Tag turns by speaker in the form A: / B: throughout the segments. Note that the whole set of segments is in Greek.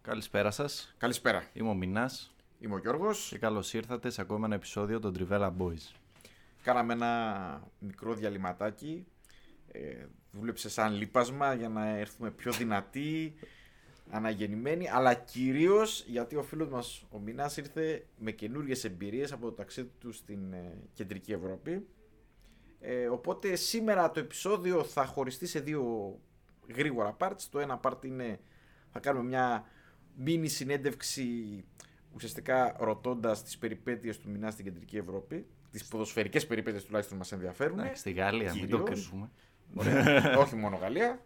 A: Καλησπέρα σας,
B: Καλησπέρα.
A: είμαι ο Μινάς
B: Είμαι ο Γιώργος.
A: και καλώς ήρθατε σε ακόμα ένα επεισόδιο των Trivella
B: Ναι.
A: Boys.
B: Κάναμε ένα μικρό διαλυματάκι. Ε, δούλεψε σαν λείπασμα για να έρθουμε πιο δυνατοί, αναγεννημένοι, αλλά κυρίως γιατί ο φίλος μας ο Μινάς ήρθε με καινούριε εμπειρίες από το ταξίδι του στην ε, κεντρική Ευρώπη. Ε, οπότε σήμερα το επεισόδιο θα χωριστεί σε δύο γρήγορα parts. Το ένα part είναι θα κάνουμε μια μίνι συνέντευξη ουσιαστικά ρωτώντας τις περιπέτειες του Μινά στην κεντρική Ευρώπη. Τις ποδοσφαιρικές περιπέτειες τουλάχιστον μας ενδιαφέρουν.
A: Εντάξει, στη Γαλλία, μην το
B: Κυρίως.
A: κρύβουμε.
B: Ωραία. Όχι μόνο Γαλλία.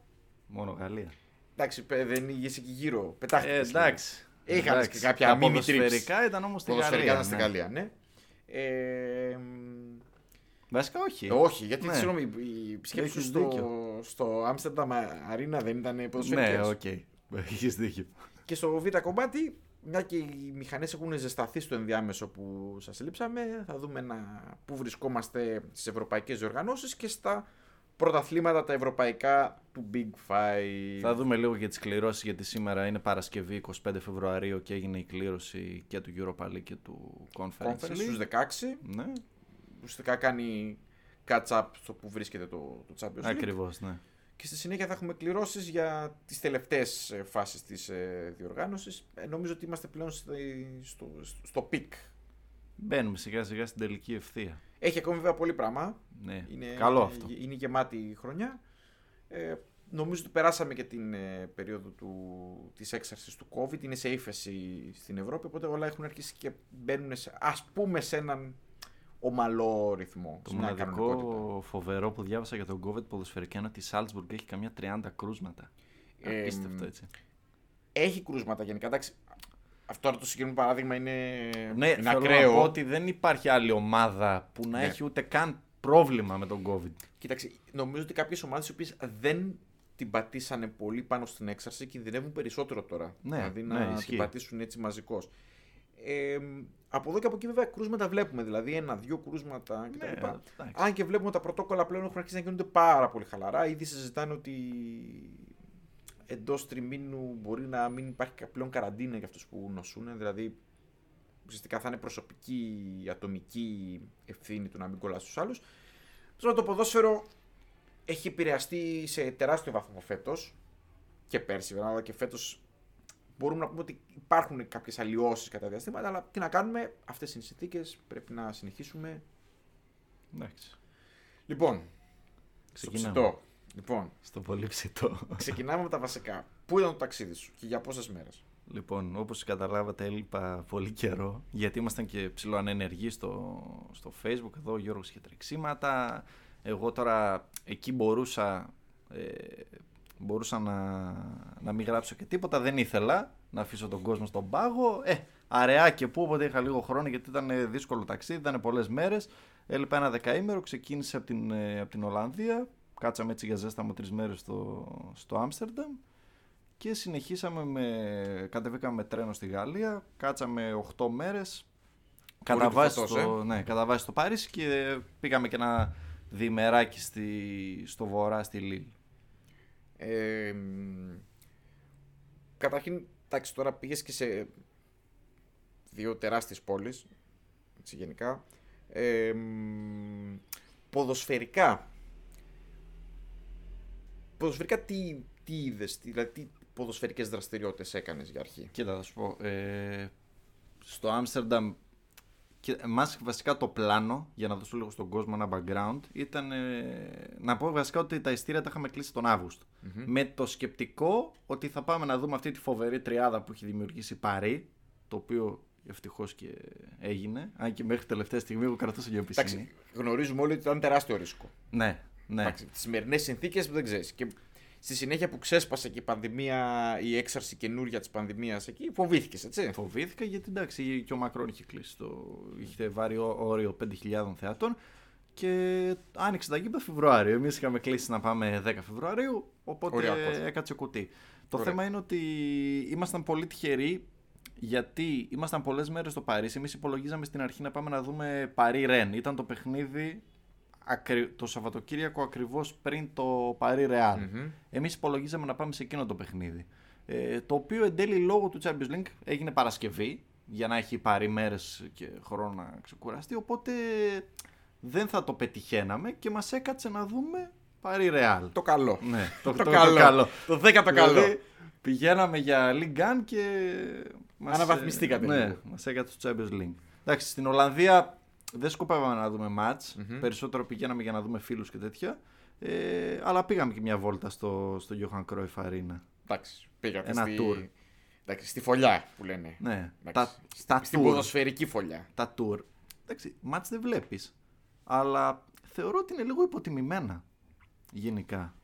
A: Μόνο Γαλλία.
B: Εντάξει, παι- δεν είσαι και γύρω. Πετάχτηκε.
A: Ε, εντάξει.
B: Είχαμε
A: Εντάξει,
B: και κάποια
A: τα
B: mini trips.
A: ποδοσφαιρικά ήταν όμως στη Γαλλία.
B: Ποδοσφαιρικά ήταν στην
A: ναι.
B: Γαλλία, ναι. Ε, μ,
A: Βασικά όχι.
B: ε, όχι, γιατί
A: Ναι.
B: συγγνώμη, η επισκέψη σου
A: Έχεις
B: στο, στο Άμστερνταμ Αρίνα δεν ήταν ποδοσφαιρικές.
A: Ναι, οκ. Έχεις δίκιο.
B: Και στο β' κομμάτι, μια και οι μηχανές έχουν ζεσταθεί στο ενδιάμεσο που σας λείψαμε, θα δούμε να... πού βρισκόμαστε στις ευρωπαϊκές διοργανώσεις και στα πρωταθλήματα τα ευρωπαϊκά του Big Five.
A: Θα δούμε λίγο για τις κληρώσεις γιατί σήμερα είναι Παρασκευή 25 Φεβρουαρίου και έγινε η κλήρωση και του Europa League και του Conference
B: Conference στους
A: League.
B: 16.
A: Ναι,
B: Ουσιαστικά κάνει catch up στο που βρίσκεται το, το Champions League.
A: ακριβώς, ναι.
B: Και στη συνέχεια θα έχουμε κληρώσεις για τις τελευταίες ε, φάσεις της ε, διοργάνωσης. Ε, νομίζω ότι είμαστε πλέον στη- στο, στο peak.
A: Μπαίνουμε σιγά σιγά στην τελική ευθεία.
B: Έχει ακόμη βέβαια πολύ πράγμα.
A: Ναι.
B: Είναι,
A: Καλό αυτό.
B: γε- Είναι γεμάτη η χρονιά. Ε, νομίζω ότι περάσαμε και την ε, περίοδο του, της έξαρσης του COVID. Είναι σε ύφεση στην Ευρώπη, οπότε όλα έχουν αρχίσει και μπαίνουν, σε, ας πούμε, σε έναν ομαλό ρυθμό.
A: Το
B: σε μια κανονικότητα.
A: μοναδικό φοβερό που διάβασα για τον Κόβετ ποδοσφαιρικά είναι ότι η Σάλτσμπουργκ έχει καμιά 30 κρούσματα.
B: Ε,
A: Απίστευτο
B: μ,
A: έτσι.
B: Έχει κρούσματα γενικά. Εντάξει, αυτό τώρα το συγκεκριμένο παράδειγμα είναι,
A: Ναι,
B: είναι
A: θέλω
B: ακραίο.
A: να πω ότι δεν υπάρχει άλλη ομάδα που να
B: Ναι.
A: έχει ούτε καν πρόβλημα με τον Κόβιτ.
B: Κοίταξε, νομίζω ότι κάποιες ομάδες οι οποίες δεν την πατήσανε πολύ πάνω στην έξαρση κινδυνεύουν περισσότερο τώρα.
A: Ναι,
B: δηλαδή
A: ναι,
B: να
A: ισχύει.
B: την πατήσουν έτσι μαζικώς. Ε, από εδώ και από εκεί βέβαια κρούσματα βλέπουμε. Δηλαδή ένα-δύο κρούσματα κτλ.
A: Ναι, εντάξει.
B: Αν και βλέπουμε ότι τα πρωτόκολλα πλέον έχουν αρχίσει να γίνονται πάρα πολύ χαλαρά. Ήδη συζητάνε ότι εντός τριμήνου μπορεί να μην υπάρχει κα- πλέον καραντίνα για αυτούς που νοσούν. Δηλαδή ουσιαστικά θα είναι προσωπική ατομική ευθύνη του να μην κολλάς στους άλλους. Τώρα το ποδόσφαιρο έχει επηρεαστεί σε τεράστιο βαθμό φέτος και πέρσι, βέβαια, αλλά και φέτος μπορούμε να πούμε ότι υπάρχουν κάποιες αλλοιώσεις κατά διαστήματα. Αλλά τι να κάνουμε, αυτές είναι οι συνθήκες. Πρέπει να συνεχίσουμε.
A: Εντάξει.
B: Λοιπόν, στο
A: Ξεκινάμε.
B: ψητό. Λοιπόν,
A: Στο πολύ ψητό.
B: ξεκινάμε με τα βασικά. Πού ήταν το ταξίδι σου και για πόσες μέρες.
A: Λοιπόν, όπως καταλάβατε έλειπα πολύ καιρό γιατί ήμασταν και ψηλό ανενεργοί στο, στο facebook εδώ, ο Γιώργος είχε τρεξίματα εγώ τώρα εκεί μπορούσα ε, μπορούσα να, να μην γράψω και τίποτα, δεν ήθελα να αφήσω τον κόσμο στον πάγο ε, αραιά και πού, οπότε είχα λίγο χρόνο γιατί ήταν ε, δύσκολο ταξίδι, ήταν πολλές μέρες έλειπα ένα δεκαήμερο, ξεκίνησε από την, ε, από την Ολλανδία κάτσαμε έτσι για ζέσταμο τρεις μέρες στο, στο Άμστερνταμ και συνεχίσαμε με. Κατεβήκαμε με τρένο στη Γαλλία, κάτσαμε 8 μέρε. Κατά
B: του
A: βάση
B: φωτός,
A: στο, ναι, κατά βάση στο Παρίσι και πήγαμε και ένα διημεράκι στη, στο βορρά στη Λίλ.
B: Ε, μ, καταρχήν, εντάξει, τώρα πήγες και σε δύο τεράστιες πόλεις, έτσι γενικά. Ε, μ, ποδοσφαιρικά. Ποδοσφαιρικά τι, τι είδες, τι- δηλαδή τι ποδοσφαιρικές δραστηριότητες έκανες για αρχή.
A: Κοίτα, θα σου πω. Ε, στο Άμστερνταμ, και μας βασικά το πλάνο, για να δώσω λίγο στον κόσμο ένα background, ήταν. ε, να πω βασικά ότι τα ειστήρια τα είχαμε κλείσει τον αυγουστο Με το σκεπτικό ότι θα πάμε να δούμε αυτή τη φοβερή τριάδα που έχει δημιουργήσει η Παρή, το οποίο ευτυχώς και έγινε. Αν και μέχρι τελευταία στιγμή εγώ κρατούσα για
B: Εντάξει,
A: πισινή.
B: γνωρίζουμε όλοι ότι ήταν τεράστιο ρίσκο.
A: Ναι, ναι.
B: Εντάξει, τις σημερινές συνθήκες δεν ξέρεις. Και Στη συνέχεια που ξέσπασε και η πανδημία, η έξαρση καινούρια της πανδημίας εκεί, φοβήθηκες, έτσι.
A: Φοβήθηκα γιατί εντάξει και ο Μακρόν είχε κλείσει το. είχε βάρει ό- όριο 5.000 θεατών και άνοιξε τα γήπεδα Φεβρουάριο. Εμείς είχαμε κλείσει να πάμε 10 Φεβρουαρίου, οπότε
B: Ωραία απόφαση.
A: έκατσε κουτί. Το
B: Ωραία.
A: θέμα είναι ότι ήμασταν πολύ τυχεροί γιατί ήμασταν πολλές μέρες στο Παρίσι. Εμείς υπολογίζαμε στην αρχή να πάμε να δούμε Παρί Ρεν. Ήταν το παιχνίδι ακρι- το Σαββατοκύριακο ακριβώς πριν το Παρί Ρεάλ.
B: Μμμ.
A: Εμείς υπολογίζαμε να πάμε σε εκείνο το παιχνίδι. Ε, το οποίο εν τέλει λόγω του Champions League έγινε Παρασκευή για να έχει πάρει μέρες και χρόνο να ξεκουραστεί. Οπότε δεν θα το πετυχαίναμε και μας έκατσε να δούμε Παρί Ρεάλ.
B: Το καλό.
A: Ναι,
B: Το καλό. Το δέκατο
A: Δηλαδή,
B: καλό.
A: Πηγαίναμε για League One και. Μας,
B: Αναβαθμιστήκατε
A: Ναι,
B: λίγο.
A: μας έκατσε το Champions League. Εντάξει, στην Ολλανδία δεν σκοπεύαμε να δούμε match. Περισσότερο πηγαίναμε για να δούμε φίλους και τέτοια. Ε, αλλά πήγαμε και μια βόλτα στο, στο Johan Cruyff Arena.
B: Εντάξει, πήγατε
A: Ένα
B: στη...
A: tour.
B: Εντάξει, στη φωλιά που λένε.
A: Ναι,
B: Εντάξει,
A: τα, στα
B: Στην
A: tour.
B: ποδοσφαιρική φωλιά.
A: Τα tour. Εντάξει, match δεν βλέπεις. Αλλά θεωρώ ότι είναι λίγο υποτιμημένα. Γενικά.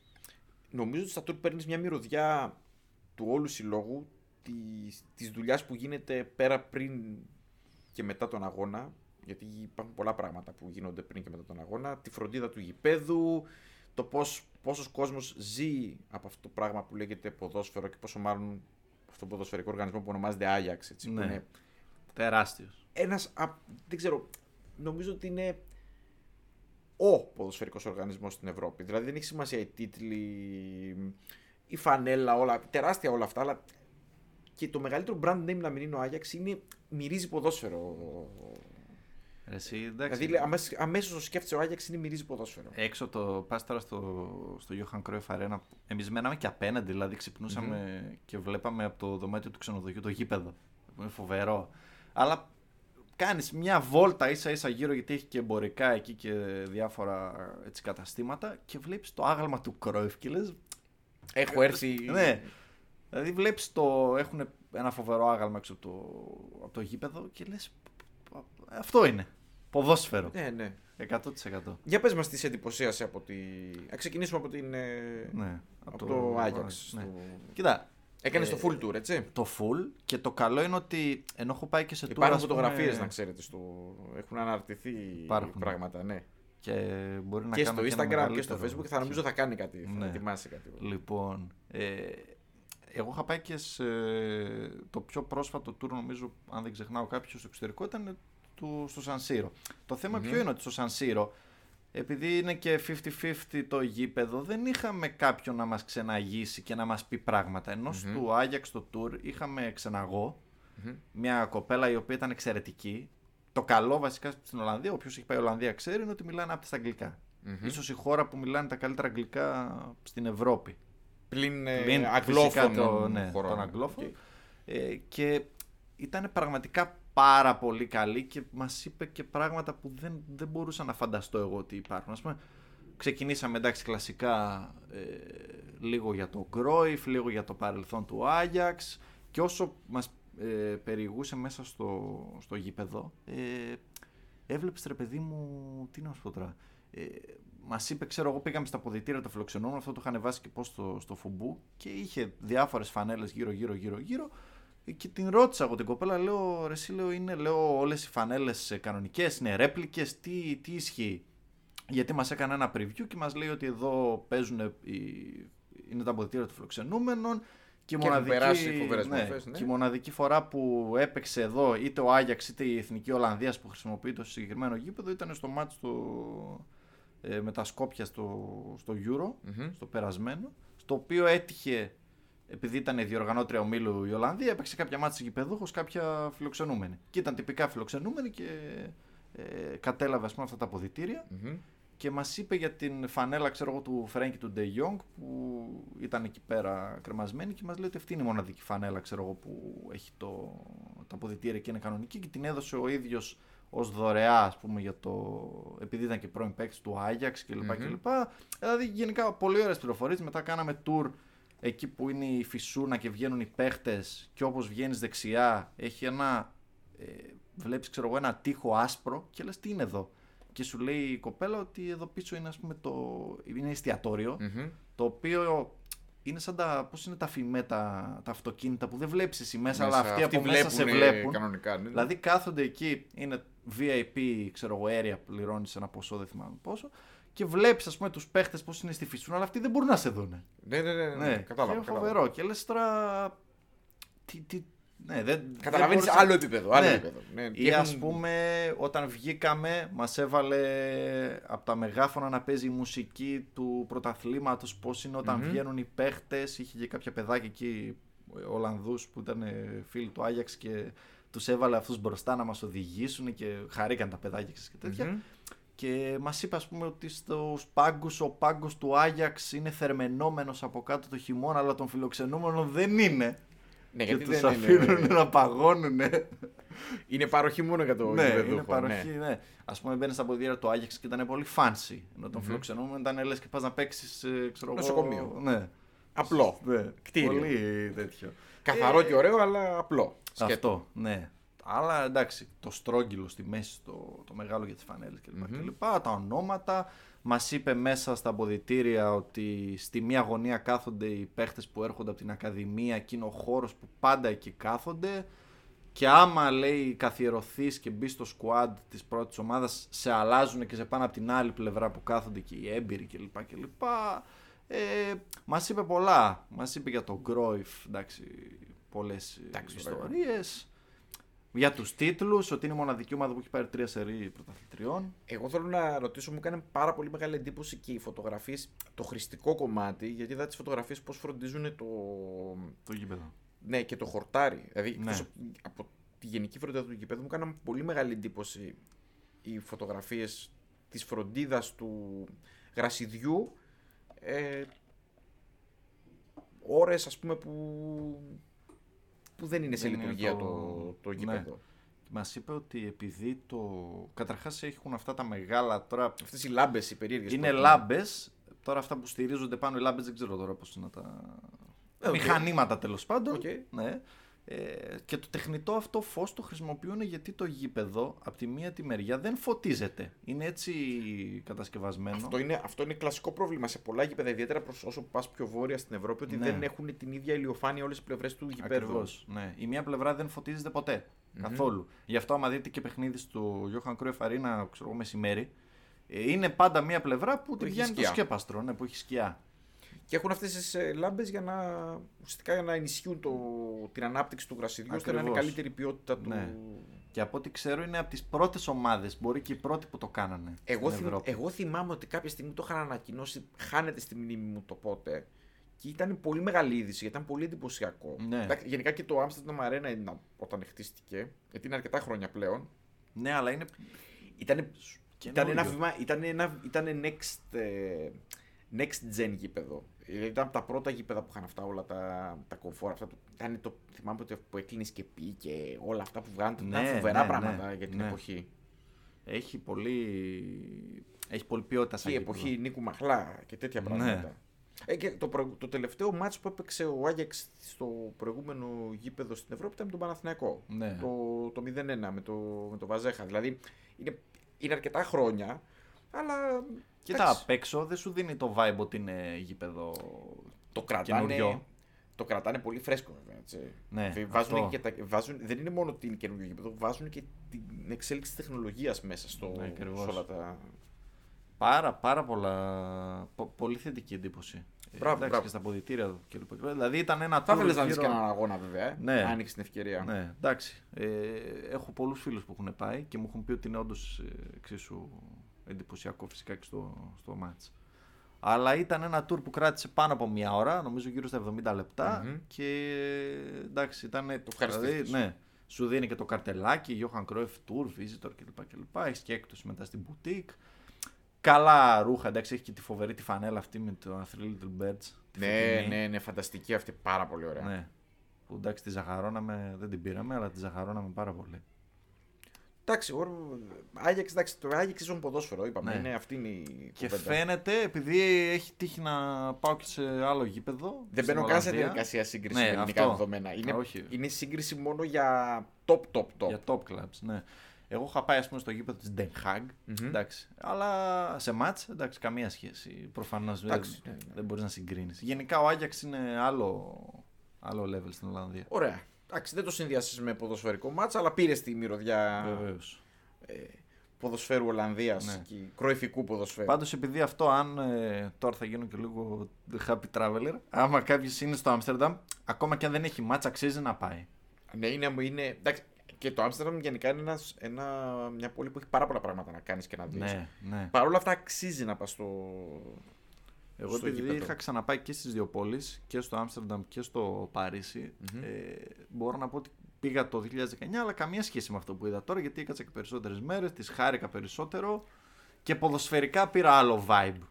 B: Νομίζω ότι στα tour παίρνεις μια μυρωδιά του όλου συλλόγου, της, της δουλειάς που γίνεται πέρα πριν και μετά τον αγώνα. Γιατί υπάρχουν πολλά πράγματα που γίνονται πριν και μετά τον αγώνα. Τη φροντίδα του γηπέδου, το πώς, πόσος κόσμος ζει από αυτό το πράγμα που λέγεται ποδόσφαιρο και πόσο μάλλον αυτό το ποδοσφαιρικό οργανισμό που ονομάζεται Άγιαξ, έτσι,
A: Ναι.
B: που είναι
A: Τεράστιος.
B: ένας, απ- δεν ξέρω, νομίζω ότι είναι ο ποδοσφαιρικός οργανισμός στην Ευρώπη. Δηλαδή δεν έχει σημασία οι τίτλοι, η φανέλα, όλα, τεράστια όλα αυτά, αλλά και το μεγαλύτερο brand name να μην είναι ο Άγιαξ είναι μυρίζει ποδόσφαιρο.
A: Εσύ, εντάξει.
B: Δηλαδή αμέσως, αμέσως το σκέφτεσαι ο Άγιαξ είναι μυρίζει ποδόσφαιρο.
A: Έξω από το πας τώρα στο, στο Johan Cruyff Arena. Εμείς μέναμε και απέναντι, δηλαδή ξυπνούσαμε και βλέπαμε από το δωμάτιο του ξενοδοχείου το γήπεδο. Είναι φοβερό. Αλλά κάνεις μια βόλτα ίσα ίσα γύρω γιατί έχει και εμπορικά εκεί και διάφορα έτσι, καταστήματα και βλέπεις το άγαλμα του Cruyff και λες.
B: Έχω έρθει...
A: Ναι. Δηλαδή βλέπεις το. Έχουν ένα φοβερό άγαλμα έξω από το, από το γήπεδο και λες. Αυτό είναι. Ποδόσφαιρο.
B: ναι, ναι.
A: 100%.
B: Για πες μας τι σε εντυπωσίασε από τη... Ας ξεκινήσουμε από, την... ε,
A: Ναι,
B: από το Άγιαξ.
A: Ναι. Κοίτα,
B: Έκανες
A: Ε,
B: το full tour, έτσι.
A: το full και το καλό είναι ότι ενώ έχω πάει και σε tour.
B: Υπάρχουν
A: ας πούμε,
B: φωτογραφίες, να ξέρετε. Στο... Έχουν αναρτηθεί
A: ναι. Υπάρχουν.
B: πράγματα, ναι.
A: Και μπορεί να
B: και στο
A: κάνω ένα
B: Instagram και στο
A: μεγαλύτερο.
B: Facebook θα νομίζω θα κάνει κάτι. Θα
A: Ναι.
B: ετοιμάσει κάτι.
A: Λοιπόν, ε, εγώ είχα πάει και σε το πιο πρόσφατο tour, νομίζω, αν δεν ξεχνάω κάποιο στο εξωτερικό, ήταν του, στο San Siro. Το θεμα ποιο είναι ότι στο San Siro, επειδή είναι και 50-50 το γήπεδο, δεν είχαμε κάποιον να μας ξεναγήσει και να μας πει πράγματα. Ενώ στο Άγιαξ το tour είχαμε ξεναγώ, μια κοπέλα η οποία ήταν εξαιρετική. Το καλό βασικά στην Ολλανδία, όποιος έχει πάει Ολλανδία ξέρει, είναι ότι μιλάνε άπτες αγγλικά. Ίσως η χώρα που μιλάνε τα καλύτερα αγγλικά στην Ευρώπη.
B: Πλην,
A: Πλην
B: ε,
A: φυσικά το-
B: αγγλόφωνων
A: ναι,
B: χωρών.
A: των αγγλόφων.
B: Οκ.
A: Ε, και ήταν πραγματικά πάρα πολύ καλή και μας είπε και πράγματα που δεν, δεν μπορούσα να φανταστώ εγώ ότι υπάρχουν. Ας πούμε, ξεκινήσαμε εντάξει κλασικά ε, λίγο για το Κρόιφ, λίγο για το παρελθόν του Άγιαξ και όσο μας ε, περιηγούσε μέσα στο, στο γήπεδο ε, έβλεπες ρε παιδί μου, τι να σου πω τώρα, ε, Μας είπε, ξέρω εγώ, πήγαμε στα ποδητήρια το φιλοξενούμενο, αυτό το είχαν βάσει και πώς στο, στο φουμπού και είχε διάφορες φανέλες γύρω-γύρω, γύρω-γύρω. Ε, Και την ρώτησα εγώ την κοπέλα, λέω, ρε, εσύ λέω, είναι, λέω, όλες οι φανέλες κανονικές, είναι ρέπλικες, τι, τι ισχύει. Γιατί μας έκανε ένα preview και μας λέει ότι εδώ παίζουν, είναι τα ποδητήρια των φιλοξενούμενων. Και, η
B: έχουν
A: μοναδική,
B: περάσει φοβερές μορφές, ναι.
A: και η μοναδική φορά που έπαιξε εδώ είτε ο Άγιαξ είτε η Εθνική Ολλανδίας που χρησιμοποιεί το συγκεκριμένο γήπεδο ήταν στο μάτι του, ε, με τα σκόπια στο, στο Euro,
B: Μμμ.
A: στο περασμένο, στο οποίο έτυχε, επειδή ήταν η διοργανώτρια ομίλου η Ολλανδία, έπαιξε κάποια μάτια γηπεδούχος, κάποια φιλοξενούμενη. Και ήταν τυπικά φιλοξενούμενη και ε, κατέλαβε ας πούμε, αυτά τα αποδητήρια
B: Μμμ.
A: και μας είπε για την φανέλα, ξέρω εγώ, του Φρέγκη του Ντε Γιόγκ που ήταν εκεί πέρα κρεμασμένη και μας λέει ότι αυτή είναι η μοναδική φανέλα, ξέρω εγώ, που έχει το, τα αποδητήρια και είναι κανονική και την έδωσε ο ίδιος ως δωρεά, ας πούμε, για το... επειδή ήταν και πρώην παίκτης του Άγιαξ κλπ.
B: Μμμ.
A: κλπ. Δηλαδή, γενικά, πολύ ωραίες πληροφορίες. Μετά κάναμε tour εκεί που είναι η φυσούνα και βγαίνουν οι παίχτες και όπως βγαίνεις δεξιά έχει ένα ε, βλέπεις ξέρω εγώ ένα τείχο άσπρο και λες τι είναι εδώ και σου λέει
B: Mm.
A: η κοπέλα ότι εδώ πίσω είναι ας πούμε το είναι εστιατόριο,
B: Μμμ.
A: το οποίο είναι σαν τα. Πώς είναι τα φημέ τα, τα αυτοκίνητα που δεν βλέπεις εσύ μέσα,
B: Μέσα,
A: αλλά αυτοί, από μέσα σε
B: βλέπουνε
A: βλέπουν.
B: Κανονικά, ναι.
A: Δηλαδή κάθονται εκεί, είναι VIP, ξέρω εγώ, area, πληρώνεις ένα ποσό, δεν θυμάμαι πόσο, και βλέπεις, ας πούμε, τους παίχτες πώς είναι στη φυσούνα, αλλά αυτοί δεν μπορούν να σε δουν.
B: ναι, ναι, ναι, ναι, ναι, κατάλαβα.
A: και
B: κατάλαβα.
A: φοβερό. Και λες τώρα. Τι, τι, ναι, δεν.
B: Καταλαβαίνεις
A: δεν μπορούσα-
B: άλλο επίπεδο, άλλο
A: Ναι.
B: επίπεδο. Ναι, τι
A: Ή ας
B: έχουν-
A: πούμε, όταν βγήκαμε, μας έβαλε από τα μεγάφωνα να παίζει η μουσική του πρωταθλήματος. Πώς είναι όταν
B: Μμμ.
A: βγαίνουν οι παίχτες. Είχε και κάποια παιδάκια εκεί, ε, Ολλανδούς που ήταν ε, φίλοι του Άγιαξ και τους έβαλε αυτούς μπροστά να μας οδηγήσουν και χαρήκαν τα παιδάκια ξέρεις, και τέτοια.
B: Μμμ.
A: Και μας είπε, ας πούμε, ότι στους πάγκους ο πάγκος του Άγιαξ είναι θερμενόμενος από κάτω το χειμώνα, αλλά τον φιλοξενούμενο δεν είναι.
B: Ναι,
A: και
B: γιατί
A: τους
B: δεν
A: αφήνουν
B: είναι.
A: να παγώνουνε.
B: Είναι παροχή μόνο για το
A: Ναι,
B: γηπεδούχο,
A: είναι παροχή, ναι. Ας πούμε, μπαίνεις στα ποδήλατα του Άγιαξ και ήταν πολύ fancy. Ενώ τον
B: Μμμ.
A: φιλοξενούμενο ήταν λες και πας να παίξεις. ξέρω εγώ.
B: Νοσοκομείο.
A: Ναι.
B: Απλό.
A: ναι.
B: Κτίριο.
A: Πολύ τέτοιο.
B: Καθαρό
A: Ε,
B: και ωραίο, αλλά απλό. Σκέτο.
A: Αυτό, ναι. Αλλά εντάξει, το στρόγγυλο στη μέση, το, το μεγάλο για τις φανέλες κλπ.
B: Μμμ.
A: κλπ, Τα ονόματα. Μας είπε μέσα στα αποδητήρια ότι στη μία γωνία κάθονται οι παίχτες που έρχονται από την Ακαδημία και είναι ο χώρος που πάντα εκεί κάθονται. Και άμα λέει καθιερωθείς και μπεις στο squad της πρώτης ομάδας, σε αλλάζουν και σε πάνε από την άλλη πλευρά που κάθονται και οι έμπειροι κλπ. κλπ. Ε, μας είπε πολλά. Μας είπε για τον Κρόιφ, εντάξει, πολλές
B: Εντάξει, ναι. ωραία.
A: ιστορίες. Για τους τίτλους, ότι είναι η μοναδική ομάδα που έχει πάρει τρία σερή πρωταθλητριών.
B: Εγώ θέλω να ρωτήσω, μου κάνει πάρα πολύ μεγάλη εντύπωση και οι φωτογραφίες, το χρηστικό κομμάτι, γιατί είδα τις φωτογραφίες πώς φροντίζουν το.
A: Το γήπεδο.
B: Ναι, και το χορτάρι. Δηλαδή,
A: Ναι.
B: εκτός από- από τη γενική φροντίδα του γηπέδου μου κάναν πολύ μεγάλη εντύπωση οι φωτογραφίες της φροντίδας του γρασιδιού. Ε, ώρες ας πούμε που, που δεν είναι σε
A: Δεν είναι
B: λειτουργία
A: το-
B: το, το,
A: ναι.
B: γήπεδο.
A: Μας είπε ότι επειδή το. Καταρχάς έχουν αυτά τα μεγάλα τώρα.
B: Αυτές οι λάμπες οι περίεργες.
A: Είναι λάμπες. Τώρα αυτά που στηρίζονται πάνω οι λάμπες δεν ξέρω τώρα πώς να τα.
B: Ε, οκ.
A: Μηχανήματα τέλος πάντων.
B: Οκ.
A: Ναι. Ε, και το τεχνητό αυτό φως το χρησιμοποιούν γιατί το γήπεδο από τη μία τη μεριά δεν φωτίζεται. Είναι έτσι κατασκευασμένο.
B: Αυτό είναι, αυτό είναι κλασικό πρόβλημα σε πολλά γήπεδα, ιδιαίτερα προς όσο πας πιο βόρεια στην Ευρώπη, ότι
A: Ναι.
B: δεν έχουν την ίδια ηλιοφάνεια όλες τι πλευρές του γηπέδου.
A: Ακριβώς, Ναι. Η μία πλευρά δεν φωτίζεται ποτέ, Καθόλου. Γι' αυτό, άμα δείτε και παιχνίδι του Johan Cruyff Arena, ξέρω εγώ, μεσημέρι, ε, είναι πάντα μία πλευρά που, την
B: έχει
A: πιάνει το
B: σκιά.
A: σκέπαστρο, ναι, που έχει σκιά.
B: Και έχουν αυτές τις λάμπες για να ουσιαστικά για να ενισχύουν το, την ανάπτυξη του γρασιδιού, ώστε να είναι
A: Ακριβώς.
B: καλύτερη η ποιότητα του.
A: Ναι. Και από ό,τι ξέρω, είναι από τις πρώτες ομάδες. Μπορεί και οι πρώτοι που το κάνανε.
B: Εγώ,
A: στην
B: θυμ- ε-
A: Ευρώπη.
B: εγώ θυμάμαι ότι κάποια στιγμή το είχαν ανακοινώσει, χάνεται στη μνήμη μου το πότε. Και ήταν πολύ μεγάλη είδηση, γιατί ήταν πολύ εντυπωσιακό.
A: Ναι.
B: Εντάξει, Γενικά και το Amsterdam Arena ήταν όταν χτίστηκε, γιατί είναι αρκετά χρόνια πλέον.
A: Ναι, αλλά είναι.
B: Ήταν, ήταν, ένα,
A: Καινούριο.
B: βήμα, ήταν, ένα, ήταν next, ε, next gen γήπεδο. Ε, Ήταν από τα πρώτα γήπεδα που είχαν αυτά όλα τα, τα κομφόρ. Αυτά, που- ήταν το, θυμάμαι ότι που έκλεινες και πει και όλα αυτά που βγάλαν. ήταν
A: Ναι,
B: φοβερά
A: ναι,
B: πράγματα
A: ναι,
B: για την
A: ναι.
B: εποχή.
A: Έχει πολύ. Έχει πολύ ποιότητα
B: Και
A: σαν
B: η
A: γήπεδο.
B: εποχή Νίκου Μαχλά και τέτοια
A: Ναι.
B: πράγματα. Ε, και το, προ- το τελευταίο μάτς που έπαιξε ο Άγιαξ στο προηγούμενο γήπεδο στην Ευρώπη ήταν με τον Παναθηναϊκό.
A: Ναι.
B: Το, το 0-1 με το, με το Βαζέχα. Δηλαδή είναι, είναι αρκετά χρόνια, αλλά.
A: Κοίτα,
B: εντάξει.
A: απ' έξω δεν σου δίνει το vibe ότι είναι γήπεδο.
B: Το κρατάνε,
A: Καινούριο.
B: το κρατάνε πολύ φρέσκο, βέβαια. Έτσι.
A: Ναι,
B: Βε- βάζουν
A: αυτό.
B: και τα, βάζουν, δεν είναι μόνο την καινούργια γήπεδο, βάζουν και την εξέλιξη τεχνολογίας μέσα στο,
A: Ναι, ακριβώς.
B: σε όλα τα.
A: Πάρα, πάρα πολλά. πο- πολύ θετική εντύπωση. Ε,
B: Μπράβο,
A: εντάξει,
B: μπράβο.
A: και στα αποδητήρια και λοιπά. Δηλαδή ήταν ένα
B: Θα
A: tour
B: ήθελες να δεις
A: γύρω-
B: και έναν αγώνα, βέβαια. ε,
A: Ναι.
B: Αν έχεις την ευκαιρία.
A: Ναι, εντάξει. Ε, έχω πολλούς φίλους που έχουν πάει και μου έχουν πει ότι είναι όντως εξίσου εντυπωσιακό φυσικά και στο, στο μάτς. Αλλά ήταν ένα tour που κράτησε πάνω από μία ώρα, νομίζω γύρω στα 70 λεπτα
B: Μμμ.
A: Και εντάξει, ήταν. Το
B: ευχαριστήθηκες.
A: ναι, σου δίνει και το καρτελάκι, Johan Cruyff Tour, Visitor κλπ. κλπ. Έχεις και έκπτωση μετά στην boutique. Καλά ρούχα, εντάξει, έχει και τη φοβερή τη φανέλα αυτή με το Three Little Birds. τη
B: Ναι,
A: φωτεινή.
B: ναι, ναι, φανταστική αυτή. Πάρα πολύ ωραία.
A: Ναι. Που εντάξει, τη ζαχαρώναμε, δεν την πήραμε, αλλά τη ζαχαρώναμε πάρα πολύ.
B: Εντάξει, ο Άγιαξ, εντάξει, το Άγιαξ είναι ποδόσφαιρο, είπαμε.
A: Ναι.
B: Είναι αυτή είναι η
A: Και
B: κουβέντα.
A: φαίνεται, επειδή έχει τύχει να πάω και σε άλλο γήπεδο.
B: Δεν
A: στην
B: μπαίνω καν σε
A: Ολλανδία,
B: διαδικασία σύγκριση
A: Ναι,
B: με ελληνικά
A: αυτό.
B: δεδομένα. Είναι,
A: Α, όχι.
B: είναι σύγκριση μόνο για top, top, top.
A: Για top clubs, ναι. Εγώ είχα πάει, ας πούμε, στο γήπεδο της Den Haag.
B: Μμμ.
A: Εντάξει. Αλλά σε μάτ, εντάξει, καμία σχέση. Προφανώς δεν,
B: Εντάξει, ναι, ναι.
A: δεν μπορείς να συγκρίνεις. Γενικά ο Άγιαξ είναι άλλο, άλλο level στην Ολλανδία.
B: Ωραία. Εντάξει, δεν το συνδυάσεις με ποδοσφαιρικό μάτς, αλλά πήρες τη μυρωδιά
A: Βεβαίως.
B: ποδοσφαίρου Ολλανδίας
A: Ναι.
B: και κροηφικού ποδοσφαίρου.
A: Πάντως επειδή αυτό, αν. ε, τώρα θα γίνω και λίγο happy traveler. Άμα κάποιος είναι στο Άμστερνταμ, ακόμα και αν δεν έχει μάτσα, αξίζει να πάει.
B: Ναι, είναι, είναι, εντάξει, και το Άμστερνταμ γενικά είναι ένας, ένα, μια πόλη που έχει πάρα πολλά πράγματα να κάνεις και να δεις.
A: Ναι, ναι.
B: Παρ' όλα αυτά αξίζει να πας στο...
A: Εγώ
B: στο
A: επειδή
B: γήπεδο.
A: είχα ξαναπάει και στις δύο πόλεις, και στο Άμστερνταμ και στο παρισι ε, μπορώ να πω ότι πήγα το 2019, αλλά καμία σχέση με αυτό που είδα τώρα, γιατί έκατσα και περισσότερες μέρες, τις χάρηκα περισσότερο και ποδοσφαιρικά πήρα άλλο vibe.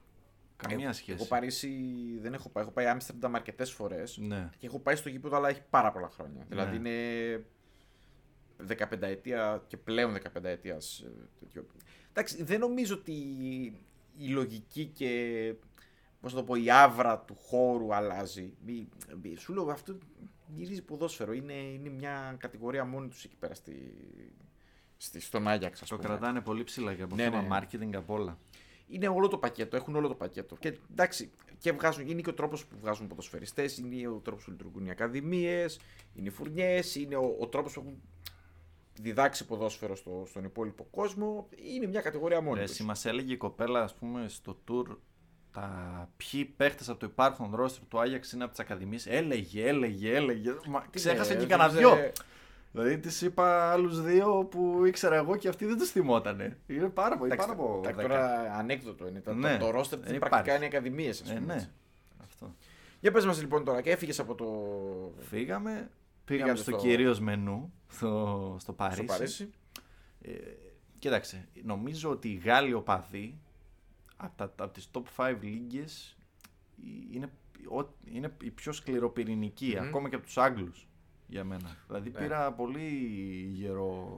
A: Καμία
B: Ε, Εγώ-
A: σχέση.
B: Εγώ Παρίσι δεν έχω πάει. Έχω πάει Άμστερνταμ αρκετές φορές.
A: Ναι.
B: Και έχω πάει στο γήπεδο, αλλά έχει πάρα πολλά χρόνια. Δηλαδή είναι 15 ετία και πλέον 15 ετία. Εντάξει, δεν νομίζω ότι η λογική και πώς να το πω, η άβρα του χώρου αλλάζει. Μη- μη- Σου λέω, αυτό γυρίζει ποδόσφαιρο. Είναι, είναι μια κατηγορία μόνη τους εκεί πέρα στη, στη, στον Άγιαξ, ας
A: Το
B: πούμε.
A: κρατάνε πολύ ψηλά και από
B: Ναι,
A: θέμα
B: ναι.
A: marketing απ' όλα.
B: Είναι όλο το πακέτο, έχουν όλο το πακέτο. Και εντάξει, και βγάζουν, είναι και ο τρόπος που βγάζουν ποδοσφαιριστές, είναι ο τρόπος που λειτουργούν οι ακαδημίες, είναι οι φουρνιές, είναι ο, ο τρόπος που έχουν διδάξει ποδόσφαιρο στο, στον υπόλοιπο κόσμο. Είναι μια κατηγορία μόνη.
A: Ρε,
B: τους.
A: εσύ μας έλεγε η κοπέλα, ας πούμε, στο tour τα ποιοι παίχτες από το υπάρχον ρόστρο του Άγιαξ είναι από τις ακαδημίες. Έλεγε, έλεγε, έλεγε. Μα
B: Τι ε,
A: ξέχασε
B: λέει,
A: και κανένα
B: δεν-
A: δυο.
B: δεν-
A: Δηλαδή της είπα άλλους δύο που ήξερα εγώ και αυτοί δεν τους θυμότανε. Είναι πάρα πολύ.
B: Εντάξει,
A: Πάνω από
B: τα-
A: 10.
B: Τώρα ανέκδοτο είναι. Τα- τα-
A: Ναι,
B: το ρόστερ
A: δεν
B: τη πρακτικά
A: υπάρχει.
B: είναι ακαδημίε,
A: Ε,
B: α πούμε.
A: ναι.
B: έτσι.
A: Αυτό.
B: Για πες μας λοιπόν τώρα, και έφυγες από το.
A: Φύγαμε. Πήγαμε
B: Πήγατε
A: στο,
B: στο-
A: κυρίως μενού, στο, στο Παρίσι.
B: Στο Παρίσι.
A: Κοίταξε, νομίζω ότι οι Γάλλοι οπαδοί από, τα, από τις top 5 λίγκες είναι, ο- είναι οι πιο σκληροπυρηνικοί,
B: Μμμ.
A: ακόμα και από τους Άγγλους για μένα. Δηλαδή
B: Ναι.
A: πήρα πολύ γερό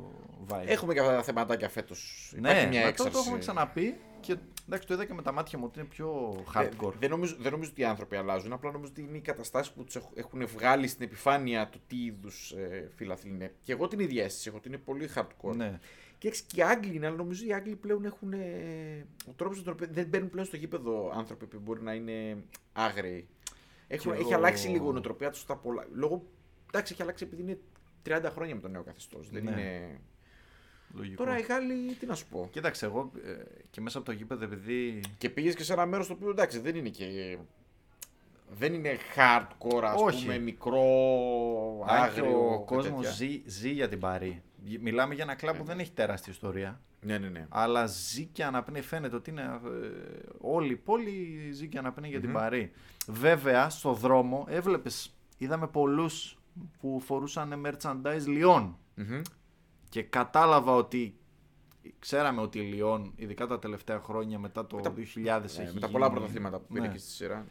A: vibe.
B: Έχουμε και αυτά τα θεματάκια φέτος.
A: Ναι, μα αυτό το έχουμε ξαναπεί και εντάξει, το είδα και με τα μάτια μου ότι είναι πιο hardcore.
B: Ε, Δεν νομίζω, δεν νομίζω ότι οι άνθρωποι αλλάζουν. Απλά νομίζω ότι είναι οι καταστάσεις που τους έχουν βγάλει στην επιφάνεια του τι είδους ε, φιλαθλοί είναι. Και εγώ την ίδια αίσθηση έχω ότι είναι πολύ hardcore.
A: ναι.
B: Και έξι και οι Άγγλοι είναι, αλλά νομίζω οι Άγγλοι πλέον έχουν. Ε, ο τρόπος με τον οποίο. Δεν μπαίνουν πλέον στο γήπεδο άνθρωποι που μπορεί να είναι άγραιοι. Έχουν,
A: Κι
B: έχει
A: εγώ-
B: αλλάξει λίγο η νοοτροπία τους στα πολλά. Λόγω. Εντάξει, έχει αλλάξει επειδή είναι 30 χρόνια με το νέο καθεστώς. Δεν
A: Ναι. Λοιπόν.
B: είναι.
A: Λογικό.
B: Τώρα οι Γάλλοι, τι να σου πω.
A: Κοίταξε, εγώ ε, και μέσα από το γήπεδο, επειδή.
B: Και πήγες και σε ένα μέρος το οποίο εντάξει δεν είναι και. Δεν είναι hardcore, ας
A: Όχι.
B: πούμε, μικρό,
A: Αν και
B: άγριο.
A: ο
B: και
A: κόσμος
B: τέτοια.
A: ζει, ζει για την Παρή. Γι- Μιλάμε για ένα κλαμπ που δεν έχει τεράστια ιστορία.
B: Ναι, ναι, ναι.
A: Αλλά ζει και αναπνέει. Φαίνεται ότι είναι. ε, όλη η πόλη ζει και αναπνέει για την Παρή. Βέβαια, στο δρόμο έβλεπες. Είδαμε πολλούς που φορούσαν merchandise Λιών.
B: Μμμ.
A: Και κατάλαβα ότι ξέραμε ότι η Λιόν, ειδικά τα τελευταία χρόνια μετά το
B: Μετά-
A: 2000,
B: Ε,
A: έχει
B: με τα πολλά
A: γίνει-
B: πρωταθλήματα που πήρε
A: Ναι,
B: και στη σειρά.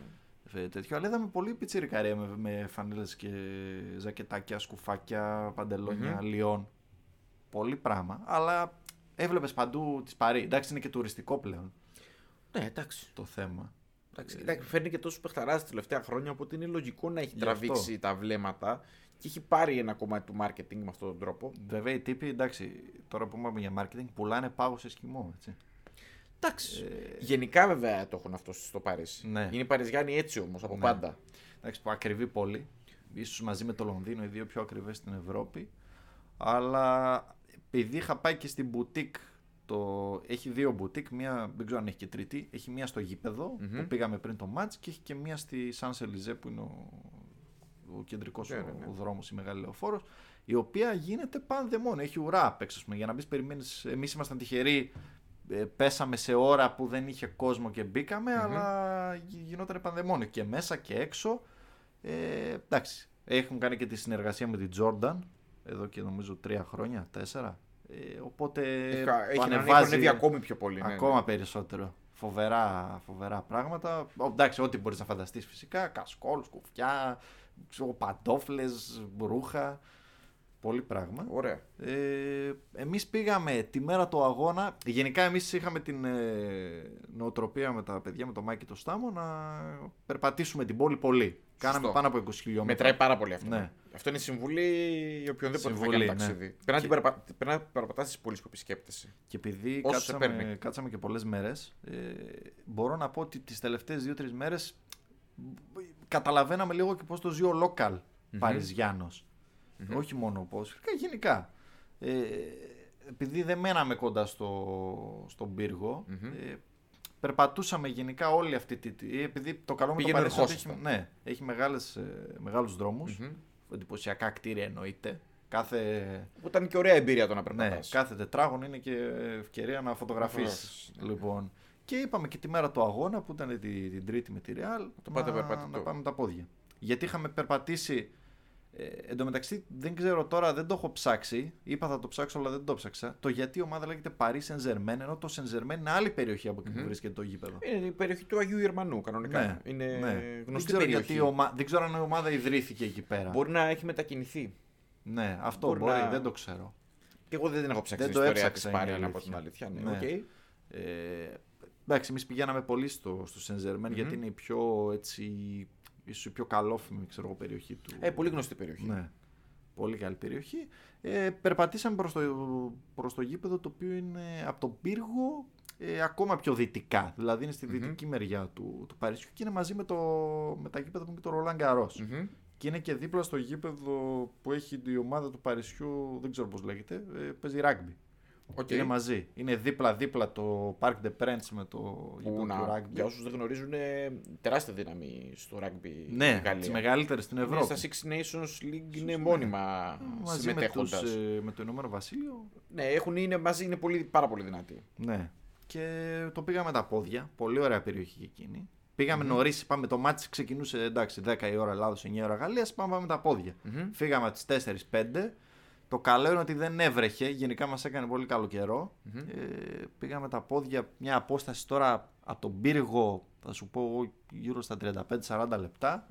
A: ε, τέτοιο. Αλλά είδαμε πολύ πιτσιρικαρία με, με φανέλες και ζακετάκια, σκουφάκια, παντελόνια,
B: Μμμ.
A: Λιόν. Πολύ πράγμα. Αλλά έβλεπες παντού τη Παρή. Εντάξει, είναι και τουριστικό πλέον
B: Ναι, εντάξει.
A: το θέμα.
B: εντάξει. εντάξει φέρνει και τόσο παιχταρά τα τελευταία χρόνια, οπότε είναι λογικό να έχει
A: Γι'
B: τραβήξει τα βλέμματα και έχει πάρει ένα κομμάτι του marketing με αυτόν τον τρόπο.
A: Βέβαια, οι τύποι, εντάξει, τώρα που είπαμε για marketing, πουλάνε πάγο σε σκημό. Έτσι.
B: Εντάξει. Ε, Γενικά, βέβαια, το έχουν αυτό στο Παρίσι.
A: Ναι.
B: Είναι οι Παριζιάνοι έτσι όμως από
A: Ναι.
B: πάντα.
A: Εντάξει, που ακριβή πόλη. Ίσως μαζί με το Λονδίνο, οι δύο πιο ακριβές στην Ευρώπη. Αλλά επειδή είχα πάει και στην μπουτίκ, το... έχει δύο μπουτίκ, μία, δεν ξέρω αν έχει και τρίτη, έχει μία στο γηπεδο που πήγαμε πριν το μάτς και έχει και μία στη Σαν Σελιζέ που είναι ο, ο κεντρικός
B: Ναι,
A: ο...
B: ναι, ναι.
A: ο δρόμος, η μεγάλη λεωφόρος, η οποία γίνεται πανδεμόνιο, έχει ουρά απ' έξω, ας πούμε, για να μπεις περιμένεις, εμείς ήμασταν τυχεροί, ε, πέσαμε σε ώρα που δεν είχε κόσμο και μπήκαμε, αλλά γι- γινόταν πανδεμόνιο και μέσα και έξω. Ε, εντάξει, έχουν κάνει και τη συνεργασία με την Jordan εδώ και νομίζω τρία χρόνια, τέσσερα. Ε, οπότε
B: Έχει-
A: το
B: έχει ανέβει- έχουν
A: ανεβάζει
B: ανέβει ακόμη πιο πολύ. ναι,
A: ακόμα περισσότερο. Φοβερά, φοβερά πράγματα. Ο, εντάξει, ό,τι μπορείς να φανταστείς φυσικά. Κασκόλ, σκουφιά, παντόφλες, ρούχα. Πολύ πράγμα.
B: ναι. Ωραία.
A: Ε, εμείς πήγαμε τη μέρα του αγώνα. Γενικά εμείς είχαμε την ε, νοοτροπία με τα παιδιά, με το Μάκη και το Στάμο, να περπατήσουμε την πόλη πολύ. Κάναμε πάνω από 20 χιλιόμετρα.
B: Μετράει πάρα πολύ αυτό.
A: Ναι.
B: Αυτό είναι συμβουλή για οποιονδήποτε
A: Συμβουλή,
B: θα κάνει
A: ναι.
B: ταξίδι. Πρέπει
A: Και-
B: να περπα... πρέπει να περπατάς τις πόλεις που επισκέπτεσαι.
A: Και επειδή
B: Όσο σε
A: κάτσαμε,
B: παίρνει.
A: κάτσαμε και πολλές μέρες, ε, μπορώ να πω ότι τις τελευταίες δύο-τρεις μέρες καταλαβαίναμε λίγο και πώς το ζει ο local παριζιανος Όχι μόνο πώς, φυσικά γενικά. Ε, επειδή δεν μέναμε κοντά στο, στον πυργο ε, περπατούσαμε γενικά όλη αυτή τη... τη- ε, Επειδή το καλό με το
B: Πήγαινε
A: Παρίσι είναι ότι έχει,
B: ερχόσασταν.
A: ναι, έχει μεγάλες, ε, μεγάλους δρόμους, εντυπωσιακά κτίρια εννοείται. Κάθε,
B: Ήταν και ωραία εμπειρία το να
A: ναι,
B: περπατάς.
A: κάθε τετράγωνο είναι και ευκαιρία να φωτογραφίσεις.
B: φωτογραφίσεις,
A: Λοιπόν. Και είπαμε και τη μέρα του αγώνα που ήταν τη- την Τρίτη με τη Ρεάλ
B: το
A: να,
B: πάτε περπατητό.
A: να πάμε τα πόδια. Γιατί είχαμε περπατήσει. Ε, εν τω μεταξύ δεν ξέρω τώρα, δεν το έχω ψάξει. Είπα θα το ψάξω, αλλά δεν το ψάξα. Το γιατί η ομάδα λέγεται Paris Saint Germain, ενώ το Saint Germain είναι άλλη περιοχή από εκεί που βρίσκεται το γήπεδο. Ναι,
B: Είναι η περιοχή του Αγίου Γερμανού κανονικά. Είναι
A: δεν
B: γνωστή
A: ξέρω,
B: περιοχή.
A: γιατί η ομα... δεν ξέρω αν η ομάδα ιδρύθηκε εκεί πέρα.
B: Μπορεί να έχει μετακινηθεί.
A: Ναι, αυτό
B: μπορεί
A: μπορεί,
B: να-
A: δεν το ξέρω.
B: Και εγώ δεν την έχω ψάξει
A: Δεν
B: την
A: το
B: ιστορία
A: έψαξα,
B: της
A: είναι η
B: Πάρη, να πω
A: αλήθεια.
B: την αλήθεια. Ναι,
A: Ναι.
B: οκ.
A: Ε, εντάξει, εμείς πηγαίναμε πολύ στο, στο Σενζερμέν γιατί είναι η πιο έτσι. ίσως η πιο καλόφημη ξέρω, εγώ, περιοχή του.
B: Ε, πολύ γνωστή περιοχή.
A: Ναι. Πολύ καλή περιοχή. Ε, περπατήσαμε προς το, προς το γήπεδο το οποίο είναι από τον πύργο ε, ακόμα πιο δυτικά. Δηλαδή είναι στη δυτική μεριά του, του Παρισιού και είναι μαζί με, το, με τα γήπεδα που είναι και το Ρολάν Γκαρός.
B: Μμμ.
A: Και είναι και δίπλα στο γήπεδο που έχει η ομάδα του Παρισιού, δεν ξέρω πώς λέγεται, ε, παίζει rugby.
B: Οκ.
A: Είναι μαζί. Είναι δίπλα-δίπλα το Parc de Prince με το
B: Που
A: γήπεδο του
B: να,
A: rugby.
B: για όσους δεν γνωρίζουν, είναι τεράστια δύναμη στο rugby.
A: Ναι,
B: στη Γαλλία.
A: τι μεγαλύτερε στην
B: Είναι
A: Ευρώπη. ναι.
B: Στα Six Nations League είναι μόνιμα
A: Μαζί με, τους,
B: συμμετέχοντα.
A: ε, με το Ηνωμένο Βασίλειο.
B: Ναι, έχουν, είναι, μαζί, είναι πολύ, πάρα πολύ δυνατοί.
A: Ναι. Και το πήγαμε τα πόδια. Πολύ ωραία περιοχή και εκείνη. Πήγαμε νωρί, είπαμε το μάτι ξεκινούσε εντάξει 10 η ώρα Ελλάδος, 9 η ώρα Γαλλίας. Πάμε, πάμε τα πόδια. Φύγαμε από τις 4-5. Το καλό είναι ότι δεν έβρεχε. Γενικά μας έκανε πολύ καλό καιρό. Ε, πήγαμε τα πόδια μια απόσταση τώρα από τον πύργο, θα σου πω εγώ, γύρω στα 35-40 λεπτα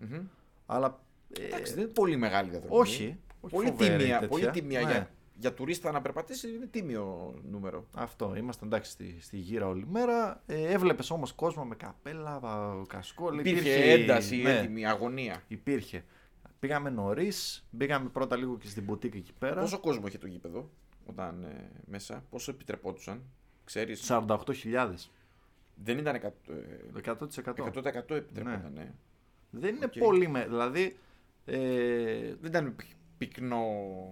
A: Αλλά. ε,
B: Εντάξει, δεν είναι πολύ μεγάλη διαδρομή.
A: όχι. όχι
B: Πολύ
A: φοβερή
B: τίμια,
A: τέτοια.
B: πολύ τίμια
A: Ναι.
B: για, για τουρίστα να περπατήσει είναι τίμιο νούμερο.
A: Αυτό, ήμασταν εντάξει στη, στη γύρα όλη μέρα. Ε, Έβλεπες όμως κόσμο με καπέλα, βα- κασκόλ.
B: Υπήρχε ένταση,
A: ναι,
B: έτοιμη, αγωνία.
A: Υπήρχε. Πήγαμε νωρίς, μπήκαμε πρώτα λίγο και στην μπουτίκ εκεί πέρα.
B: Πόσο κόσμο είχε το γήπεδο όταν ε, μέσα, πόσο επιτρεπόντουσαν, ξέρεις.
A: 48.000.
B: Δεν ήταν 100%, ε,
A: 100%.
B: 100% επιτρεπόταν.
A: Ναι.
B: ε.
A: Δεν είναι
B: Οκ.
A: πολύ. Με, δηλαδή, ε,
B: Δεν ήταν πυκ- πυκνό.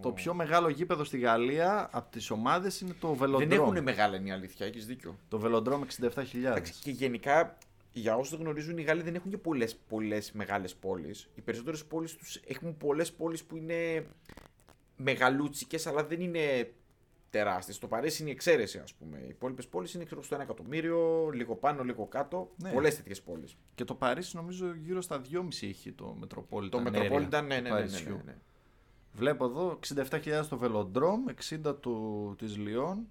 A: το πιο μεγάλο γήπεδο στη Γαλλία από τις ομάδες είναι το
B: Δεν
A: Βελοντρόμ.
B: έχουν μεγάλα είναι η αλήθεια, έχεις δίκιο.
A: Το Βελοντρόμ 67.000.
B: Εντάξει, και γενικά, για όσους δεν γνωρίζουν, οι Γάλλοι δεν έχουν και πολλές πολλές μεγάλες πόλεις. Οι περισσότερες πόλεις τους έχουν πολλές πόλεις που είναι μεγαλούτσικες, αλλά δεν είναι τεράστιες. Το Παρίσι είναι η εξαίρεση, ας πούμε. Οι υπόλοιπες πόλεις είναι ξέρω, στο 1 εκατομμύριο, λίγο πάνω, λίγο κάτω.
A: Ναι.
B: Πολλές τέτοιες πόλεις.
A: Και το Παρίσι νομίζω γύρω στα 2,5 είχε το Metropolitan.
B: Το
A: area
B: Μετροπόλιταν, ναι,
A: του
B: ναι, ναι, ναι, ναι,
A: Παρισιού.
B: ναι.
A: Βλέπω εδώ 67.000 το Βελοντρόμ, 60 του, της Λιόν,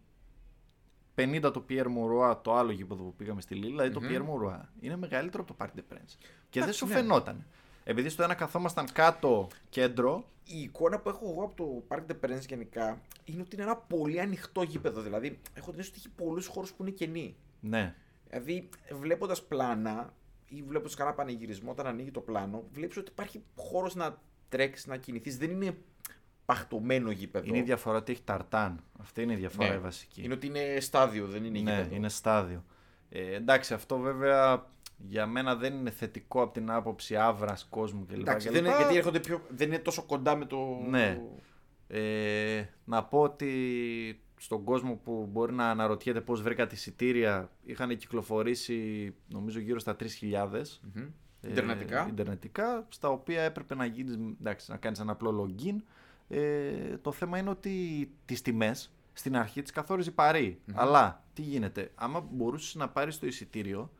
A: 50 το Pierre Mourois, το άλλο γήπεδο που πήγαμε στη Λίλα, δηλαδή το Pierre Mourois. Είναι μεγαλύτερο από το Parc des Princes. Και δεν σου
B: ναι.
A: φαινόταν. Επειδή στο ένα καθόμασταν κάτω κέντρο,
B: η εικόνα που έχω εγώ από το Park de Princes γενικά είναι ότι είναι ένα πολύ ανοιχτό γήπεδο. Δηλαδή, έχω την αίσθηση ότι έχει πολλούς χώρους που είναι κενοί.
A: ναι,
B: Δηλαδή, βλέποντας πλάνα ή βλέποντας κανένα πανηγυρισμό, όταν ανοίγει το πλάνο, βλέπεις ότι υπάρχει χώρος να τρέξεις, να κινηθείς. Δεν είναι παχτωμένο γήπεδο.
A: είναι η διαφορά ότι έχει ταρτάν. Αυτή είναι η διαφορά
B: Ναι.
A: η βασική.
B: Είναι ότι είναι στάδιο, δεν είναι
A: ναι,
B: γήπεδο.
A: είναι στάδιο. Ε, εντάξει, αυτό βέβαια για μένα δεν είναι θετικό από την άποψη άβρας κόσμου κλπ.
B: Εντάξει,
A: κλπ.
B: δεν είναι, γιατί έρχονται πιο, δεν είναι τόσο κοντά με το.
A: Ναι. Ε, να πω ότι στον κόσμο που μπορεί να αναρωτιέται πώς βρήκα τη εισιτήρια, είχαν κυκλοφορήσει νομίζω γύρω στα 3.000.
B: Μμμ.
A: ε,
B: Ιντερνετικά.
A: Ιντερνετικά, στα οποία έπρεπε να, γίνεις, εντάξει, να κάνεις ένα απλό login. Ε, το θέμα είναι ότι τις τιμές στην αρχή τις καθόριζε η παρή. Αλλά τι γίνεται, άμα μπορούσες να πάρεις το εισιτήριο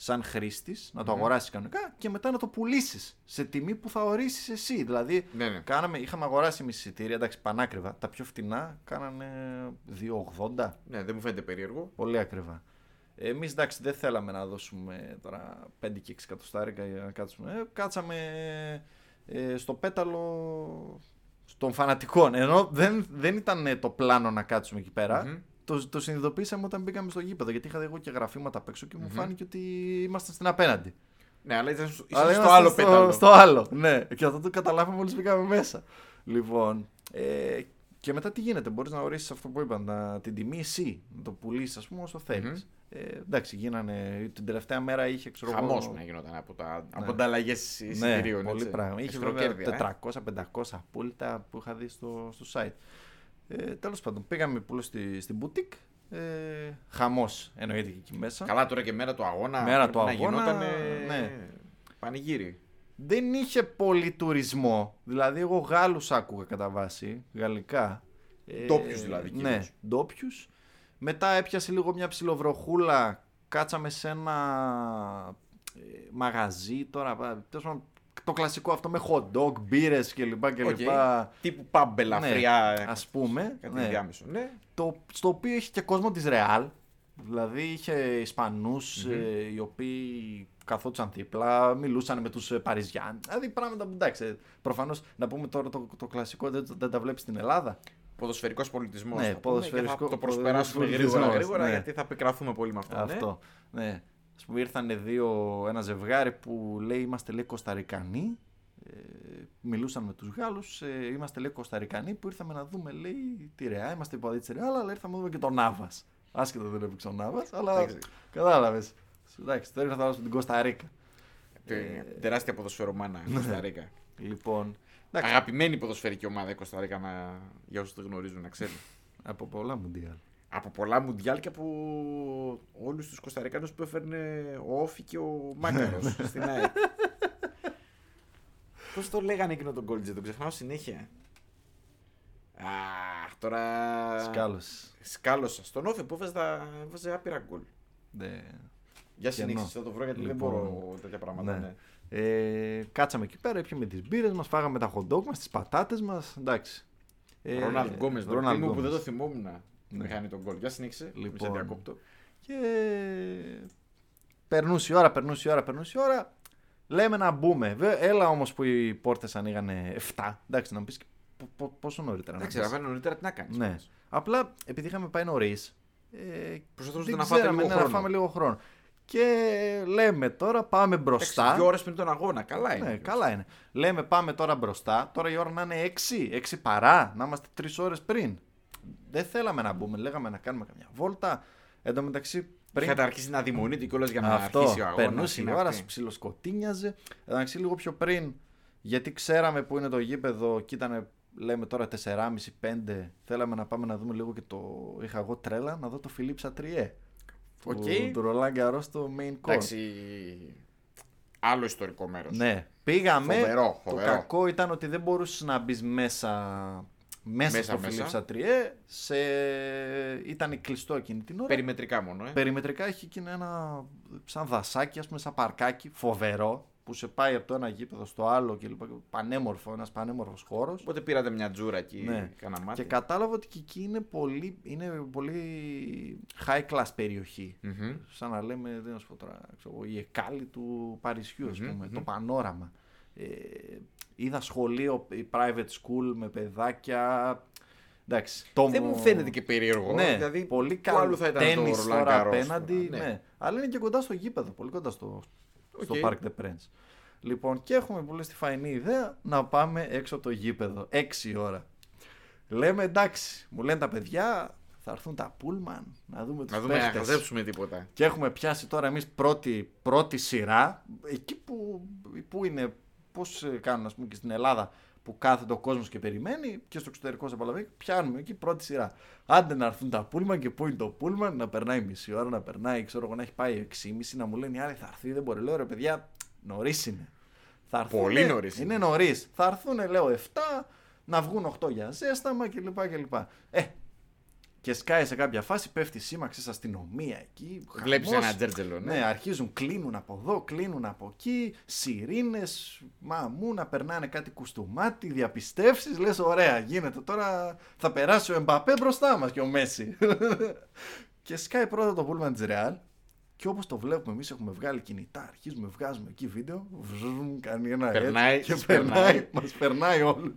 A: σαν χρήστης, να το αγοράσεις κανονικά και μετά να το πουλήσεις σε τιμή που θα ορίσεις εσύ. Δηλαδή
B: Ναι, ναι.
A: Κάναμε, είχαμε αγοράσει εμείς εισιτήρια, εντάξει, πανάκριβα. Τα πιο φτηνά κάνανε 2,80.
B: ναι, δεν μου φαίνεται περίεργο.
A: Πολύ ακριβά. Εμείς εντάξει, δεν θέλαμε να δώσουμε τώρα 5 και 6 εκατοστάρικα για να κάτσουμε. Ε, κάτσαμε ε, στο πέταλο. των φανατικών. Ενώ δεν, δεν ήταν ε, το πλάνο να κάτσουμε εκεί πέρα.
B: Μμμ.
A: Το, το συνειδητοποίησαμε όταν μπήκαμε στο γήπεδο. Γιατί είχα εγώ και γραφήματα απ' έξω και μου φάνηκε ότι ήμασταν στην απέναντι.
B: Ναι, αλλά ήταν στο,
A: Αλλά
B: ήσουν στο
A: ήμασταν
B: άλλο πέταλο.
A: Στο άλλο, ναι. Και αυτό το καταλάβαμε μόλις μπήκαμε μέσα. Λοιπόν. Ε, και μετά τι γίνεται, μπορείς να ορίσεις αυτό που είπα, να, την τιμή εσύ, να το πουλήσεις, ας πούμε, όσο θέλεις. Ε, εντάξει, γίνανε. Την τελευταία μέρα είχε, ξέρω εγώ,
B: Χαμός που να γινόταν από, τα, από ανταλλαγέ
A: ναι,
B: εισιτηρίων.
A: πολύ
B: ναι, έτσι.
A: πράγμα. Είχε βέβαια
B: Ευστροκέρδη, ε.
A: 400-500 απόλυτα που είχα δει στο, στο site. Ε, Τέλος πάντων, πήγαμε πολύ στη, στην boutique. Ε, Χαμός εννοείται και εκεί μέσα.
B: Καλά, τώρα και μέρα του αγώνα.
A: Μέρα
B: πρέπει
A: του
B: να
A: αγώνα,
B: γινόταν. ε,
A: ναι.
B: Πανηγύρι.
A: δεν είχε πολύ τουρισμό. Δηλαδή, εγώ Γάλλους άκουγα κατά βάση, γαλλικά. Ε,
B: Ντόπιους δηλαδή,
A: Ναι,
B: κυρίως.
A: ντόπιους. Μετά έπιασε λίγο μια ψιλοβροχούλα. Κάτσαμε σε ένα ε, μαγαζί τώρα. πα- τέλος πάντων, Το κλασικό αυτό με hot dog, μπύρες κλπ.
B: Οκ.
A: κλπ.
B: Τύπου πάμπελα, φριά. ε,
A: Ας πούμε.
B: Κάτι
A: ναι.
B: διάμεσο. Ναι.
A: Το, στο οποίο είχε και κόσμο της Ρεάλ. Δηλαδή είχε Ισπανούς, ε, οι οποίοι καθόντουσαν δίπλα, μιλούσαν με τους Παριζιάν. Δηλαδή πράγματα που εντάξει. Προφανώς να πούμε τώρα το, το κλασικό δεν, δεν τα βλέπεις στην Ελλάδα.
B: Ποδοσφαιρικός πολιτισμός.
A: Ναι, ποδοσφαιρικό-
B: Θα το προσπεράσουμε
A: ποδοσφαιρικός
B: γρήγορα,
A: πολιτισμός,
B: γρήγορα
A: ναι.
B: γιατί θα πικραθούμε πολύ με αυτό. ναι.
A: Αυτό. Ναι. Ας πούμε, ήρθαν δύο, ένα ζευγάρι που λέει είμαστε λέει Κωνσταρικανοί. Ε, μιλούσαν με τους Γάλλους. Ε, είμαστε λέει Κωνσταρικανοί που ήρθαμε να δούμε λέει τη Ρεάλ. Είμαστε υποδοί τη Ρεάλ, αλλά ήρθαμε να δούμε και τον Νάβα. Άσχετα δεν έπαιξε ο Νάβα, αλλά
B: Εντάξει.
A: κατάλαβες. Εντάξει, τώρα ήρθα να δώσω την Κωνσταντίνα.
B: Τε- Τεράστια ποδοσφαιρομάνα
A: Ναι.
B: η Κωνσταντίνα.
A: Λοιπόν. Εντάξει,
B: Αγαπημένη ποδοσφαιρική ομάδα η Κωνσταντίνα, να... για όσους δεν γνωρίζουν, να ξέρουν.
A: από πολλά μουντιάλ.
B: από πολλά μουντιάλ και από όλους τους Κωνσταντινού που έφερνε ο Όφη και ο Μάκαρο
A: Ναι.
B: στην ΑΕΚ. Πώς το λέγανε εκείνο τον κόλτζε, τον ξεχνάω συνέχεια. Αχ, τώρα.
A: Σκάλο.
B: Σκάλωσα. Στον Όφη που έβαζε τα- έβαζε άπειρα γκολ.
A: Ναι.
B: Για
A: Κενό.
B: συνέχιση θα το βρω γιατί
A: Λοιπόν,
B: δεν μπορώ τέτοια πράγματα.
A: Ναι.
B: Ναι.
A: Ε, κάτσαμε εκεί πέρα, πιούμε τις μπύρες μας, φάγαμε τα hot dog μας, τις πατάτες μας. Εντάξει. Ε,
B: Ρόναλντ Γκόμες,
A: Ρόναλντ
B: το μου που
A: Γκόμες. Ναι.
B: δεν το θυμόμουν να κάνει τον γκολ. Για συνέχισε. Λοιπόν. Σε
A: Λοιπόν.
B: διακόπτω.
A: Και περνούσε η ώρα, περνούσε η ώρα, περνούσε η ώρα. Λέμε να μπούμε. Βε- Έλα όμως που οι πόρτες ανοίγανε 7. Εντάξει, να μου πεις πόσο νωρίτερα. να
B: Δεν
A: μπεις.
B: ξέρω, νωρίτερα τι να κάνεις.
A: Ναι. Απλά επειδή είχαμε πάει νωρίς. Ε,
B: Προσπαθούσατε
A: δεν
B: να φάτε
A: ξέραμε,
B: λίγο
A: ναι,
B: χρόνο.
A: να φάμε λίγο χρόνο. Και λέμε τώρα πάμε μπροστά.
B: Εντάξει, Δύο ώρες πριν τον αγώνα. Καλά είναι.
A: Ναι, καλά είναι. Λέμε πάμε τώρα μπροστά. Τώρα η ώρα να είναι 6, 6 παρά, να είμαστε 3 ώρες πριν. Δεν θέλαμε να μπούμε, λέγαμε να κάνουμε καμιά βόλτα. Εν τω μεταξύ, πριν
B: Είχατε αρχίσει να δημονείτε κιόλας για να
A: αυτό
B: αρχίσει ο αγώνας.
A: περνούσε η ώρα, ψιλοσκοτίνιαζε. Εν τω μεταξύ, λίγο πιο πριν, γιατί ξέραμε που είναι το γήπεδο και ήταν, λέμε τώρα 4,5-5, θέλαμε να πάμε να δούμε λίγο και το. Είχα εγώ τρέλα να δω το Φιλίπ Σατριέ.
B: Οκ.
A: Του, του Ρολάν Γκαρό στο main course.
B: Εντάξει. Άλλο ιστορικό μέρος.
A: Ναι. Πήγαμε.
B: Φοβερό, φοβερό.
A: Το κακό ήταν ότι δεν μπορούσες να μπεις μέσα, μέσα,
B: Μέσα,
A: στο
B: μέσα.
A: Φιλίπ Σατριέ. Σε... Ήταν κλειστό εκείνη την ώρα.
B: Περιμετρικά μόνο. Ε.
A: Περιμετρικά έχει εκείνο ένα σαν δασάκι, ας πούμε, σαν παρκάκι, φοβερό, που σε πάει από το ένα γήπεδο στο άλλο και λοιπά. Πανέμορφο, ένας πανέμορφος χώρος.
B: Οπότε πήρατε μια τζούρα εκεί.
A: Ναι.
B: Κάνα μάτι.
A: Και κατάλαβα ότι και εκεί είναι πολύ, είναι πολύ high class περιοχή.
B: Μμμ.
A: Σαν να λέμε, δεν να σου πω τώρα, ξέρω εγώ, η εκάλη του παρισιου ας πουμε το πανόραμα. Ε, είδα σχολείο, η private school με παιδάκια. Εντάξει, το
B: Δεν μου φαίνεται και περίεργο.
A: ναι,
B: δηλαδή,
A: πολύ
B: πού
A: καλό
B: άλλο θα ήταν το
A: τένις
B: Ρολάν
A: τώρα
B: Γκαρός,
A: απέναντι.
B: τώρα,
A: Ναι. Αλλά είναι και κοντά στο γήπεδο, πολύ κοντά στο, στο
B: Οκ.
A: Parc de Princes. Λοιπόν, και έχουμε πολύ στη φαϊνή ιδέα να πάμε έξω από το γήπεδο. 6 ώρα. Λέμε εντάξει, μου λένε τα παιδιά, θα έρθουν τα πούλμαν να δούμε τους
B: Να δούμε να
A: παίχτες.
B: χαζέψουμε τίποτα.
A: Και έχουμε πιάσει τώρα εμείς πρώτη, πρώτη σειρά, εκεί που, που είναι, πώς ε, κάνουν ας πούμε και στην Ελλάδα, που κάθεται ο κόσμος και περιμένει και στο εξωτερικό σε παλαβή, πιάνουμε εκεί πρώτη σειρά. Άντε να έρθουν τα πούλμαν και πού είναι το πούλμαν, να περνάει μισή ώρα, να περνάει, ξέρω εγώ, να έχει πάει 6.30, να μου λένε οι άλλοι θα έρθει, δεν μπορεί. Λέω ρε παιδιά, νωρίς είναι. Θα έρθουνε-
B: Πολύ νωρίς
A: Είναι
B: είναι.
A: νωρίς. Θα έρθουν, λέω, 7, να βγουν 8 για ζέσταμα κλπ. κλπ. Ε, και σκάει σε κάποια φάση, πέφτει σήμαξη σε αστυνομία εκεί.
B: Βλέπεις
A: χαμός.
B: ένα τζέρτζελο, ναι.
A: Ναι, αρχίζουν, κλείνουν από εδώ, κλείνουν από εκεί. Σιρήνες, μαμού να περνάνε κάτι κουστούμάτι, διαπιστεύσεις. Λες, ωραία, γίνεται. Τώρα θα περάσει ο Εμπαπέ μπροστά μας και ο Μέση. και σκάει πρώτα το πούλμαν της Ρεάλ. Και όπως το βλέπουμε, εμείς έχουμε βγάλει κινητά, αρχίζουμε, βγάζουμε εκεί βίντεο, βζζζ, κάνει ένα
B: Περνάει,
A: έτσι και
B: τις
A: περνάει,
B: περνάει.
A: μας περνάει όλους.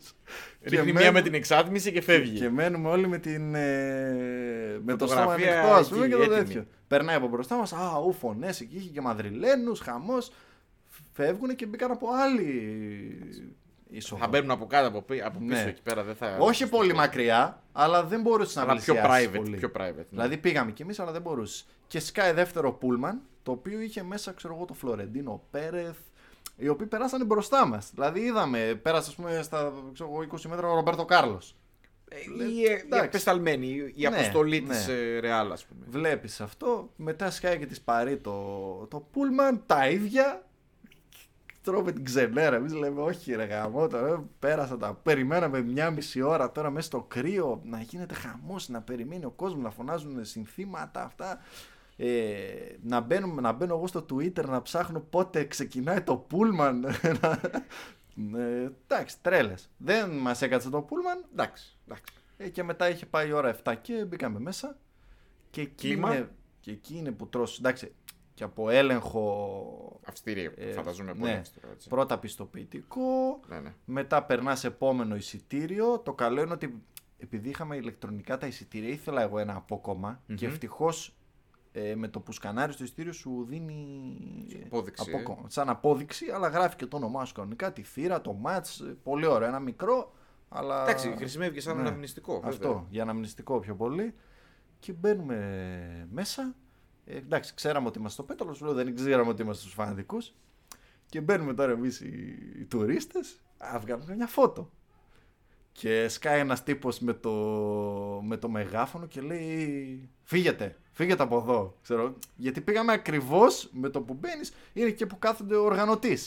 B: Ρίχνει μία με την εξάτμιση και φεύγει.
A: Και μένουμε όλοι με, την, ε, με το στόμα
B: Φωτογραφία
A: ανοιχτό, ας πούμε, και
B: εκεί,
A: το
B: έτοιμη.
A: τέτοιο. Περνάει από μπροστά μας, α, ου, φωνές εκεί, είχε και Μαδριλένους, χαμός. Φεύγουν και μπήκαν από άλλη είσοδο.
B: Θα μπαίνουν από κάτω, από, πί- από πίσω
A: Ναι.
B: εκεί πέρα. Δεν θα...
A: Όχι πολύ μακριά, αλλά δεν μπορούσες να
B: Αλλά πιο
A: πλησιάσεις.
B: private.
A: Πολύ.
B: Πιο private ναι.
A: Δηλαδή πήγαμε κι εμείς, αλλά δεν μπορούσες. Και σκάει δεύτερο πούλμαν, το οποίο είχε μέσα, ξέρω εγώ, το Φλωρεντίνο Πέρεθ, οι οποίοι περάσανε μπροστά μας. Δηλαδή είδαμε, πέρασε, ας πούμε, στα ξέρω εγώ, 20 μέτρα ο Ρομπέρτο Κάρλος.
B: Ε, η, ε, η
A: εντάξει.
B: απεσταλμένη, η- η
A: Ναι,
B: αποστολή
A: ναι.
B: της τη Ρεάλ, ας πούμε.
A: Βλέπεις αυτό, μετά σκάει και της παρεί το, το πούλμαν, τα ίδια. Τρώμε την ξενέρα. Εμείς λέμε, Όχι, ρε γαμό, τώρα πέρασα τα. Περιμέναμε μια μισή ώρα τώρα μέσα στο κρύο να γίνεται χαμός, να περιμένει ο κόσμος, να φωνάζουν συνθήματα αυτά. Ε, να, μπαίνουμε, να μπαίνω εγώ στο Twitter να ψάχνω πότε ξεκινάει το πούλμαν. ε, εντάξει, τρέλες. Δεν μας έκατσε το πούλμαν.
B: Εντάξει. εντάξει.
A: Ε, και μετά είχε πάει η ώρα 7 και μπήκαμε μέσα. Και εκεί,
B: Κλίμα.
A: είναι, και εκεί είναι που τρως, εντάξει, και από έλεγχο
B: Αυστηρή,
A: ε,
B: φανταζόμαι πολύ
A: ναι,
B: αυστηρό. Έτσι.
A: πρώτα πιστοποιητικό,
B: Ναι, ναι.
A: μετά περνάς επόμενο εισιτήριο. Το καλό είναι ότι επειδή είχαμε ηλεκτρονικά τα εισιτήρια, ήθελα εγώ ένα απόκομμα
B: Μμμ.
A: και ευτυχώς ε, με το που σκανάρεις το εισιτήριο σου δίνει ε,
B: Απόδειξη,
A: απόκομμα. σαν απόδειξη, αλλά γράφει και το όνομά σου κανονικά, τη θύρα, το μάτς, ε, πολύ ωραίο, ένα μικρό, αλλά...
B: Εντάξει, χρησιμεύει και σαν
A: ναι.
B: αναμνηστικό. βέβαια.
A: Αυτό, για αναμνηστικό πιο πολύ. Και μπαίνουμε μέσα. Ε, εντάξει, ξέραμε ότι είμαστε στο πέταλος, σου λέω δεν ξέραμε ότι είμαστε στους φανατικούς. Και μπαίνουμε τώρα εμείς οι, οι τουρίστες. Α, βγάλουμε μια φώτο. Και σκάει ένας τύπος με το, με το μεγάφωνο και λέει: Φύγετε, φύγετε από εδώ. Ξέρω, γιατί πήγαμε ακριβώς με το που μπαίνεις, είναι και που κάθονται ο οργανωτής.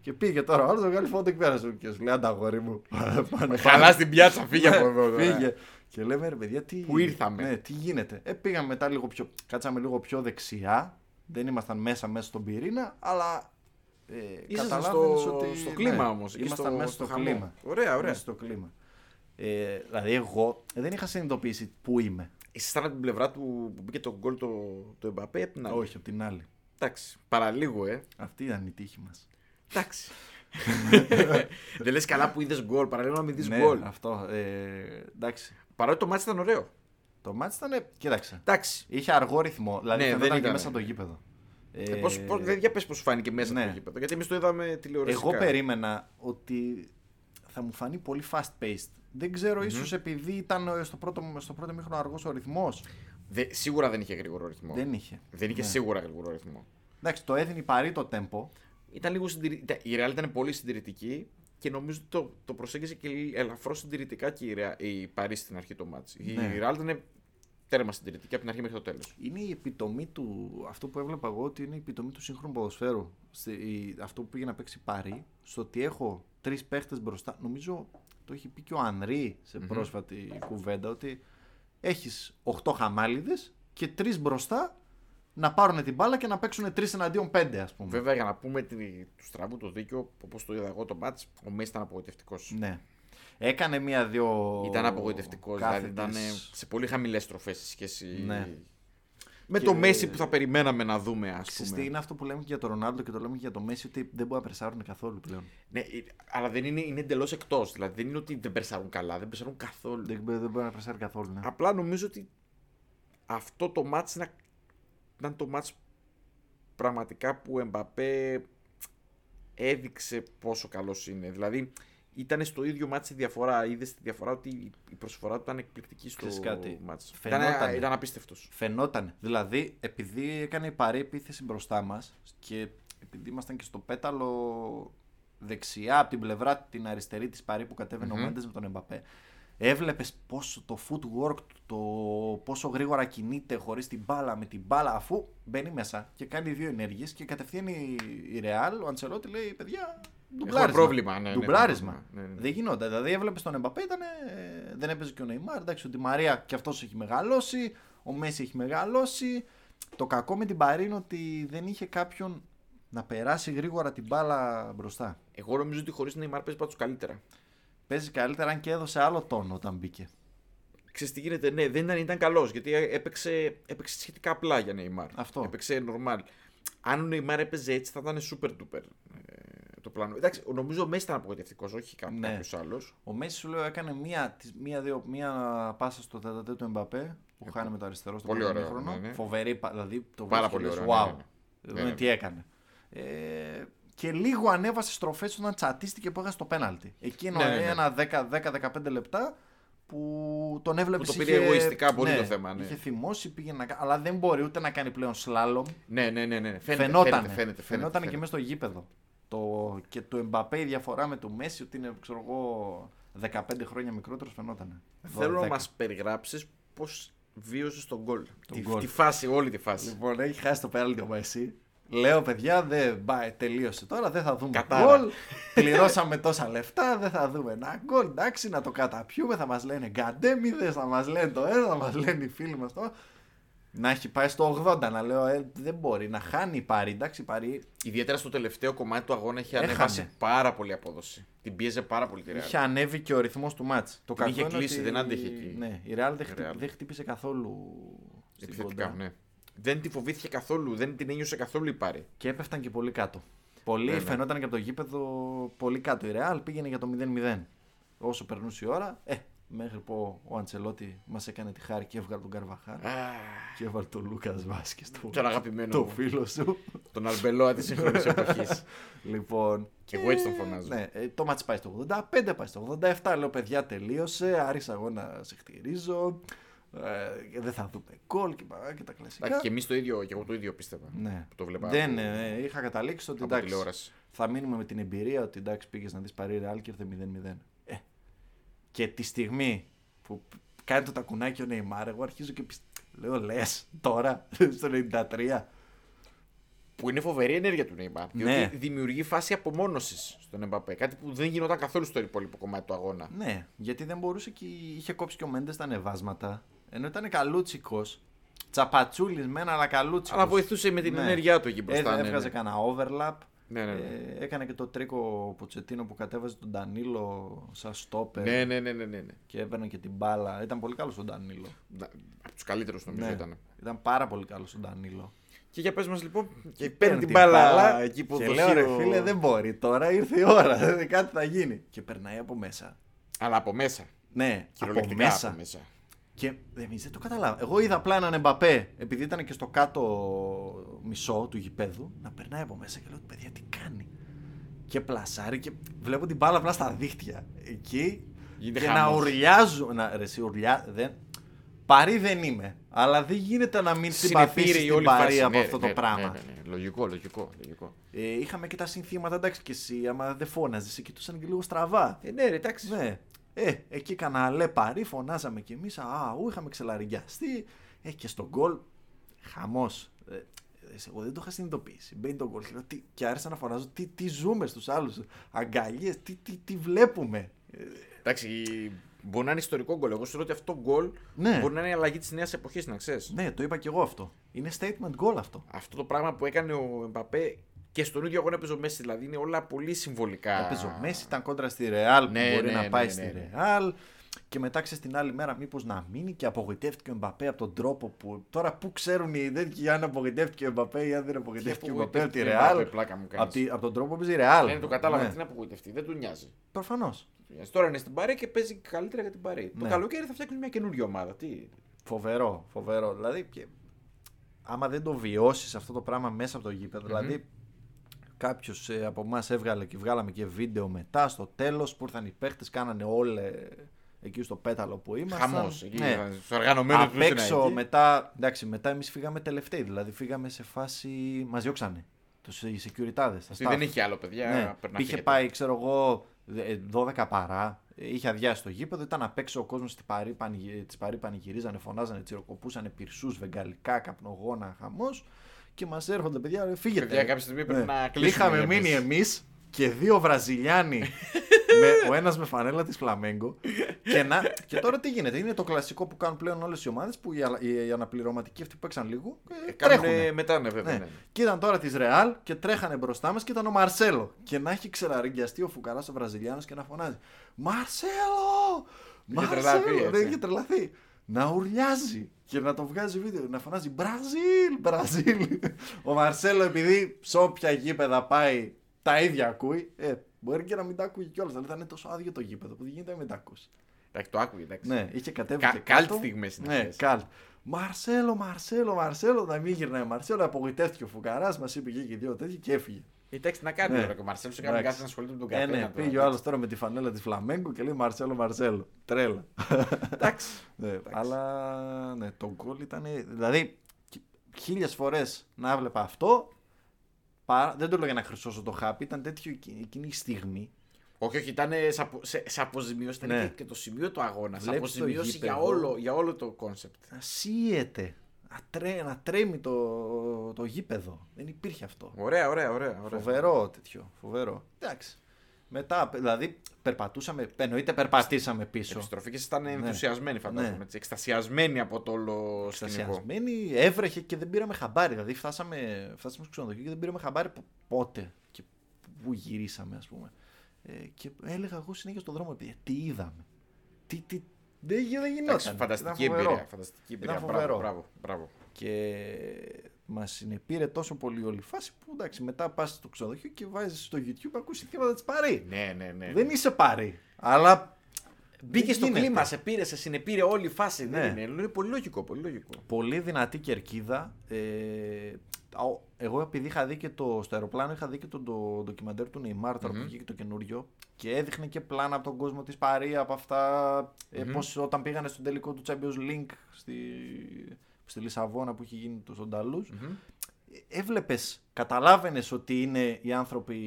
A: Και πήγε τώρα ο άλλο, βγάλει φώτο εκεί πέρα σου. Και σου λέει: Ανταγόρι μου. πάνε- Ναι,
B: Καλά στην πιάτσα, φύγε από εδώ. τώρα.
A: Φύγε. Και λέμε ρε παιδιά, τι...
B: Πού ήρθαμε.
A: Ναι, τι γίνεται. Ε, πήγαμε μετά λίγο πιο... Κάτσαμε λίγο πιο δεξιά. Δεν ήμασταν μέσα μέσα στον πυρήνα, αλλά... Ε,
B: Ήσασταν
A: καταλάβαινες
B: στο,
A: ότι...
B: στο κλίμα
A: ναι,
B: όμως, εκεί
A: Ήμασταν
B: στο-
A: μέσα
B: στο
A: στο,
B: χαμό.
A: κλίμα.
B: Ωραία, ωραία.
A: Μέσα στο κλίμα. Ε, δηλαδή εγώ δεν είχα συνειδητοποιήσει που είμαι.
B: Ήσασταν από την πλευρά του που μπήκε το γκολ το, το Εμπαπέ. απ' την άλλη.
A: Όχι, απ' την άλλη.
B: Εντάξει, παραλίγο, ε.
A: Αυτή ήταν η τύχη μας.
B: Εντάξει. Δεν λες καλά που είδες γκολ, παραλίγο να μην δεις
A: ναι,
B: γκολ.
A: αυτό. Ε, εντάξει.
B: Παρότι το μάτι ήταν ωραίο.
A: Το μάτι ήταν... Κοίταξε.
B: Εντάξει.
A: Είχε αργό ρυθμό. Δηλαδή
B: Ναι,
A: ναι,
B: δεν
A: δεν ήταν
B: ήταν.
A: μέσα από το γήπεδο.
B: Ε, πώς, πώς, δεν για πες πώς σου φάνηκε μέσα
A: ναι.
B: από το γήπεδο. Γιατί εμείς το είδαμε τηλεορασικά.
A: Εγώ περίμενα ότι θα μου φανεί πολύ fast paced. Δεν ξέρω, ίσως επειδή ήταν ε, στο πρώτο, στο πρώτο μήχρονο αργός ο ρυθμός.
B: Δε, σίγουρα δεν είχε γρήγορο ρυθμό.
A: Δεν είχε.
B: Δεν είχε
A: Ναι.
B: σίγουρα γρήγορο ρυθμό.
A: Εντάξει, το έδινε παρή το tempo.
B: Ήταν λίγο συντηρη... τα- Η Real ήταν πολύ συντηρητική και νομίζω ότι το, το προσέγγισε και λι- ελαφρώς συντηρητικά και η, Real- η Παρίσι στην αρχή του μάτς.
A: Ναι.
B: Η Real ήταν τέρμα συντηρητική από την αρχή μέχρι το τέλος.
A: Είναι η επιτομή του, αυτό που έβλεπα εγώ, ότι είναι η επιτομή του σύγχρονου ποδοσφαίρου. Στη, η, αυτό που πήγε να παίξει παρή, στο ότι έχω τρεις παίχτες μπροστά. Νομίζω το έχει πει και ο Ανρή σε πρόσφατη κουβέντα, ότι έχεις 8 χαμάλιδες και τρεις μπροστά να πάρουν την μπάλα και να παίξουν τρεις εναντίον πέντε, ας πούμε.
B: Βέβαια, για να πούμε την... του στραβού το δίκιο, όπως το είδα εγώ το μάτς, ο Μέση ήταν απογοητευτικός.
A: Ναι. Έκανε μία-δύο.
B: Ήταν απογοητευτικός. Δηλαδή
A: κάθετες.
B: ήταν σε πολύ χαμηλές τροφέ σε σχέση
A: Ναι.
B: με
A: Και-
B: το Μέση που θα περιμέναμε να δούμε, ας
A: Ξέρεις τι
B: πούμε.
A: είναι αυτό που λέμε και για τον Ρονάλντο και το λέμε και για τον Μέση, ότι δεν μπορεί να περσάρουν καθόλου πλέον.
B: Ναι, ε, αλλά δεν είναι, είναι εντελώς εκτός. Δηλαδή δεν είναι ότι δεν περσάρουν καλά, δεν περσάρουν καθόλου.
A: Δεν, δεν μπορεί να περσάρει καθόλου. Ναι.
B: Απλά νομίζω ότι αυτό το μάτς είναι- ήταν το μάτς πραγματικά που ο Εμπαπέ έδειξε πόσο καλός είναι. Δηλαδή ήταν στο ίδιο μάτς η διαφορά. Είδες τη διαφορά ότι η προσφορά του ήταν εκπληκτική στο
A: Ξέρεις κάτι,
B: μάτς. Ήταν,
A: φαινότανε.
B: ήταν απίστευτος.
A: Φαινόταν. Δηλαδή, επειδή έκανε η παρή επίθεση μπροστά μας και επειδή ήμασταν και στο πέταλο δεξιά από την πλευρά την αριστερή της παρή που κατεβαινε ο Μέντες με τον Εμπαπέ, έβλεπες πόσο το footwork του, το πόσο γρήγορα κινείται χωρίς την μπάλα με την μπάλα, αφού μπαίνει μέσα και κάνει δύο ενέργειες και κατευθείαν η, η Real, ο Αντσελότη λέει: Παιδιά, ντουμπλάρισμα.
B: πρόβλημα, ναι, ναι, έχουμε
A: Ντουμπλάρισμα.
B: πρόβλημα. Ναι, ναι.
A: Δεν γινόταν. Δηλαδή έβλεπες τον Εμπαπέ, ήταν, ε, δεν έπαιζε και ο Νεϊμάρ. Εντάξει, ο Ντι Μαρία και αυτός έχει μεγαλώσει. Ο Μέση έχει μεγαλώσει. Το κακό με την Παρή είναι ότι δεν είχε κάποιον να περάσει γρήγορα την μπάλα μπροστά.
B: Εγώ νομίζω ότι χωρίς Νεϊμάρ παίζει πάντως καλύτερα.
A: Παίζει καλύτερα αν και έδωσε άλλο τόνο όταν μπήκε.
B: ξέρεις τι γίνεται, ναι, δεν ήταν, ήταν καλός γιατί έπαιξε, έπαιξε σχετικά απλά για Neymar.
A: Αυτό.
B: Έπαιξε normal. Αν ο Neymar έπαιζε έτσι, θα ήταν super duper ε, το πλάνο. Εντάξει, νομίζω ο Messi ήταν απογοητευτικός, όχι κά-
A: Ναι.
B: κάποιος άλλος.
A: Ο Μέση σου λέω έκανε μία, τις- μία, δύο, μία πάσα στο τετατέ του Εμπαπέ που χάνει με το αριστερό στο
B: Ε, πολύ
A: πρώτο
B: ωραίο,
A: ημίχρονο.
B: ναι, ναι.
A: Φοβερή, πα- δηλαδή το
B: Πάρα
A: βρίσκει
B: πολύ
A: λες,
B: ωραίο,
A: Wow.
B: ναι, ναι, ναι.
A: Δούμε
B: Ναι, ναι.
A: τι έκανε. Ε, και λίγο ανέβασε στροφές όταν τσατίστηκε που έχασε το πέναλτι. Εκείνο
B: Ναι, ναι, ναι.
A: ένα 10-15 λεπτά που τον έβλεπες.
B: Που το πήρε εγωιστικά πολύ το θέμα, ναι.
A: Είχε θυμώσει, πήγε να κα- Αλλά δεν μπορεί ούτε να κάνει πλέον σλάλομ.
B: Ναι, ναι, ναι, ναι. ναι. Φαίνεται,
A: Φαινόταν.
B: φαίνεται, φαίνεται, φαίνεται,
A: και μέσα στο γήπεδο. Το, και του Εμπαπέ η διαφορά με του Μέση, ότι είναι ξέρω εγώ, 15 χρόνια μικρότερος, φαινόταν.
B: Θέλω να μας περιγράψεις πώς βίωσες τον γκολ. Τη,
A: γκολ.
B: τη φάση, όλη τη φάση.
A: Λοιπόν, έχει χάσει το πέναλτι ο Μέση. Λέω, παιδιά, δεν πάει, τελείωσε τώρα, δεν θα δούμε
B: Κατάρα.
A: γκολ. Πληρώσαμε τόσα λεφτά, δεν θα δούμε ένα γκολ. Εντάξει, να το καταπιούμε, θα μας λένε γκαντέμιδες, θα μας λένε το ένα, θα μας λένε οι φίλοι μας το. Να έχει πάει στο 80, να λέω, ε, δεν μπορεί να χάνει η Πάρη. Εντάξει, η Πάρη
B: Ιδιαίτερα στο τελευταίο κομμάτι του αγώνα έχει
A: Έχανε.
B: ανεβάσει πάρα πολύ απόδοση. Την πίεζε πάρα πολύ τη Real.
A: Είχε ανέβει και ο ρυθμός του μάτς. Το
B: Την
A: κακό
B: είχε
A: είναι
B: κλείσει,
A: ότι-
B: δεν άντεχε εκεί.
A: Ναι, η Real δεν, χτυ...
B: Real.
A: δεν χτύπησε καθόλου στην
B: Επιθετικά,
A: κοντά.
B: ναι. Δεν τη φοβήθηκε καθόλου, δεν την ένιωσε καθόλου η Πάρη.
A: Και έπεφταν και πολύ κάτω. Πολύ
B: Ναι, ναι.
A: φαινόταν και από το γήπεδο πολύ κάτω. Η Real πήγαινε για το 0-0. Όσο περνούσε η ώρα, ε, μέχρι που ο Αντσελότη μας έκανε τη χάρη και έβγαλε τον Καρβαχάρ και έβαλε τον Λούκας Βάσκες. Το,
B: Τον αγαπημένο
A: το
B: μου.
A: φίλο σου.
B: Τον Αρμπελόα της σύγχρονης εποχής.
A: λοιπόν.
B: Και εγώ έτσι τον φωνάζω.
A: Ναι, ε, το μάτς πάει στο 85, πάει στο 87. Λέω παιδιά, τελείωσε. Άρισα εγώ να σε χτυρίζω. Ε, δεν θα δούμε γκολ και, πα- και τα κλασικά.
B: Εντάξει, και εμείς το ίδιο, και εγώ το ίδιο πίστευα.
A: Ναι.
B: Που το βλέπα
A: Δεν,
B: από-
A: ναι, ναι, είχα καταλήξει ότι
B: από
A: εντάξει,
B: τηλεόραση.
A: θα μείνουμε με την εμπειρία ότι εντάξει πήγες να δεις Παρή Ρεάλ και ήρθε 0-0. Ε, και τη στιγμή που κάνει το τακουνάκι ο Νεϊμάρ, εγώ αρχίζω και πιστε... λέω λες τώρα στο 93.
B: Που είναι φοβερή ενέργεια του Νέιμα.
A: Ναι.
B: Διότι δημιουργεί φάση απομόνωσης στον Εμπαπέ. Κάτι που δεν γινόταν καθόλου στο υπόλοιπο κομμάτι του αγώνα.
A: Ναι, γιατί δεν μπορούσε και είχε κόψει και ο Μέντες τα ανεβάσματα. Ενώ ήταν καλούτσικος. Τσαπατσούλης μένα, αλλά καλούτσικος.
B: Αλλά βοηθούσε με την ενέργειά του εκεί μπροστά. ναι, ναι.
A: Έβγαζε κανένα overlap.
B: Ναι, ναι, ναι.
A: Ε, έκανε και το τρίκο Ποτσετίνο που κατέβαζε τον Ντανίλο σαν στόπερ.
B: Ναι, ναι, ναι, ναι, ναι. ναι.
A: Και έπαιρνε και την μπάλα. Ήταν πολύ καλός ο Ντανίλο.
B: Από τους καλύτερους
A: Ναι.
B: νομίζω ήταν.
A: Ήταν πάρα πολύ καλός ο Ντανίλο.
B: Και για πες μας λοιπόν. Και παίρνει την μπάλα εκεί που
A: Και
B: δοχεί
A: λέω ρε
B: ο-
A: φίλε, δεν μπορεί τώρα, ήρθε η ώρα. Κάτι θα γίνει. Και περνάει από μέσα.
B: Αλλά από μέσα.
A: Ναι, από
B: Κυριολεκτικά
A: μέσα.
B: από μέσα.
A: Και εμείς δεν το καταλάβαμε. Εγώ είδα απλά έναν Εμπαπέ, επειδή ήταν και στο κάτω μισό του γηπέδου, να περνάει από μέσα και λέω: Παιδιά, τι κάνει. Και πλασάρει και βλέπω την μπάλα απλά στα δίχτυα. Εκεί.
B: Γίνεται
A: και
B: χαμός.
A: να ουρλιάζω. Να, ρε, εσύ, ουρλιά, δεν. Παρή δεν είμαι. Αλλά δεν γίνεται να μην
B: Συνεπήρε
A: συμπαθήσει
B: η
A: την
B: όλη
A: παρή
B: φάση.
A: από
B: Ναι,
A: αυτό
B: ναι,
A: το
B: ναι,
A: πράγμα.
B: ναι, ναι, ναι. Λογικό, λογικό. λογικό.
A: Ε, είχαμε και τα συνθήματα, εντάξει και εσύ, άμα δεν φώναζες, σε κοιτούσαν και λίγο στραβά.
B: Ε, ναι, ρε, εντάξει.
A: Ναι. Ε, εκεί έκανα λε παρή, φωνάζαμε κι εμείς. Αού, είχαμε ξελαριγιαστεί. Ε, και στον γκολ. Χαμός. Ε, ε, εγώ δεν το είχα συνειδητοποιήσει. Μπαίνει τον γκολ και, λέω, τι, και άρχισα να φωνάζω τι, τι ζούμε στους άλλους. Αγκαλιές, τι, τι, τι βλέπουμε. Ε,
B: Εντάξει, μπορεί να είναι ιστορικό γκολ. Εγώ σου λέω ότι αυτό γκολ
A: Ναι.
B: μπορεί να είναι η αλλαγή της νέας εποχής, να ξέρεις.
A: ναι, το είπα κι εγώ αυτό. Είναι statement goal αυτό.
B: Αυτό το πράγμα που έκανε ο Εμπαπέ και στον ίδιο αγώνα έπαιζε ο Μέση. Δηλαδή είναι όλα πολύ συμβολικά.
A: Έπαιζε ο Μέση, ήταν κόντρα στη Ρεάλ
B: Ναι,
A: που μπορεί
B: ναι,
A: να
B: ναι,
A: πάει
B: ναι,
A: στη
B: ναι.
A: Ρεάλ. Και μετά ξέρεις την άλλη μέρα, μήπως να μείνει και απογοητεύτηκε ο Εμπαπέ από τον τρόπο που. Τώρα πού ξέρουν οι τέτοιοι αν απογοητεύτηκε ο Εμπαπέ ή αν δεν απογοητεύτηκε ο Εμπαπέ από τη
B: απογοητεύτηκε ο
A: Ρεάλ.
B: Εμπαπέ, πλάκα μου κάνεις.
A: Από, τη- από τον τρόπο που παίζει η Ρεάλ.
B: Ναι, το κατάλαβα.
A: Ναι.
B: Τι να απογοητευτεί. Δεν του νοιάζει.
A: Προφανώς.
B: Του νοιάζει. Τώρα είναι στην παρέ και παίζει καλύτερα για την παρέ. Το
A: Ναι.
B: καλοκαίρι θα φτιάξουν μια καινούργια ομάδα. Τι.
A: Φοβερό, φοβερό. Δηλαδή, και... άμα δεν το βιώσεις αυτό το πράγμα μέσα από το γηπεδο δηλαδή κάποιος από εμάς έβγαλε και βγάλαμε και βίντεο μετά στο τέλος που ήρθαν οι παίχτες, κάνανε όλε εκεί στο πέταλο που ήμασταν.
B: Χαμός.
A: Ναι.
B: Στο οργανωμένο
A: Απ'
B: Χριστούγεννα
A: έξω
B: εκεί.
A: μετά, εντάξει, μετά εμείς φύγαμε τελευταίοι. Δηλαδή φύγαμε σε φάση. Μας διώξανε. Τους security.
B: Δεν είχε άλλο, παιδιά.
A: Ναι.
B: πρέπει να
A: Είχε
B: φύγετε.
A: πάει, ξέρω εγώ, ε, 12 παρά. ε, Είχε αδειάσει το γήπεδο, ήταν απ' έξω ο κόσμος τη Παρή, πανηγυ- της Παρή πανηγυρίζανε, φωνάζανε, τσιροκοπούσανε πυρσούς, βεγγαλικά, καπνογόνα, χαμός. Και μας έρχονται παιδιά, ρε, φύγετε. Ναι.
B: Παιδιά, κάποια στιγμή πρέπει να κλείσουμε,
A: Είχαμε
B: για
A: μείνει
B: πες.
A: εμείς και δύο Βραζιλιάνοι. με, ο ένας με φανέλα της Φλαμέγκο. Και, να, και τώρα τι γίνεται, είναι το κλασικό που κάνουν πλέον όλες οι ομάδες που οι, αλα- οι, οι αναπληρωματικοί αυτοί που παίξαν λίγο. Ε,
B: Κάνουνε
A: τρέχουνε.
B: μετά, ναι, βέβαια.
A: Ναι.
B: ναι.
A: Και ήταν τώρα της Ρεάλ και τρέχανε μπροστά μας και ήταν ο Μαρσέλο. Και να έχει ξεραριγκιαστεί ο Φουκαράς ο Βραζιλιάνος και να φωνάζει Μαρσέλο!
B: Είχε τρελαθεί,
A: Μαρσέλο!
B: έτσι.
A: Δεν είχε τρελαθεί. να ουρλιάζει και να το βγάζει βίντεο, να φωνάζει Μπραζίλ, Μπραζίλ. Ο Μαρσέλο επειδή σε όποια γήπεδα πάει τα ίδια ακούει, ε, μπορεί και να μην τα ακούει κιόλας, αλλά ήταν τόσο άδειο το γήπεδο που δεν γίνεται να μην τα ακούσει.
B: Εντάξει, το άκουγε. Εντάξει.
A: Ναι, είχε κατέβει
B: Κα-
A: και
B: καλτ
A: κάτω.
B: στιγμές είναι
A: Ναι,
B: αυτές.
A: καλτ. Μαρσέλο, Μαρσέλο, Μαρσέλο, να μην γυρνάει Μαρσέλο. Απογοητεύτηκε ο Φουγκαράς, μας είπε και εκεί δύο τέτοιοι και έφυγε.
B: Ε, Εντάξει, να κάνει
A: Ναι.
B: τώρα και ο Μαρσέλος. Σε κάνει
A: Εντάξει.
B: κάτι να ασχολείται με τον
A: Ε,
B: καθένα.
A: ναι,
B: τώρα,
A: πήγε ο άλλος τώρα με τη φανέλα της Φλαμέγκο και λέει Μαρσέλο, Μαρσέλο. Τρέλα.
B: Εντάξει.
A: Ναι, αλλά ναι, το γκολ ήταν. Δηλαδή, χίλιες φορές να βλέπα αυτό. παρά- Δεν το λέω για να χρυσώσω το χάπι, ήταν τέτοιο εκείνη εκείνη η στιγμή.
B: Όχι, όχι, ήταν ε, σε, απο- σε, σε αποζημίωση. Ήταν
A: Ναι.
B: και, και το σημείο του αγώνα. Σε
A: Βλέπεις το
B: αποζημίωση για
A: γήπεδο.
B: όλο, για όλο το κόνσεπτ.
A: Να σύεται, να, τρέ, να τρέμει το, το γήπεδο. Δεν υπήρχε αυτό.
B: Ωραία, ωραία, ωραία. ωραία.
A: Φοβερό τέτοιο. Φοβερό. Εντάξει. Μετά, δηλαδή, περπατούσαμε. Εννοείται, περπατήσαμε πίσω.
B: Επιστροφή και ήταν ενθουσιασμένοι, φαντάζομαι.
A: Ναι.
B: Έτσι, εκστασιασμένοι από το όλο σκηνικό.
A: Στασιασμένοι, έβρεχε και δεν πήραμε χαμπάρι. Δηλαδή, φτάσαμε, φτάσαμε στο ξενοδοχείο και δεν πήραμε χαμπάρι πο- πότε και πού γυρίσαμε, ας πούμε. Ε, και έλεγα εγώ συνέχεια στον δρόμο, «Ε, τι είδαμε. Τι, τι, δεν γι- δεν γινόταν.
B: Εντάξει,
A: Ήταν
B: φανταστική
A: φοβερό.
B: εμπειρία. Φανταστική εμπειρία. Μπράβο,
A: φοβερό.
B: μπράβο, μπράβο.
A: Και μας συνεπήρε τόσο πολύ όλη η φάση που εντάξει, μετά πας στο ξενοδοχείο και βάζεις στο YouTube ακούσει θύματα της Παρή.
B: Ναι, ναι, ναι.
A: Δεν είσαι Παρή, αλλά.
B: Μπήκε
A: δεν
B: στο
A: γίνεται.
B: κλίμα, σε πήρε, σε συνεπήρε όλη η φάση.
A: Ναι.
B: Δεν είναι. Είναι πολύ λογικό, πολύ λογικό.
A: Πολύ δυνατή κερκίδα. Ε, ο- εγώ επειδή είχα δει και το, στο αεροπλάνο είχα δει και το, ντο- ντοκιμαντέρ του Νεϊμάρ τώρα που βγήκε το καινούριο και έδειχνε και πλάνα από τον κόσμο της Παρή από αυτά ε, πως όταν πήγανε στον τελικό του Champions League στη, στη Λισαβόνα που είχε γίνει το Σονταλούς έβλεπες, καταλάβαινες ότι είναι οι άνθρωποι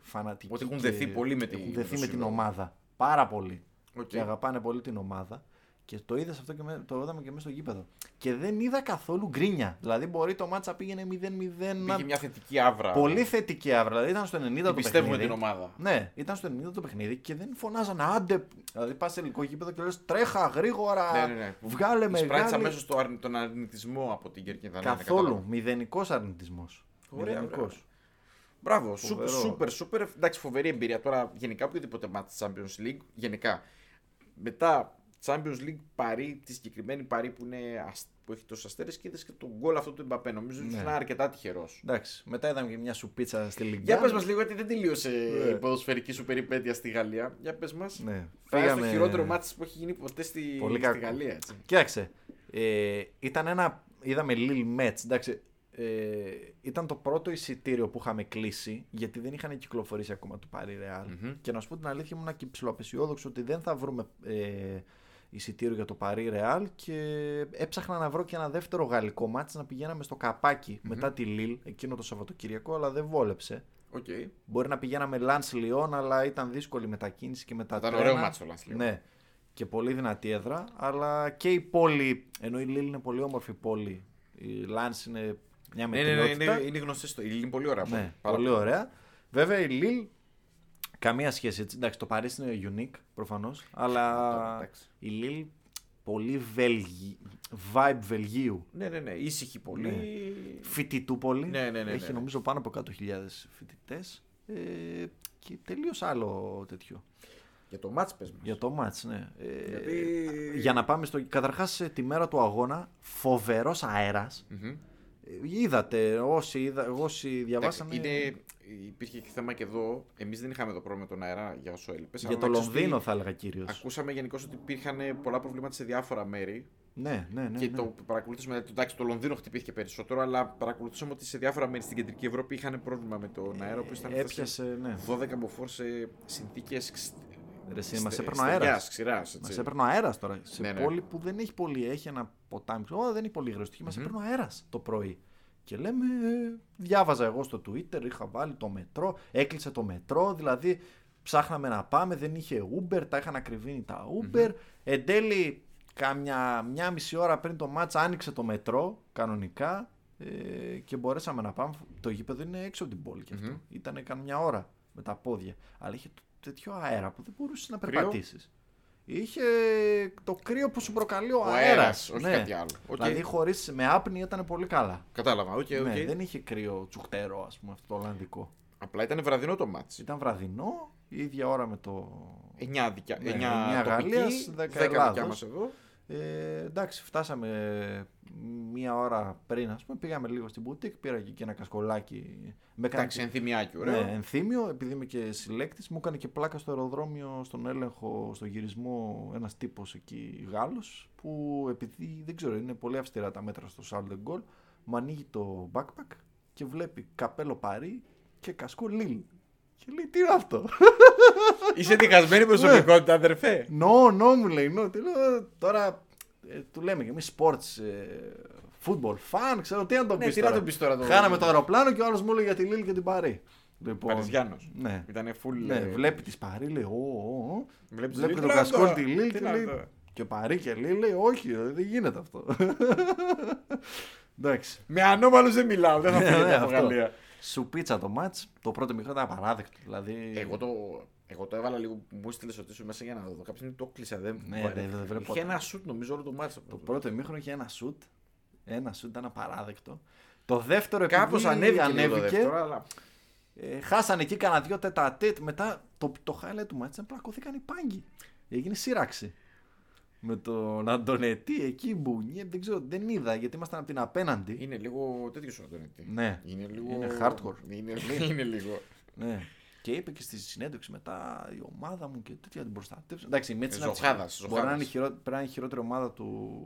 A: φανατικοί
B: Ότι έχουν
A: και
B: δεθεί πολύ με τη-
A: έχουν
B: με
A: δεθεί
B: το
A: με την
B: σύλλογο.
A: ομάδα πάρα πολύ
B: Οκ.
A: και αγαπάνε πολύ την ομάδα. Και το είδα αυτό και με, το είδαμε και μέσα στο γήπεδο. Και δεν είδα καθόλου γκρίνια. Δηλαδή, μπορεί το μάτσα πήγαινε 0-0.
B: Πήγε
A: Να...
B: μια θετική άβρα. Ναι,
A: Πολύ θετική αύρα. Δηλαδή, ήταν στο 90 το
B: Την πιστεύουμε
A: παιχνίδι.
B: την ομάδα.
A: Ναι, ήταν στο 90 το παιχνίδι και δεν φωνάζανε άντε. Δηλαδή, πας σε ελληνικό γήπεδο και λες τρέχα γρήγορα.
B: Ναι, ναι, ναι.
A: Βγάλε με
B: Εισπράττεις αμέσως το αρνη- τον αρνητισμό από την κερκίδα. ναι, ναι,
A: Καθόλου.
B: κατάλαβα.
A: Μηδενικός αρνητισμός.
B: Ωραία, ωραία. Μπράβο, σούπερ,
A: Φοβερό.
B: σούπερ, σούπερ. Εντάξει, φοβερή εμπειρία. Τώρα, γενικά οποιοδήποτε μάτι της Champions League, γενικά. Μετά Champions League Παρή, τη συγκεκριμένη Παρή που, είναι, ασ- που έχει τόσου αστέρες και είδες και τον γκολ αυτό του Μπαπέ. Νομίζω ότι
A: Ναι.
B: ήσουν αρκετά τυχερός.
A: Εντάξει, μετά είδαμε και μια σουπίτσα στη Λιγκάνα.
B: Για πες μας λίγο, γιατί δεν τελείωσε
A: Ναι.
B: η ποδοσφαιρική σου περιπέτεια στη Γαλλία. Για πες μας.
A: Ναι.
B: Φάγαμε... το
A: Φύγαμε-
B: χειρότερο μάτι που έχει γίνει ποτέ στη,
A: Πολύ
B: στη
A: κακό.
B: Γαλλία. Έτσι.
A: Κοίταξε. Ε, ήταν ένα. Είδαμε Lil Mets. Εντάξει, ε, ήταν το πρώτο εισιτήριο που είχαμε κλείσει γιατί δεν είχαν κυκλοφορήσει ακόμα του Paris Real. Και να σου πω την αλήθεια, ήμουν και ψηλοαπεσιόδοξο ότι δεν θα βρούμε ε, εισιτήριο για το Paris Real και έψαχνα να βρω και ένα δεύτερο γαλλικό μάτς να πηγαίναμε στο καπακι μετά τη Lille εκείνο το Σαββατοκυριακό, αλλά δεν βόλεψε.
B: Οκ.
A: Μπορεί να πηγαίναμε Λανς Λιόν, αλλά ήταν δύσκολη η μετακίνηση και μετά
B: Ήταν
A: τρένα.
B: ωραίο μάτσο ο Lens Lyon.
A: Ναι. Και πολύ δυνατή έδρα, αλλά και η πόλη, ενώ η Λίλ είναι πολύ όμορφη πόλη, η Λανς είναι μια
B: Ναι, ναι, ναι,
A: μετριότητα.
B: είναι, είναι γνωστέ το. Η Λίλη είναι πολύ ωραία.
A: Ναι,
B: Πάρα
A: πολύ ωραία. Βέβαια η Λίλ, καμία σχέση έτσι. Εντάξει, το Παρίσι είναι unique προφανώς,
B: Αυτό,
A: αλλά
B: εντάξει.
A: η Λίλ πολύ Βέλγι, vibe Βελγίου.
B: Ναι, ναι, ναι. Ήσυχη πολύ.
A: Ναι. Φοιτητούπολη.
B: Ναι, ναι, ναι,
A: Έχει
B: ναι.
A: νομίζω πάνω από 100.000 φοιτητές. Ε, και τελείως άλλο τέτοιο.
B: Για το μάτς πες μας.
A: Για το μάτς, ναι. Ε,
B: Γιατί-
A: Για να πάμε στο. Καταρχάς ε, τη μέρα του αγώνα, φοβερός αέρας.
B: Μμμ.
A: Ε, Είδατε, όσοι, είδα, όσοι
B: Εντάξει,
A: διαβάσανε.
B: Είναι... Υπήρχε και θέμα και εδώ. Εμείς δεν είχαμε το πρόβλημα με τον αέρα για όσο έλειπες.
A: Για το Λονδίνο, θα έλεγα κυρίως.
B: Ακούσαμε γενικώς ότι υπήρχαν ε, πολλά προβλήματα σε διάφορα μέρη.
A: Ναι, ναι, ναι.
B: και
A: ναι.
B: το παρακολουθήσαμε. Εντάξει, το Λονδίνο χτυπήθηκε περισσότερο, αλλά παρακολουθήσαμε ότι σε διάφορα μέρη στην κεντρική Ευρώπη είχαν πρόβλημα με τον αέρα. Που ήταν
A: Ε, έπιασε, ναι.
B: 12 μποφόρ σε συνθήκες.
A: Ρε, εσύ,
B: ε,
A: μας έπαιρνε ο αέρας. Μας έπαιρνε ο αέρας τώρα. Σε
B: Ναι, ναι.
A: πόλη που δεν έχει πολύ, έχει ένα ποτάμι. Ω, δεν έχει πολύ γρωστική. Μα έπαιρνε ο αέρας το πρωί. Και λέμε, ε, διάβαζα εγώ στο Twitter, είχα βάλει το μετρό, έκλεισε το μετρό, δηλαδή ψάχναμε να πάμε, δεν είχε Uber, τα είχαν ακριβήνει τα Uber. Εν τέλει, κάμια μια μισή ώρα πριν το μάτσα άνοιξε το μετρό, κανονικά, ε, και μπορέσαμε να πάμε. Το γήπεδο είναι έξω από την πόλη και αυτό. Ήταν καμιά ώρα με τα πόδια. Αλλά είχε τέτοιο αέρα που δεν μπορούσες να
B: Κρύο.
A: περπατήσεις. Είχε το κρύο που σου προκαλεί ο,
B: Ο
A: αέρας,
B: αέρας, όχι κάτι άλλο. Οκ.
A: Δηλαδή χωρίς, με άπνοια ήταν πολύ καλά.
B: Κατάλαβα, οκ, οκ.
A: Ναι, δεν είχε κρύο τσουχτερό, ας πούμε, αυτό το Ολλανδικό.
B: Απλά ήταν βραδινό το μάτς.
A: Ήταν βραδινό, η ίδια ώρα με το.
B: 9 δικιά,
A: Ναι,
B: εννιά
A: εννιά
B: τοπική,
A: Γαλλίας, δέκα
B: 10 δικιά
A: Ελλάδος.
B: μας εδώ.
A: Ε, εντάξει, φτάσαμε μία ώρα πριν, ας πούμε, πήγαμε λίγο στην μπουτίκ, πήρα και ένα κασκολάκι. Με έκανε
B: Εντάξει, ενθυμιάκι, ωραίο.
A: ναι, ενθύμιο, επειδή είμαι και συλλέκτης, μου έκανε και πλάκα στο αεροδρόμιο, στον έλεγχο, στο γυρισμό, ένας τύπος εκεί Γάλλος, που επειδή δεν ξέρω, είναι πολύ αυστηρά τα μέτρα στο Charles de Gaulle, μου ανοίγει το backpack και βλέπει καπέλο Παρί και κασκό Λίλ. Και λέει, τι είναι αυτό.
B: Είσαι διχασμένη προσωπικότητα,
A: Ναι.
B: αδερφέ.
A: No, no, μου λέει. No. Τι λέω, τώρα ε, του λέμε κι εμείς sports, ε, football, fan, ξέρω τι να τον
B: Ναι,
A: πεις
B: τι να
A: τώρα.
B: τον πεις τώρα, το-
A: Χάναμε το αεροπλάνο και ο άλλος μου λέει για τη Λίλ και την Παρή. Λοιπόν,
B: Παριζιάνος.
A: Ναι.
B: Ήτανε full.
A: Ναι,
B: ε,
A: βλέπει της Παρή, λέει, «Ω, ω, ω».
B: Βλέπεις τη
A: Βλέπει
B: Λίλ,
A: τον
B: τι να
A: Κασκόλ
B: το-
A: τη Λίλ
B: τι
A: και
B: να
A: λέει.
B: το-
A: Και Παρή και Λίλ λέει, όχι, ρε, δεν γίνεται αυτό. Εντάξει.
B: Με ανώμαλους δεν μιλάω, δεν θα
A: Ναι,
B: φύγετε από
A: αυτό.
B: Γαλλία.
A: Σου πίτσα το μάτς, το πρώτο μικρό ήταν απαράδεκτο. Δηλαδή...
B: Εγώ το, εγώ το έβαλα λίγο που μου έστειλε ότι σου μέσα για να το δω. Κάποια στιγμή το κλείσα. Δεν
A: Ναι,
B: βαρε-
A: ρε, δεν βρε
B: Είχε
A: ποτέ.
B: ένα σουτ νομίζω όλο το μάτσα.
A: Το πρώτο ημίχρονο είχε ένα σουτ. Ένα σουτ ήταν απαράδεκτο. Το δεύτερο επειδή
B: Κάπως ανέβηκε, ανέβηκε. Το δεύτερο, αλλά...
A: ε, χάσανε εκεί κανένα δύο τετατέτ. Μετά το, το highlight του μάτσα πλακώθηκαν οι πάγκοι. Έγινε σύραξη. Με τον Αντωνετή εκεί μπουνιέ. Δεν ξέρω, δεν είδα γιατί ήμασταν από την απέναντι.
B: Είναι λίγο τέτοιος ο Αντωνιτή.
A: Ναι.
B: Είναι λίγο.
A: Είναι hardcore.
B: Είναι, είναι λίγο.
A: Ναι. Και είπε και στη συνέντευξη μετά η ομάδα μου και τέτοια την προστατεύσε. Εντάξει, η Μέτς είναι από τις-
B: Ζωχάδας,
A: Μπορεί να είναι, η
B: ζωχάδας.
A: χειρό- πρέπει να είναι η χειρότερη ομάδα του...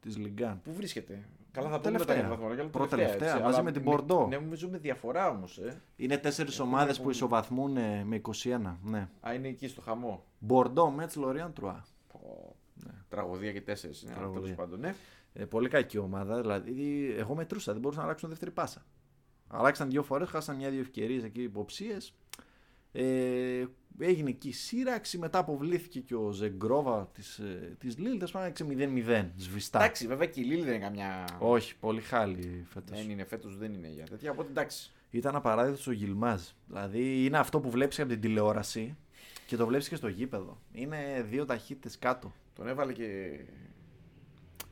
A: της Λιγκάν.
B: Πού βρίσκεται. Καλά, θα πούμε μετά
A: Τελευταία.
B: για τα βαθμολογία. αλλά
A: Πρώτα τελευταία,
B: έτσι,
A: μαζί
B: αλλά
A: με την
B: με-
A: Bordeaux.
B: Ναι, νομίζω με διαφορά όμως. Ε.
A: Είναι τέσσερις
B: Έχουμε
A: ομάδες που
B: πολύ.
A: ισοβαθμούν ε, με 21. Ναι.
B: Α, είναι εκεί στο χαμό.
A: Μπορντό, Μέτ, Λοριάν, Τρουά.
B: Πω, Τραγωδία και τέσσερις. Ναι, αλλά
A: Τραγωδία.
B: τέλος πάντων. Ναι.
A: Ε, πολύ κακή ομάδα. Δηλαδή, εγώ μετρούσα, δεν μπορούσαν να αλλάξουν δεύτερη πάσα. Αλλάξαν δύο φορές, χάσαν μια-δύο ευκαιρίες εκεί υποψίες. Ε, έγινε εκεί σύραξη. Μετά αποβλήθηκε και ο Ζεγκρόβα της της Λίλ. Τέλος πάντων, έξε 0-0. Σβηστά.
B: Εντάξει, βέβαια και η Λίλη δεν είναι καμιά.
A: Όχι, πολύ χάλι φέτος.
B: Δεν είναι φέτος, δεν είναι για τέτοια. Οπότε εντάξει.
A: Ήταν απαράδεκτος ο Γιλμάζ. Δηλαδή, είναι αυτό που βλέπεις από την τηλεόραση και το βλέπεις και στο γήπεδο. Είναι δύο ταχύτητες κάτω.
B: Τον έβαλε και.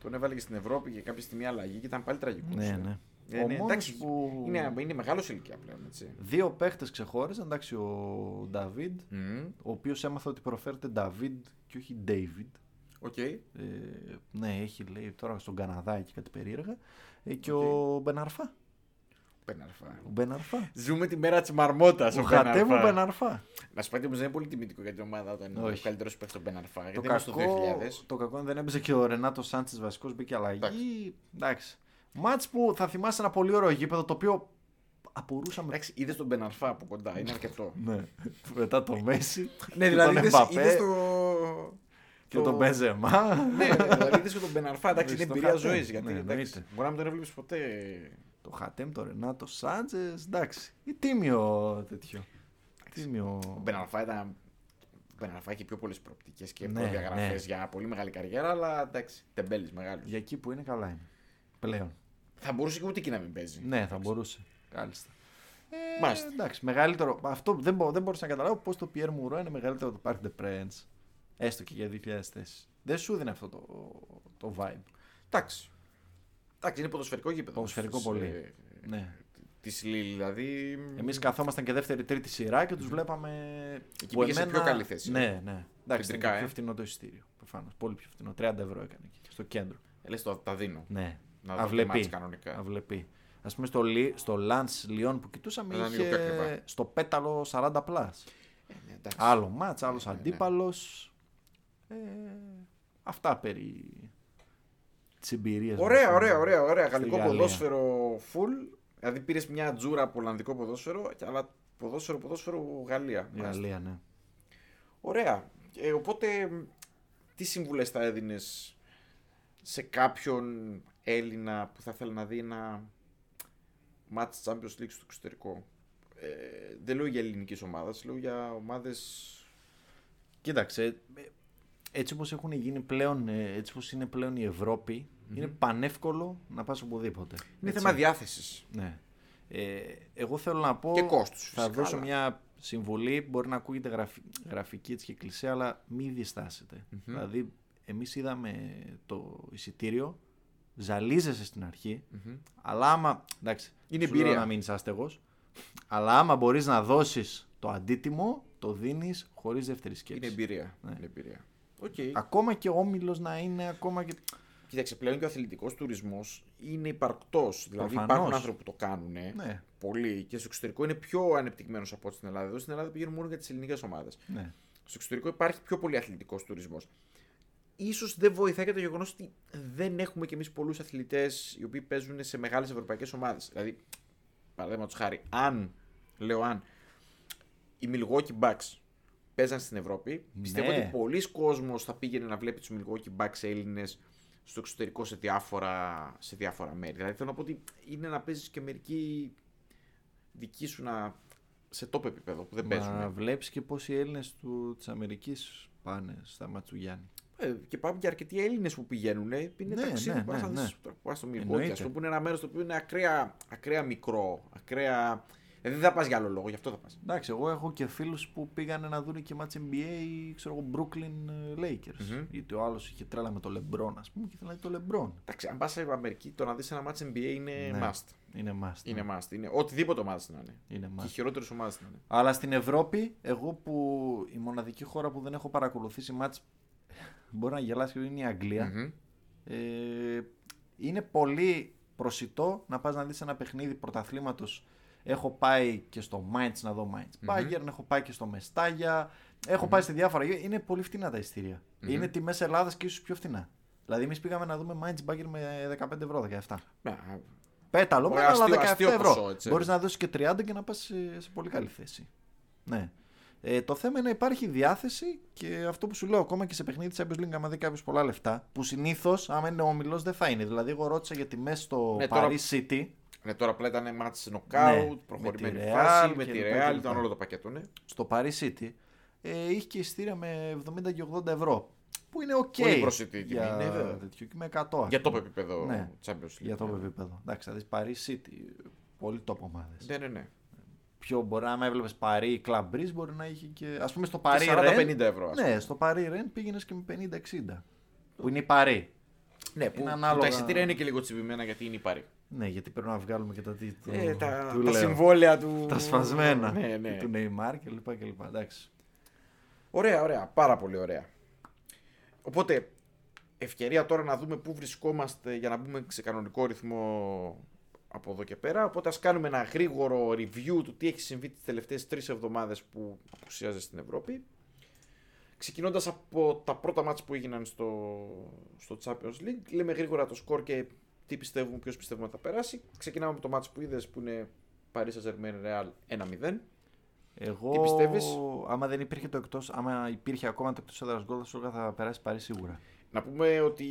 B: Τον έβαλε και στην Ευρώπη και κάποια στιγμή αλλαγή και ήταν πάλι τραγικός.
A: Ναι, ναι.
B: Ε,
A: Ο
B: ναι,
A: μόνος
B: εντάξει,
A: που-
B: είναι, είναι μεγάλος ηλικία πλέον. Έτσι.
A: Δύο παίχτες ξεχώριζαν. Εντάξει, ο Νταβίντ,
B: Μμμ,
A: ο οποίος έμαθα ότι προφέρεται Νταβίντ και όχι Ντέιβιντ.
B: Οκ.
A: Ε, ναι, έχει λέει τώρα στον Καναδά εκεί κάτι περίεργα. Ε, και
B: Οκ.
A: ο Μπεναρφά.
B: Πέναρφα.
A: Ο Μπεναρφά.
B: Ζούμε τη μέρα της μαρμότας.
A: Ο Χατέμου Μπεναρφά.
B: Να σου πω ότι όμως δεν είναι πολύ τιμητικό για την ομάδα όταν είναι ο
A: Όχι.
B: καλύτερος παίκτης στον Πέναρφα.
A: Το
B: Γιατί είμαστε Ε, στο
A: κακό,
B: 2000.
A: το κακό είναι δεν έπαιζε και ο Ρενάτο Σάντσες βασικός, μπήκε αλλαγή. Εντάξει. Μάτ που θα θυμάσαι ένα πολύ ωραίο γήπεδο το οποίο απορούσαμε.
B: Εντάξει, είδες τον Πέναρφα από κοντά, είναι αρκετό.
A: Ναι. Μετά το Μέση.
B: ναι,
A: και
B: δηλαδή
A: τον
B: είδες,
A: Εμπαπέ
B: είδες το.
A: και τον Μπεζεμά.
B: Ναι, δηλαδή είδες και τον Μπεναρφά, εντάξει, είναι
A: Είδες το
B: εμπειρία
A: χαρτί.
B: ζωή.
A: Ναι,
B: Γιατί εντάξει,
A: εννοείται.
B: μπορεί να μην τον έβλεπες ποτέ
A: Το Χατέμ, το Ρενάτο Σάντζες. Εντάξει. Ε, Ή τίμιο τέτοιο. Τίμιο.
B: Ο Μπεν Αλφά ήταν. Ο Μπεν Αλφά έχει πιο πολλές προοπτικές και
A: Ναι,
B: προδιαγραφέ
A: ναι.
B: για πολύ μεγάλη καριέρα, αλλά εντάξει, τεμπέλης μεγάλος.
A: Για εκεί που είναι καλά είναι. Πλέον.
B: Θα μπορούσε και ούτε εκεί να μην παίζει.
A: Ναι, θα μπορούσε. Κάλιστα. Ε,
B: Μάλιστα.
A: Εντάξει, μεγαλύτερο. Αυτό δεν, μπο, δεν μπορούσα να καταλάβω πώς το Pierre Mourou είναι μεγαλύτερο από το Park de Prince. Έστω και για 2000 θέσει. Δεν σου δίνει αυτό το, το vibe.
B: Εντάξει. Εντάξει, είναι ποδοσφαιρικό γήπεδο.
A: Ποδοσφαιρικό
B: Της,
A: πολύ.
B: ε,
A: Ναι.
B: Της Λίλ, δηλαδή.
A: Εμείς καθόμασταν και δεύτερη, τρίτη σειρά και τους βλέπαμε.
B: Mm. Εκεί πήγε σε πιο καλή θέση.
A: Ναι, ναι. Εντάξει, ήταν
B: Κεντρικά,
A: και πιο
B: ε.
A: φθηνό το εισιτήριο. Προφανώς. Πολύ πιο φθηνό. 30 ευρώ έκανε εκεί, στο κέντρο.
B: Λε ε, το τα δίνω.
A: Ναι.
B: Να δω το μάτς κανονικά.
A: Αυλεπή. Ας πούμε στο, Λι, στο Lance Λιόν που κοιτούσαμε
B: Ήταν λίγο
A: είχε
B: πιο ακριβά.
A: στο πέταλο 40 πλάς.
B: Ε, ναι, εντάξει.
A: Άλλο μάτς, άλλος
B: ναι, ναι.
A: αντίπαλος. Ε, αυτά περί της εμπειρίας. μας.
B: Ωραία, ωραία, ωραία, ωραία. Γαλλικό
A: Γαλλία.
B: ποδόσφαιρο full. Δηλαδή πήρες μια τζούρα από Ολλανδικό ποδόσφαιρο, και- αλλά ποδόσφαιρο, ποδόσφαιρο Γαλλία.
A: Η Γαλλία, ναι.
B: Ωραία. Ε, οπότε, μ, τι συμβουλές θα έδινες σε κάποιον Έλληνα που θα θέλει να δει ένα match Champions League στο εξωτερικό. Ε, δεν λέω για ελληνικής ομάδας, λέω για ομάδες.
A: Κοίταξε, ε, έτσι όπως έχουν γίνει πλέον, ε, έτσι όπως είναι πλέον η ευρωπη είναι πανεύκολο να πας οπουδήποτε.
B: Είναι
A: Ναι, Έτσι.
B: θέμα διάθεσης.
A: Ναι. Ε, εγώ θέλω να πω.
B: Και κόστους,
A: Θα
B: φυσικά,
A: δώσω
B: αλλά-
A: μια συμβουλή. Μπορεί να ακούγεται γραφ- γραφική έτσι και κλεισέ, αλλά μη διαστασετε Δηλαδή, εμείς είδαμε το εισιτήριο, ζαλίζεσαι στην αρχη αλλά άμα. Εντάξει,
B: Είναι
A: σου λέω
B: εμπειρία.
A: να μείνει άστεγος. Αλλά άμα μπορείς να δώσεις το αντίτιμο, το δίνεις χωρίς δεύτερη σκέψη.
B: Είναι εμπειρία.
A: Ναι.
B: Είναι εμπειρία. Οκ.
A: Ακόμα και όμιλος να είναι, ακόμα και.
B: Κοίταξε, πλέον και ο αθλητικός τουρισμός είναι υπαρκτός. Δηλαδή
A: Προφανώς.
B: υπάρχουν άνθρωποι που το κάνουν.
A: Ναι,
B: Πολύ. Και στο εξωτερικό είναι πιο ανεπτυγμένος από ό,τι στην Ελλάδα. Εδώ στην Ελλάδα πηγαίνουν μόνο για τις ελληνικές ομάδες.
A: ναι.
B: Στο εξωτερικό υπάρχει πιο πολύ αθλητικός τουρισμός. Ίσως δεν βοηθάει και το γεγονός ότι δεν έχουμε κι εμείς πολλούς αθλητές οι οποίοι παίζουν σε μεγάλες ευρωπαϊκές ομάδες. Δηλαδή, παραδείγματος χάρη, αν, λέω αν, οι Milwaukee Bucks παίζαν στην Ευρώπη, πιστεύω
A: Ναι.
B: ότι πολλοί κόσμος θα πήγαινε να βλέπει τους Milwaukee Bucks Έλληνες στο εξωτερικό σε διάφορα, σε διάφορα μέρη. Δηλαδή, θέλω να πω ότι είναι να παίζεις και μερικοί δικοί σου να. σε τόπο επίπεδο που δεν παίζουν.
A: Μα βλέπεις και πόσοι Έλληνες της Αμερικής πάνε στα Ματσουγιάννη.
B: Ε, και πάμε και αρκετοί Έλληνες που πηγαίνουν. Είναι
A: Ναι,
B: ταξίδι
A: ναι,
B: που πας
A: ναι,
B: να
A: ναι.
B: δεις- που πας στο Μιλγόκι,
A: Εννοείται.
B: α πούμε, που είναι ένα μέρο το οποίο είναι ακραία, ακραία μικρό. Ακραία... Ε, δεν θα πας για άλλο λόγο, γι' αυτό θα πας.
A: Εντάξει, εγώ έχω και φίλους που πήγανε να δουν και μάτς NBA, ξέρω εγώ, Brooklyn ε, Lakers.
B: Μμμ.
A: Γιατί ο άλλος είχε τρέλα με το LeBron, ας πούμε, και ήθελε να δει το LeBron.
B: Εντάξει, αν πας σε Αμερική, το να δεις ένα μάτσο NBA είναι
A: Ναι.
B: must.
A: Είναι must. ναι.
B: Είναι must. Είναι οτιδήποτε ομάδα να είναι.
A: Είναι
B: Και οι
A: must.
B: χειρότερες ομάδες να είναι.
A: Αλλά στην Ευρώπη, εγώ που η μοναδική χώρα που δεν έχω παρακολουθήσει μάτς, μπορεί να γελάσει, είναι η αγγλια
B: Μμμ.
A: Ε, είναι πολύ προσιτό να πας να δεις ένα παιχνίδι πρωταθλήματος. Έχω πάει και στο Mainz να δω Mainz Bayern, έχω πάει και στο Μεστάγια, έχω πάει σε διάφορα. γη- Είναι πολύ φτηνά τα ιστηρια Είναι τιμές Ελλάδας και ίσως πιο φτηνά. Δηλαδή, εμείς πήγαμε να δούμε Mainz Bayern με 15 ευρώ, 17.
B: Ναι, α,
A: Πέταλο,
B: Ωραία,
A: με αλλά
B: αστείο-
A: 17
B: αστείο
A: ευρώ.
B: ποσό, έτσι.
A: Μπορείς να δώσεις και 30 και να πας σε, σε πολύ καλή θέση. Ναι. Ε, το θέμα είναι να υπάρχει διάθεση και αυτό που σου λέω ακόμα και σε παιχνίδι της Champions League, άμα δει κάποιος πολλά λεφτά, που συνήθως, άμα είναι ομιλός, δεν θα είναι. Δηλαδή, εγώ ρώτησα για τιμές στο
B: Ναι,
A: Paris
B: τώρα-
A: City.
B: Ναι, τώρα απλά ήταν μάτς knockout,
A: Ναι,
B: προχωρημένη
A: με τη
B: φάση,
A: Real
B: με τη
A: κλπ,
B: Real,
A: κλπ.
B: ήταν όλο το πακέτο, ναι.
A: Στο Paris City ε, είχε και ειστήρια με 70 και 80 ευρώ. Που είναι οκ.
B: Πολύ προσιτή τιμή,
A: για
B: ναι, βέβαια.
A: τέτοιο και με 100.
B: Για το επίπεδο
A: Ναι.
B: Champions League.
A: Για το επίπεδο. Εντάξει, θα δεις Paris City. Πολύ top ομάδες.
B: Ναι, ναι, ναι.
A: πιο μπορεί να έβλεπε Παρί ή Κλαμπρί, μπορεί να είχε και. Ας πούμε στο Παρί
B: 40-50 ευρώ, ας
A: Ναι, στο Παρί Ρεν πήγαινες και με 50-60. Που είναι η Παρί.
B: Ναι, που, που
A: ανάλογα-
B: τα εισιτήρια είναι και λίγο τσιμπημένα γιατί είναι η Παρή.
A: Ναι, γιατί πρέπει να βγάλουμε και τα τι. του-
B: Ε, τα,
A: Ναι. του
B: τα
A: λέω.
B: συμβόλαια του.
A: Τα σφασμένα.
B: Ναι, ναι.
A: Του Νεϊμάρ κλπ. κλπ. Εντάξει.
B: Ωραία, ωραία. Πάρα πολύ ωραία. Οπότε, ευκαιρία τώρα να δούμε πού βρισκόμαστε για να μπούμε σε κανονικό ρυθμό από εδώ και πέρα. Οπότε, ας κάνουμε ένα γρήγορο review του τι έχει συμβεί τις τελευταίες τρεις εβδομάδες που απουσιάζει στην Ευρώπη. Ξεκινώντας από τα πρώτα μάτς που έγιναν στο, στο Champions League, λέμε γρήγορα το σκορ και τι πιστεύουμε, ποιος πιστεύουμε ότι θα περάσει. Ξεκινάμε από το μάτς που είδες που είναι Paris Saint-Germain Real 1-0.
A: Εγώ,
B: Τι πιστεύεις?
A: άμα δεν υπήρχε το εκτός, άμα υπήρχε ακόμα το εκτός έδρας γκολ, θα σου έλεγα θα περάσει Παρί σίγουρα.
B: Να πούμε ότι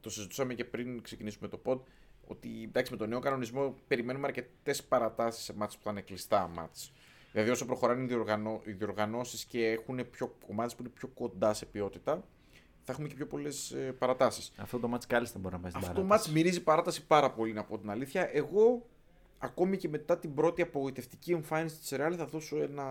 B: το συζητούσαμε και πριν ξεκινήσουμε το pod ότι εντάξει με τον νέο κανονισμό περιμένουμε αρκετές παρατάσεις σε μάτς που θα είναι κλειστά μάτς. Δηλαδή όσο προχωράνε οι, διοργανώ, οι διοργανώσεις και έχουν πιο ομάδες που είναι πιο κοντά σε ποιότητα θα έχουμε και πιο πολλές ε, παρατάσεις.
A: Αυτό το μάτς κάλλιστα μπορεί να πάει στην
B: Αυτό το
A: παράταση.
B: μάτς μυρίζει παράταση πάρα πολύ να πω την αλήθεια. Εγώ ακόμη και μετά την πρώτη απογοητευτική εμφάνιση της Real θα δώσω ένα,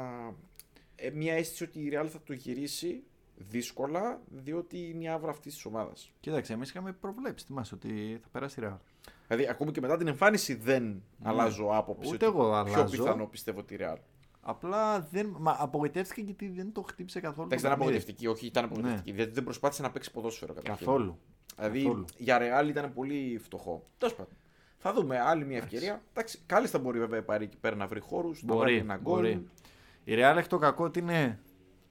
B: ε, μια αίσθηση ότι η Real θα το γυρίσει δύσκολα διότι είναι η άβρα αυτής της ομάδας.
A: Κοίταξε, εμείς είχαμε προβλέψει, θυμάσαι, ότι θα περάσει η Real.
B: Δηλαδή, ακόμη και μετά την εμφάνιση δεν αλλάζω άποψη.
A: Ναι. Ούτε
B: ότι
A: εγώ
B: Πιο
A: αλλάζω.
B: πιθανό πιστεύω τη Real.
A: Απλά δεν, μα απογοητεύτηκε γιατί δεν το χτύπησε καθόλου.
B: Εντάξει,
A: το
B: ήταν
A: παιχνίδι.
B: απογοητευτική. Όχι, ήταν απογοητευτική. Δηλαδή, δεν προσπάθησε να παίξει ποδόσφαιρο καταρχήν.
A: Ναι. Καθόλου.
B: Δηλαδή,
A: καθόλου.
B: για Real ήταν πολύ φτωχό. Τέλος πάντων. Θα δούμε άλλη μια ευκαιρία. Εντάξει, κάλλιστα μπορεί βέβαια η Πάρη εκεί πέρα να βρει χώρους. να βάλει
A: Μπορεί,
B: ένα γκολ.
A: μπορεί. Η Real έχει το κακό ότι είναι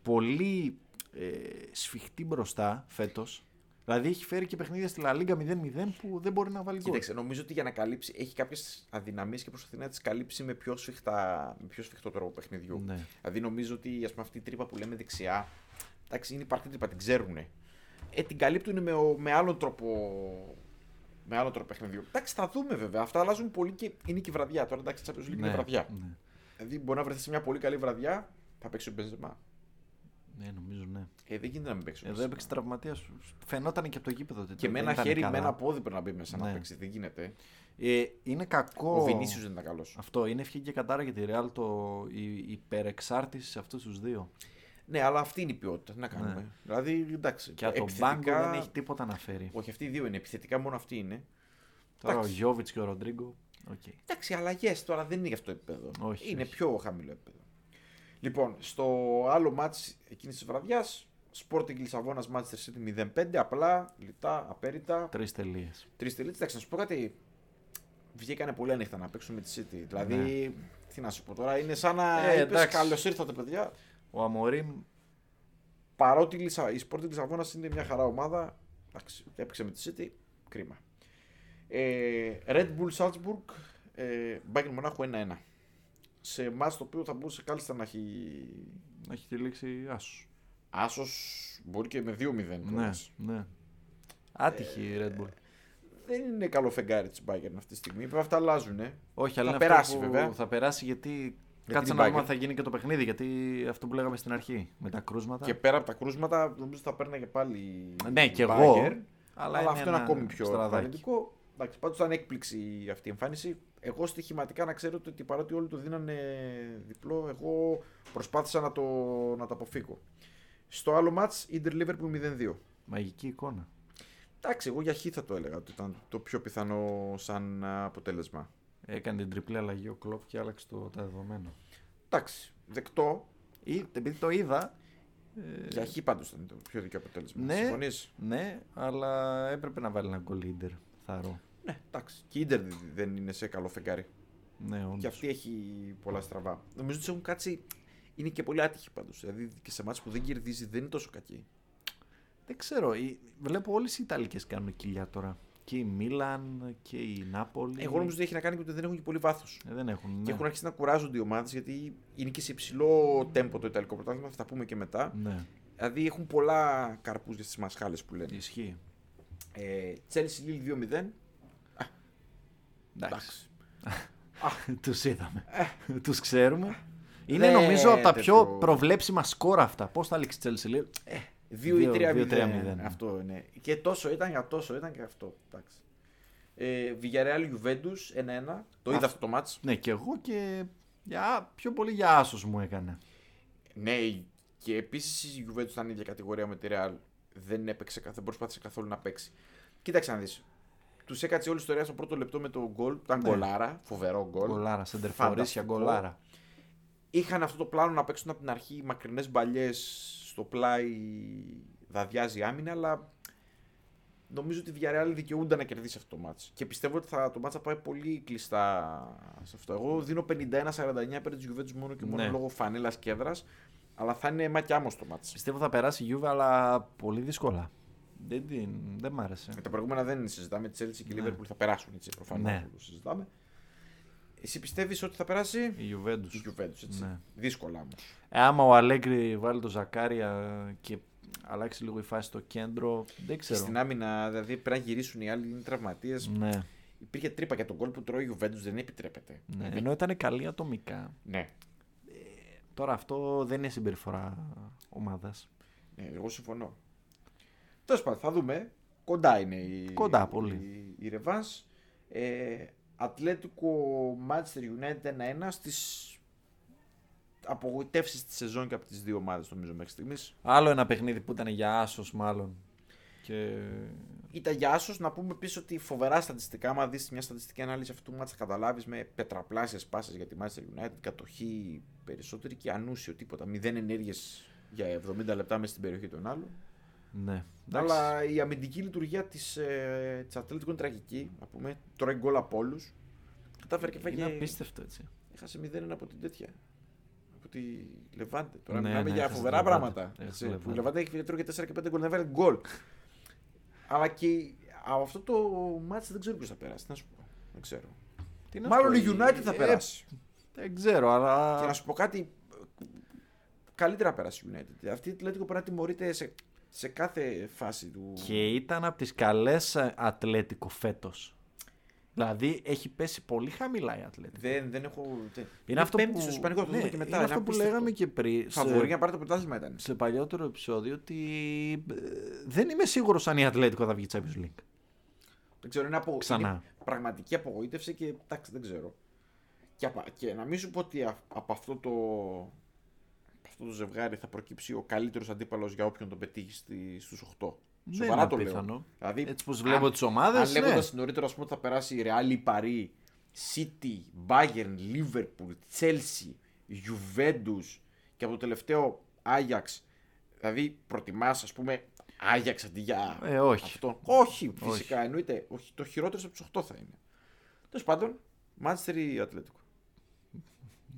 A: πολύ ε, σφιχτή μπροστά φέτος. Δηλαδή έχει φέρει και παιχνίδια στη La Liga 0-0 που δεν μπορεί να βάλει γκολ.
B: Κοίταξε, νομίζω ότι για να καλύψει έχει κάποιες αδυναμίες και προσπαθεί να τις καλύψει με πιο, σφιχτά, με πιο σφιχτό τρόπο παιχνιδιού.
A: Ναι.
B: Δηλαδή νομίζω ότι ας πούμε, αυτή η τρύπα που λέμε δεξιά, εντάξει, είναι υπαρκτή τρύπα, την ξέρουν. Ε, την καλύπτουν με, ο- με άλλον τρόπο. Με άλλο τρόπο παιχνιδιού. Εντάξει, θα δούμε βέβαια. Αυτά αλλάζουν πολύ και είναι και η βραδιά. Τώρα εντάξει, Champions League είναι
A: Ναι,
B: βραδιά.
A: ναι.
B: Δηλαδή μπορεί να βρεθεί σε μια πολύ καλή βραδιά, θα παίξει ο Μπενζεμά.
A: Ναι, νομίζω ναι.
B: Ε, δεν γίνεται να μην παίξει. ο
A: Εδώ
B: Μπενζεμά.
A: έπαιξε τραυματία. Φαινόταν και από το γήπεδο. ότι
B: Και
A: δεν
B: με ένα
A: ήταν
B: χέρι,
A: καλά.
B: με ένα πόδι πρέπει να μπει μέσα να
A: Ναι.
B: παίξει. Δεν γίνεται.
A: Ε, είναι κακό.
B: Ο Βινίσιος δεν ήταν καλός.
A: Αυτό είναι ευχή και κατάρα για τη Real το, η υπερεξάρτηση σε αυτούς τους δύο.
B: Ναι, αλλά αυτή είναι η ποιότητα. Τι να κάνουμε.
A: Ναι.
B: Δηλαδή εντάξει.
A: Και από τον Μπάγκο
B: επιθετικά-
A: δεν έχει τίποτα να φέρει.
B: Όχι, αυτοί οι δύο είναι. Επιθετικά μόνο αυτοί είναι.
A: Τώρα ο
B: Εντάξει.
A: Γιώβιτ και ο Ροντρίγκο. Οκ.
B: Εντάξει, αλλαγές τώρα δεν είναι για αυτό το επίπεδο.
A: Όχι,
B: είναι
A: όχι.
B: πιο χαμηλό επίπεδο. Λοιπόν, στο άλλο μάτς εκείνης της βραδιάς, Sporting Λισαβόνας Manchester City 0-5. Απλά, λιτά, απέριτα.
A: Τρεις τελείες.
B: Τρεις τελίτσε. Εντάξει, να σου πω κάτι. Βγήκανε πολύ ανοιχτά να παίξουν με τη City. Δηλαδή, τι να σου πω τώρα, είναι σαν να
A: Ναι. Ε,
B: ε, είπες
A: εντάξει.
B: καλώς ήρθατε, παιδιά.
A: Ο Αμορίμ
B: Παρότι η Λισσα- η Sporting Λισαβόνας είναι μια χαρά ομάδα, εντάξει, έπαιξε με τη City, κρίμα. Ε, Red Bull Salzburg, ε, Bayern Μονάχου 1-1. Σε μάτς το οποίο θα μπορούσε κάλλιστα να έχει
A: έχει τυλίξει άσους.
B: άσος, μπορεί και με 2-0.
A: Ναι,
B: κιόλας.
A: ναι. Ε, Άτυχη η Red Bull.
B: Δεν είναι καλό φεγγάρι της Bayern αυτή τη στιγμή, βέβαια αυτά αλλάζουν. Ε.
A: Όχι,
B: θα
A: αλλά είναι
B: περάσει,
A: αυτό που
B: βέβαια.
A: θα περάσει γιατί.
B: την
A: Κάτσε να δούμε
B: Bayern.
A: αν θα γίνει και το παιχνίδι. Γιατί αυτό που λέγαμε στην αρχή με τα κρούσματα.
B: Και πέρα από τα κρούσματα, νομίζω θα παίρναγε πάλι η
A: Ναι, και
B: Bayern.
A: εγώ.
B: Αλλά,
A: είναι
B: αυτό είναι
A: ένα
B: ακόμη πιο
A: στραδάκι.
B: ενθαρρυντικό. Εντάξει, πάντως ήταν έκπληξη αυτή η εμφάνιση. Εγώ στοιχηματικά να ξέρετε ότι παρότι όλοι του δίνανε διπλό, εγώ προσπάθησα να το, να το αποφύγω. Στο άλλο μάτς, Inter Liverpool 0-2.
A: Μαγική εικόνα.
B: Εντάξει, εγώ για χ θα το έλεγα ότι ήταν το πιο πιθανό σαν α, αποτέλεσμα.
A: Έκανε την τριπλή αλλαγή ο Κλοπ και άλλαξε το τα δεδομένα.
B: Εντάξει, δεκτό.
A: Ή, επειδή το είδα.
B: Για χ πάντως ήταν το πιο δίκαιο αποτέλεσμα.
A: Ε, Ναι.
B: Συμφωνείς?
A: Ναι, αλλά έπρεπε να βάλει ένα γκολ η Ίντερ. Θαρώ.
B: Ναι, εντάξει. Και η Inter δεν είναι σε καλό φεγγάρι.
A: Ναι,
B: Και
A: όντως.
B: αυτή έχει πολλά στραβά. Νομίζω ότι έχουν κάτσει. Είναι και πολύ άτυχη πάντως. Δηλαδή και σε μάτς που δεν κερδίζει δεν είναι τόσο κακή.
A: Δεν ξέρω. η- Βλέπω όλες οι Ιταλικές κάνουν κοιλιά τώρα. Και η Μίλαν και η Νάπολη.
B: Εγώ νομίζω ότι έχει να κάνει και ότι δεν έχουν και πολύ βάθος.
A: Ε, δεν έχουν. Ναι.
B: Και έχουν αρχίσει να κουράζονται οι ομάδες γιατί είναι και σε υψηλό τέμπο το Ιταλικό πρωτάθλημα. Θα τα πούμε και μετά.
A: Ναι,
B: Δηλαδή έχουν πολλά καρπούζια στις μασχάλες που λένε. Ε,
A: ισχύει.
B: Τσέλσι Λίλ 2-0.
A: Εντάξει.
B: Εντάξει.
A: Τους είδαμε. Τους ξέρουμε. Είναι
B: Ε. Ναι,
A: νομίζω από τα
B: τέτοιο.
A: πιο προβλέψιμα σκόρ αυτά. Πώς θα λήξει η Chelsea. Ε,
B: 2 ή
A: Δύο-
B: 3-0.
A: 2-3-0.
B: Αυτό είναι. Και τόσο ήταν για τόσο ήταν και αυτό. Εντάξει. Ε, Villarreal Juventus 1-1. Το είδα
A: Αυτό-
B: αυτό το μάτς.
A: ναι, και εγώ και για, πιο πολύ για άσος μου έκανε.
B: Ναι, και επίσης η Juventus ήταν ίδια καθηγορία με τη Real. Δεν έπαιξε, κα- δεν προσπάθησε καθόλου να παίξει. Κοίταξε να δεις. Τους έκατσε όλη η ιστορία στο πρώτο λεπτό με το γκολ. Ήταν
A: Ναι.
B: γκολάρα, φοβερό γκολ.
A: Γκολάρα, σεντερφορίσια
B: Φανταστικό.
A: γκολάρα.
B: Είχαν αυτό το πλάνο να παίξουν από την αρχή μακρινές μπαλιές στο πλάι. Δαδιάζει άμυνα, αλλά νομίζω ότι η Villarreal δικαιούνται να κερδίσει αυτό το μάτς. Και πιστεύω ότι θα, το μάτς θα πάει πολύ κλειστά σε αυτό. Εγώ δίνω 51-49 πέρα τη Juventus μόνο και μόνο
A: Ναι.
B: λόγω φανέλας κέδρας. Αλλά θα είναι μακιάμο το μάτς.
A: Πιστεύω θα περάσει η Juve, αλλά πολύ δύσκολα. Δεν, την- δεν μ' άρεσε.
B: Ε, Τα προηγούμενα δεν συζητάμε. Της Chelsea και η
A: Ναι.
B: Liverpool θα περάσουν έτσι προφανώς.
A: Ναι.
B: Το συζητάμε. Εσύ πιστεύεις ότι θα περάσει
A: Η Juventus.
B: η Juventus, έτσι.
A: Ναι.
B: Δύσκολα όμως.
A: Ε, άμα ο Αλέγκρι βάλει το Ζακάρια και αλλάξει λίγο η φάση στο κέντρο, δεν
B: Και
A: ξέρω.
B: στην άμυνα, δηλαδή πρέπει να γυρίσουν οι άλλοι, είναι τραυματίες.
A: Ναι,
B: Υπήρχε τρύπα για τον κόλ που τρώει η Juventus, δεν επιτρέπεται. Δηλαδή,
A: ναι. Ενώ ήταν καλή ατομικά.
B: Ναι.
A: Τώρα αυτό δεν είναι συμπεριφορά ομάδας.
B: ναι, εγώ συμφωνώ. Τέλος πάντων, θα δούμε. Κοντά είναι η,
A: Κοντά, πολύ.
B: η, η Revanche. Ε, Ατλέτικο Manchester United 1-1 στις απογοητεύσεις της σεζόν και από τις δύο ομάδες νομίζω μέχρι στιγμής.
A: Άλλο ένα παιχνίδι που ήταν για άσος μάλλον. Και...
B: ήταν για άσος. Να πούμε επίσης ότι φοβερά στατιστικά, άμα δεις μια στατιστική ανάλυση αυτού του μάτσα, θα καταλάβεις με πετραπλάσια πάσει για τη Manchester United, κατοχή περισσότερη και ανούσιο τίποτα. Μηδέν ενέργειες για 70 λεπτά μέσα στην περιοχή των άλλων.
A: Ναι. εντάξει.
B: Αλλά η αμυντική λειτουργία της ε, της Ατλέτικο είναι τραγική. Να πούμε, τρώει γκολ από όλους. Κατάφερε και
A: Είναι
B: φάγε.
A: απίστευτο έτσι.
B: Έχασε 0-1 από την τέτοια. Από τη Λεβάντε. Τώρα
A: Ναι,
B: μιλάμε
A: ναι,
B: για
A: έχασε
B: φοβερά
A: τη Λεβάντε.
B: πράγματα.
A: Έχασε
B: έτσι.
A: τη
B: Που η
A: Λεβάντε.
B: Λεβάντε έχει φύγει και 4 και 5 γκολ. Να βάλει γκολ. Αλλά και από αυτό το μάτς δεν ξέρω ποιος θα περάσει. Τι Να σου πω. Δεν ξέρω.
A: Τι να
B: Μάλλον η
A: σου πω,
B: United θα
A: ε,
B: περάσει.
A: Δεν ξέρω,
B: Και να
A: αλλά.
B: σου πω κάτι. Καλύτερα να περάσει η United. Αυτή η Ατλέτικο πρέπει να τιμωρείται σε, σε κάθε φάση του.
A: Και ήταν από τις καλές ε, Ατλέτικο φέτος. Δηλαδή έχει πέσει πολύ χαμηλά η Ατλέτικο.
B: Δεν, δεν έχω. δεν-
A: Είναι αυτό
B: πέμπτης
A: που,
B: στο Ισπανικό, θα το
A: ναι,
B: δούμε και μετά.
A: είναι αυτό που
B: απίστευτο.
A: λέγαμε και πριν.
B: Φαβορή
A: Σε,
B: να πάρει το πρωτάθλημα ήταν.
A: σε παλιότερο επεισόδιο ότι ε, δεν είμαι σίγουρος αν η Ατλέτικο θα βγει Champions League.
B: Δεν ξέρω, είναι, απο...
A: Ξανά.
B: είναι πραγματική απογοήτευση και εντάξει, δεν ξέρω. Και, απα... και να μην σου πω ότι α- από αυτό το... από αυτό το ζευγάρι θα προκύψει ο καλύτερος αντίπαλος για όποιον τον πετύχει στη... στους 8.
A: Δεν
B: Σοβαρά
A: είναι
B: το λέω.
A: απίθανο.
B: Δηλαδή,
A: Ναι, Έτσι πως βλέπω τις ομάδες,
B: Αν
A: ναι.
B: λέγοντας νωρίτερα, ας πούμε, ότι θα περάσει η Real, η Paris, City, Bayern, Liverpool, Chelsea, Juventus και από το τελευταίο Ajax, Δηλαδή, προτιμάς, ας πούμε, Άγιαξ αντί για
A: Ε, όχι.
B: αυτόν. Όχι, φυσικά εννοείται. Όχι, το χειρότερο από τους 8 θα είναι. Τέλος πάντων, Μάντσεστερ ή Ατλέτικο.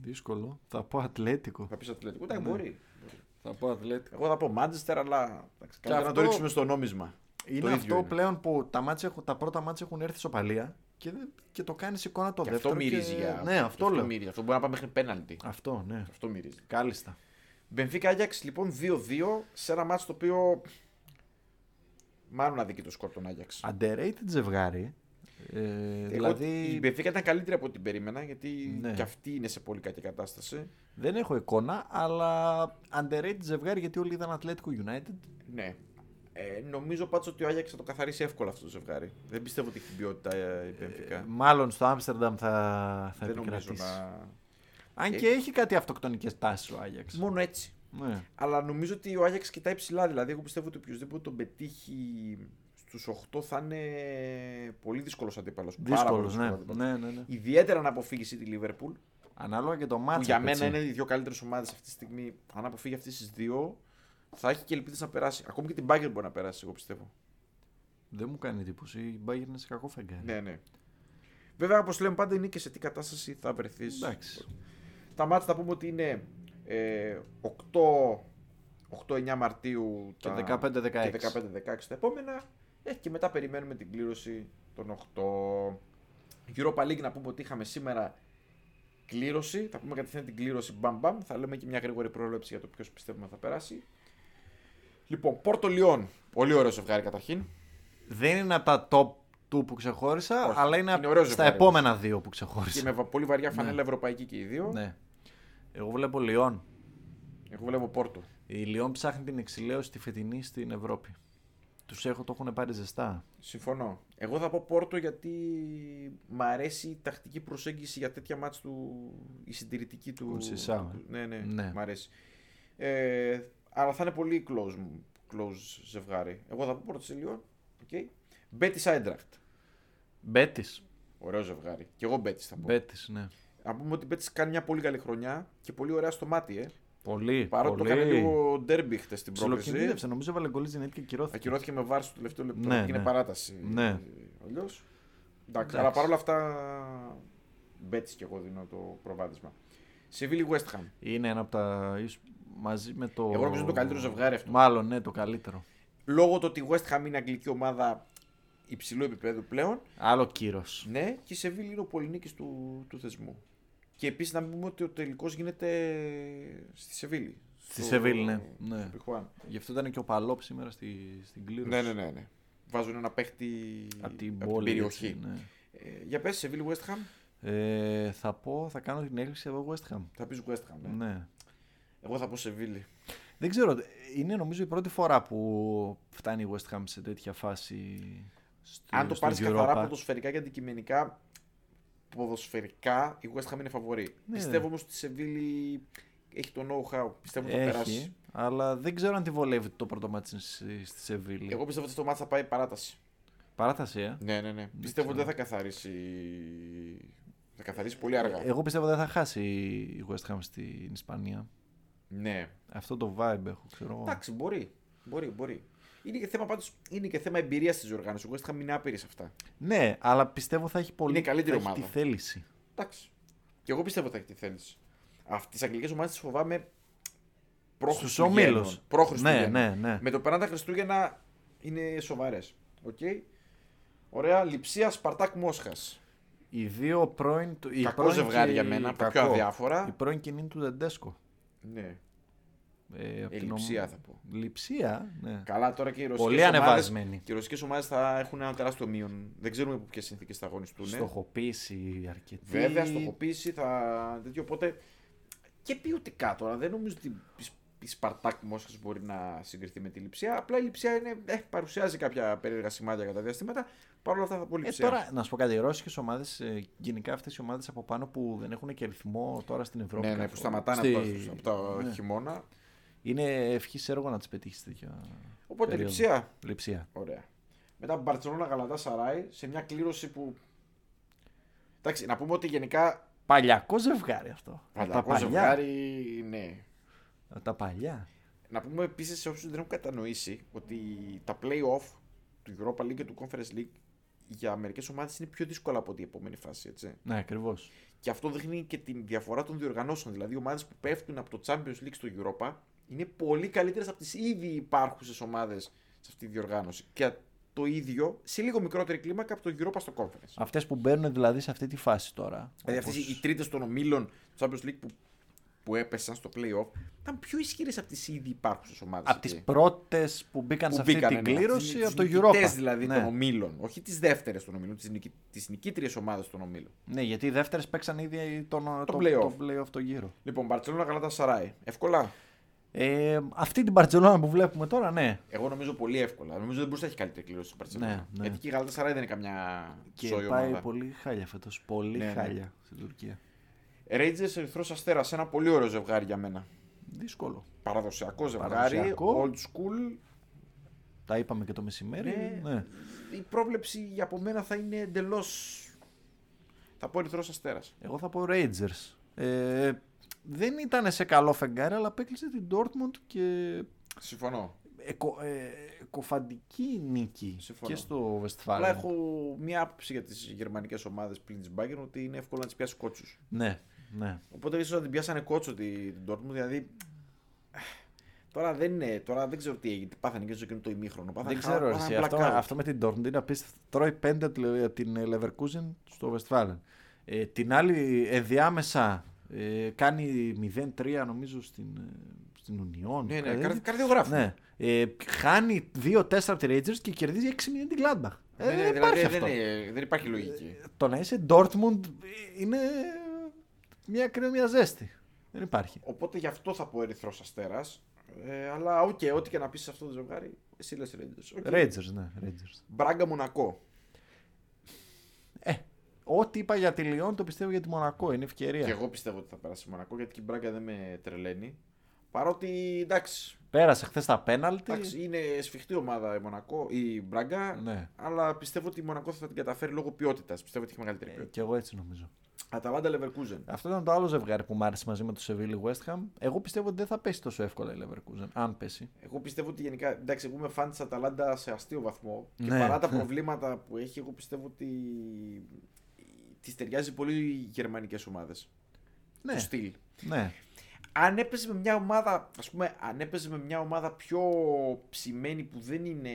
A: Δύσκολο. Θα πω Ατλέτικο.
B: Θα πεις Ατλέτικο. Εντάξει,
A: Ναι.
B: μπορεί.
A: Θα πω Ατλέτικο.
B: Εγώ θα πω Μάντσεστερ, αλλά εντάξει, καλύτερα να το
A: αυτό-
B: ρίξουμε στο νόμισμα.
A: Είναι
B: Το ίδιο
A: αυτό
B: είναι.
A: πλέον που τα, μάτς έχουν, τα πρώτα μάτια έχουν έρθει σοπαλία και, δεν- και το κάνεις εικόνα το
B: Και
A: δεύτερο.
B: αυτό μυρίζει
A: και...
B: για.
A: Ναι, αυτό λέω.
B: μυρίζει. Αυτό μπορεί να πάμε μέχρι πέναλτι.
A: Αυτό, ναι.
B: Αυτό μυρίζει.
A: Κάλιστα.
B: Μπενφίκα Άγιαξ λοιπόν 2-2 σε ένα μάτσο το οποίο. Μάλλον αδικεί το σκορ τον Άγιαξ.
A: Underrated ζευγάρι. Ε,
B: Εγώ-
A: δηλαδή
B: Η Μπενφίκα ήταν καλύτερη από ό,τι περίμενα γιατί
A: Ναι.
B: και αυτή είναι σε πολύ κακή κατάσταση.
A: δεν έχω εικόνα, αλλά underrated ζευγάρι γιατί όλοι ήταν Atletico United.
B: Ναι. Ε, νομίζω πάντως ότι ο Άγιαξ θα το καθαρίσει εύκολα αυτό το ζευγάρι. Δεν πιστεύω ότι έχει την ποιότητα ε, η Μπενφίκα.
A: Ε, Μάλλον στο Άμστερνταμ θα, θα
B: Δεν νομίζω
A: επικρατήσει.
B: να. Ε.
A: Αν και έχει κάτι αυτοκτονικές τάσεις ο Άγιαξ.
B: Μόνο έτσι.
A: Ναι.
B: Αλλά νομίζω ότι ο Άγιαξ κοιτάει ψηλά. Δηλαδή, εγώ πιστεύω ότι οποιοδήποτε τον πετύχει στου 8 θα είναι πολύ δύσκολος αντίπαλος.
A: Δύσκολο, ναι. ναι, ναι, ναι.
B: Ιδιαίτερα να αποφύγει τη Λίβερπουλ.
A: Ανάλογα και το
B: Που
A: μάτσο.
B: για μένα είναι οι δύο καλύτερες ομάδες αυτή τη στιγμή. Αν αποφύγει αυτές τις δύο, θα έχει και ελπίδες να περάσει. Ακόμη και την Bayern μπορεί να περάσει, εγώ πιστεύω.
A: Δεν μου κάνει εντύπωση. Η Bayern είναι σε κακό φεγγάρι.
B: Ναι, ναι. Βέβαια, όπως λέμε πάντα, είναι και σε τι κατάσταση θα βρεθείς.
A: Εντάξει.
B: Τα μάτια θα πούμε ότι είναι ε, 8, 8-9 Μαρτίου
A: Και
B: τα-
A: 15-16.
B: και 15-16 τα επόμενα. Ε, και μετά περιμένουμε την κλήρωση των 8. Europa League να πούμε ότι είχαμε σήμερα κλήρωση. Θα πούμε κατευθείαν την κλήρωση μπαμ μπαμ. Θα λέμε και μια γρήγορη πρόβλεψη για το ποιος πιστεύουμε θα περάσει. Λοιπόν, Πόρτο Λιόν. Πολύ ωραίο ζευγάρι καταρχήν.
A: Δεν είναι από τα top του που ξεχώρισα,
B: Όχι.
A: αλλά είναι,
B: Είναι
A: απ'
B: ωραίο
A: στα
B: ζευγάρι,
A: επόμενα δύο που
B: Και
A: ξεχώρισα.
B: με βα- πολύ βαριά φανέλα ευρωπαϊκή και οι δύο.
A: Ναι. Εγώ βλέπω Λιόν.
B: Εγώ βλέπω Πόρτο.
A: Η Λιόν ψάχνει την εξηλαίωση τη φετινή στην Ευρώπη. Τους έχω, το έχουν πάρει ζεστά.
B: Συμφωνώ. Εγώ θα πω Πόρτο γιατί μ' αρέσει η τακτική προσέγγιση για τέτοια μάτς του, η συντηρητική του.
A: Κονσισάου,
B: του- ναι, ναι,
A: Ναι.
B: μ' αρέσει. Ε, αλλά θα είναι πολύ close, μου- close ζευγάρι. Εγώ θα πω Πόρτο σε λίγο. Okay. Μπέτη Άιντραχτ.
A: Μπέτη.
B: Ωραίο ζευγάρι. Και εγώ Μπέτη θα πω.
A: Μπέτη, ναι.
B: Να πούμε ότι Μπέτη κάνει μια πολύ καλή χρονιά και πολύ ωραία στο μάτι, ε.
A: Πολύ.
B: Παρότι το
A: πολύ.
B: έκανε λίγο ντέρμπι χτες στην πρόκληση.
A: Ψιλοκινδύνευσε, νομίζω έβαλε γκολ Ζενίτ και κυρώθηκε.
B: Ακυρώθηκε με βάρη στο τελευταίο λεπτό.
A: Ναι,
B: Ναι, είναι
A: ναι.
B: παράταση.
A: Ναι.
B: Αλλιώς. Εντάξει, αλλά παρόλα αυτά. Μπέτσι και εγώ δίνω το προβάδισμα. Σεβίλη West Ham.
A: Είναι ένα από τα. ίσως μαζί με το.
B: Εγώ νομίζω είναι το καλύτερο ζευγάρι αυτό.
A: Μάλλον, ναι, το καλύτερο.
B: Λόγω του ότι η West Ham είναι αγγλική ομάδα υψηλού επίπεδου πλέον.
A: Άλλο κύρος.
B: Ναι, και η Σεβίλη είναι ο πολυνίκης του, του θεσμού. Και επίσης να μην πούμε ότι ο τελικός γίνεται στη Σεβίλη.
A: Στη Σεβίλη, ναι. Ναι.
B: στο Πιχουάν.
A: Γι' αυτό ήταν και ο Παλόπ σήμερα στη, στην κλήρωση.
B: ναι, ναι, ναι, ναι. Βάζουν ένα παίχτη
A: Από την
B: απ'
A: πόλη.
B: περιοχή.
A: έτσι, ναι.
B: Ε, για πες, Σεβίλη West Ham.
A: Ε, θα πω, θα κάνω την έκκληση εδώ West Ham.
B: Θα πεις West Ham. ε.
A: Ναι.
B: Εγώ θα πω Σεβίλη.
A: Δεν ξέρω, είναι νομίζω η πρώτη φορά που φτάνει η West Ham σε τέτοια φάση. στο-
B: Αν το
A: στο
B: πάρει καθαρά
A: Europa.
B: ποδοσφαιρικά και αντικειμενικά, ποδοσφαιρικά η West Ham είναι φαβορή.
A: Ναι.
B: Πιστεύω όμως ότι η Σεβίλη έχει το know-how. Πιστεύω ότι θα περάσει.
A: Έχει, αλλά δεν ξέρω αν τη βολεύει το πρώτο μάτι στη στη Σεβίλη.
B: Εγώ πιστεύω ότι στο μάτι θα πάει παράταση.
A: Παράταση, ε.
B: Ναι, ναι, ναι. Πιστεύω ότι δεν θα καθαρίσει. Θα καθαρίσει πολύ αργά.
A: Εγώ πιστεύω δεν θα χάσει η West Ham στην Ισπανία. ε,
B: Ναι.
A: Αυτό το vibe έχω, ξέρω εγώ.
B: Εντάξει, μπορεί. Μπορεί, μπορεί. Είναι και θέμα πάντως, είναι και θέμα εμπειρίας της οργάνωσης. Ο West Ham είναι άπειρη σε αυτά.
A: Ναι, αλλά πιστεύω θα έχει πολύ
B: Είναι η καλύτερη
A: θα έχει τη
B: ομάδα.
A: θέληση.
B: Εντάξει. Και εγώ πιστεύω ότι θα έχει τη θέληση. Αυτέ τι αγγλικές ομάδες τις φοβάμαι προχριστουγέννων.
A: ομίλους.
B: Προχριστουγέννων.
A: Ναι, ναι, ναι.
B: Με το περνά τα Χριστούγεννα είναι σοβαρές. Οκ. Ωραία. Λιψία Σπαρτάκ Μόσχας.
A: Οι δύο πρώην. του- η
B: Κακό
A: πρώην
B: ζευγάρι
A: και-
B: για μένα, από τα πιο
A: κακό.
B: αδιάφορα.
A: Η πρώην κοινή του Δεντέσκο.
B: Ναι.
A: Ε, απ'
B: Ε,
A: την ομ-
B: λειψία θα πω.
A: Λειψία, ναι.
B: Καλά τώρα και οι ρωσικές.
A: Πολύ ανεβασμένοι.
B: Και οι ρωσικές ομάδες θα έχουν ένα τεράστιο μείον. Δεν ξέρουμε υπό ποιες συνθήκες θα αγωνιστούν.
A: Στοχοποίηση αρκετή.
B: Βέβαια, στοχοποίηση θα. Τέτοιο, οπότε και ποιοτικά τώρα. Δεν νομίζω ότι η Σ- η Σπαρτάκ Μόσχας μπορεί να συγκριθεί με τη Λιψία. Απλά η Λιψία είναι, ε, παρουσιάζει κάποια περίεργα σημάδια κατά διαστήματα. Παρ' όλα αυτά θα πω
A: Ε,
B: Λιψία.
A: τώρα, να σου πω κάτι, οι ρώσικες ομάδες, γενικά αυτές οι ομάδες από πάνω που δεν έχουν και ρυθμό τώρα στην Ευρώπη.
B: ναι, ναι,
A: καθόλου.
B: που σταματάνε
A: Στη-
B: από τα, από τα
A: ναι.
B: χειμώνα.
A: Είναι ευχής έργο να τις πετύχεις τέτοια.
B: Οπότε
A: περίοδο.
B: Λιψία.
A: Λειψία.
B: Ωραία. Μετά Μπαρσελόνα Γαλατά Σαράι σε μια κλήρωση που. Εντάξει, να πούμε ότι γενικά.
A: Παλιακό ζευγάρι αυτό.
B: Παλιακό ζευγάρι, ναι.
A: Από Τα παλιά.
B: Να πούμε επίσης σε όσους δεν έχουν κατανοήσει ότι τα playoff του Europa League και του Conference League για μερικές ομάδες είναι πιο δύσκολα από την επόμενη φάση. Έτσι.
A: Ναι, ακριβώς.
B: Και αυτό δείχνει και τη διαφορά των διοργανώσεων. Δηλαδή, οι ομάδες που πέφτουν από το Champions League στο Europa είναι πολύ καλύτερες από τις ήδη υπάρχουσες ομάδες σε αυτή τη διοργάνωση. Και το ίδιο σε λίγο μικρότερη κλίμακα από το Europa στο Conference.
A: Αυτές που μπαίνουν δηλαδή σε αυτή τη φάση τώρα.
B: Δηλαδή,
A: όπως-
B: αυτέ οι τρίτες των ομίλων του Champions League που, που έπεσαν στο playoff ήταν πιο ισχυρές από τις ήδη υπάρχουσες ομάδες.
A: Από τις πρώτες που ναι. μπήκαν σε αυτή την
B: ναι.
A: κλήρωση από το Europa.
B: δηλαδή
A: ναι.
B: των ομίλων. Όχι τις δεύτερες των ομίλων, τις νικήτριες ομάδες των ομίλων.
A: Ναι, γιατί οι δεύτερες παίξαν ήδη τον, το,
B: play-off.
A: το play-off το γύρο.
B: Λοιπόν, Μπαρσελόνα Γαλάτα Σαράι. Εύκολα.
A: Ε, αυτή την Μπαρτσελόνα που βλέπουμε τώρα, ναι.
B: Εγώ νομίζω πολύ εύκολα. Νομίζω δεν μπορούσε να έχει καλύτερη κλήρωση στην Παρσελόνα.
A: Ναι, ναι.
B: Γιατί και η Γαλάτα Σαράι δεν είναι καμιά
A: Και
B: ζωή
A: πάει
B: ομάδα.
A: πολύ χάλια φέτος. Πολύ
B: Ναι, ναι.
A: χάλια στην Τουρκία.
B: Ρέιτζερ Ερυθρός Αστέρας. Ένα πολύ ωραίο ζευγάρι για μένα.
A: Δύσκολο.
B: Παραδοσιακό ζευγάρι.
A: Παραδοσιακό.
B: Old school.
A: Τα είπαμε και το μεσημέρι.
B: Ναι.
A: Ναι.
B: Η πρόβλεψη από μένα θα είναι εντελώς. Θα πω Ερυθρός Αστέρας.
A: Εγώ θα πω Rangers. Ε, δεν ήταν σε καλό φεγγάρι, αλλά απέκλεισε την Dortmund και
B: Συμφωνώ.
A: εκο, ε, κοφαντική νίκη
B: Συμφωνώ.
A: και στο
B: Αλλά
A: Westfalen.
B: έχω μία άποψη για τις γερμανικές ομάδες πλην τη Μπάγκερ ότι είναι εύκολο να τις πιάσει κότσους.
A: Ναι, ναι.
B: Οπότε ίσως να την πιάσανε κότσο τη- την Dortmund, δηλαδή. Τώρα δεν, είναι, τώρα δεν ξέρω τι έγινε. Τι πάθανε και στο εκείνο το ημίχρονο. Πάθανε
A: Δεν
B: χα-
A: ξέρω.
B: πάθανε
A: Εσύ, αυτό,
B: blackout.
A: αυτό με την Dortmund είναι απίστευτο. Τρώει πέντε τη- την ε, Leverkusen στο Westfalen. Ε, την άλλη ενδιάμεσα ε, κάνει 0-3 νομίζω στην, ε, στην Union.
B: Ναι, ναι,
A: κάτι
B: καρδι-
A: τέτοιο.
B: καρδιογράφο.
A: Ναι. Ε, χάνει 2-4 από τη Rangers και κερδίζει 6-0 την Gladbach. Ε,
B: Ναι,
A: δεν
B: ναι, δηλαδή,
A: υπάρχει
B: δεν,
A: αυτό. Ε,
B: είναι- δεν υπάρχει λογική.
A: Το να είσαι Dortmund ε, είναι μια κρύο, μια ζέστη. Δεν υπάρχει.
B: Οπότε γι' αυτό θα πω Ερυθρός Αστέρας. Ε, αλλά οκ, ό,τι και να πεις σε αυτό το ζευγάρι, εσύ λες Rangers. Okay.
A: Rangers, ναι, Rangers.
B: Μπράγκα Μονακό.
A: Ε, ό,τι είπα για τη Λιόν το πιστεύω για τη Μονακό. Είναι ευκαιρία.
B: Και εγώ πιστεύω ότι θα περάσει η Μονακό γιατί και η Μπράγκα δεν με τρελαίνει. Παρότι εντάξει,
A: Πέρασε χθες τα πέναλτι.
B: εντάξει, είναι σφιχτή ομάδα η Μονακό, η Μπράγκα.
A: Ναι.
B: Αλλά πιστεύω ότι η Μονακό θα την καταφέρει λόγω ποιότητας. Πιστεύω ότι έχει μεγαλύτερη
A: Ε,
B: ποιότητα.
A: και εγώ έτσι νομίζω.
B: Αταλάντα Leverkusen.
A: Αυτό ήταν το άλλο ζευγάρι που μου άρεσε μαζί με το Σεβίλη West Ham. Εγώ πιστεύω ότι δεν θα πέσει τόσο εύκολα η Leverkusen. Αν πέσει.
B: Εγώ πιστεύω ότι γενικά. Εντάξει, εγώ είμαι φαν της Αταλάντα σε αστείο βαθμό. Και
A: Ναι.
B: παρά τα προβλήματα που έχει, εγώ πιστεύω ότι τη ταιριάζει πολύ οι γερμανικές ομάδες.
A: Ναι.
B: Το στυλ.
A: Ναι.
B: Αν έπαιζε με μια ομάδα, ας πούμε, αν έπαιζε με μια ομάδα πιο ψημένη που δεν είναι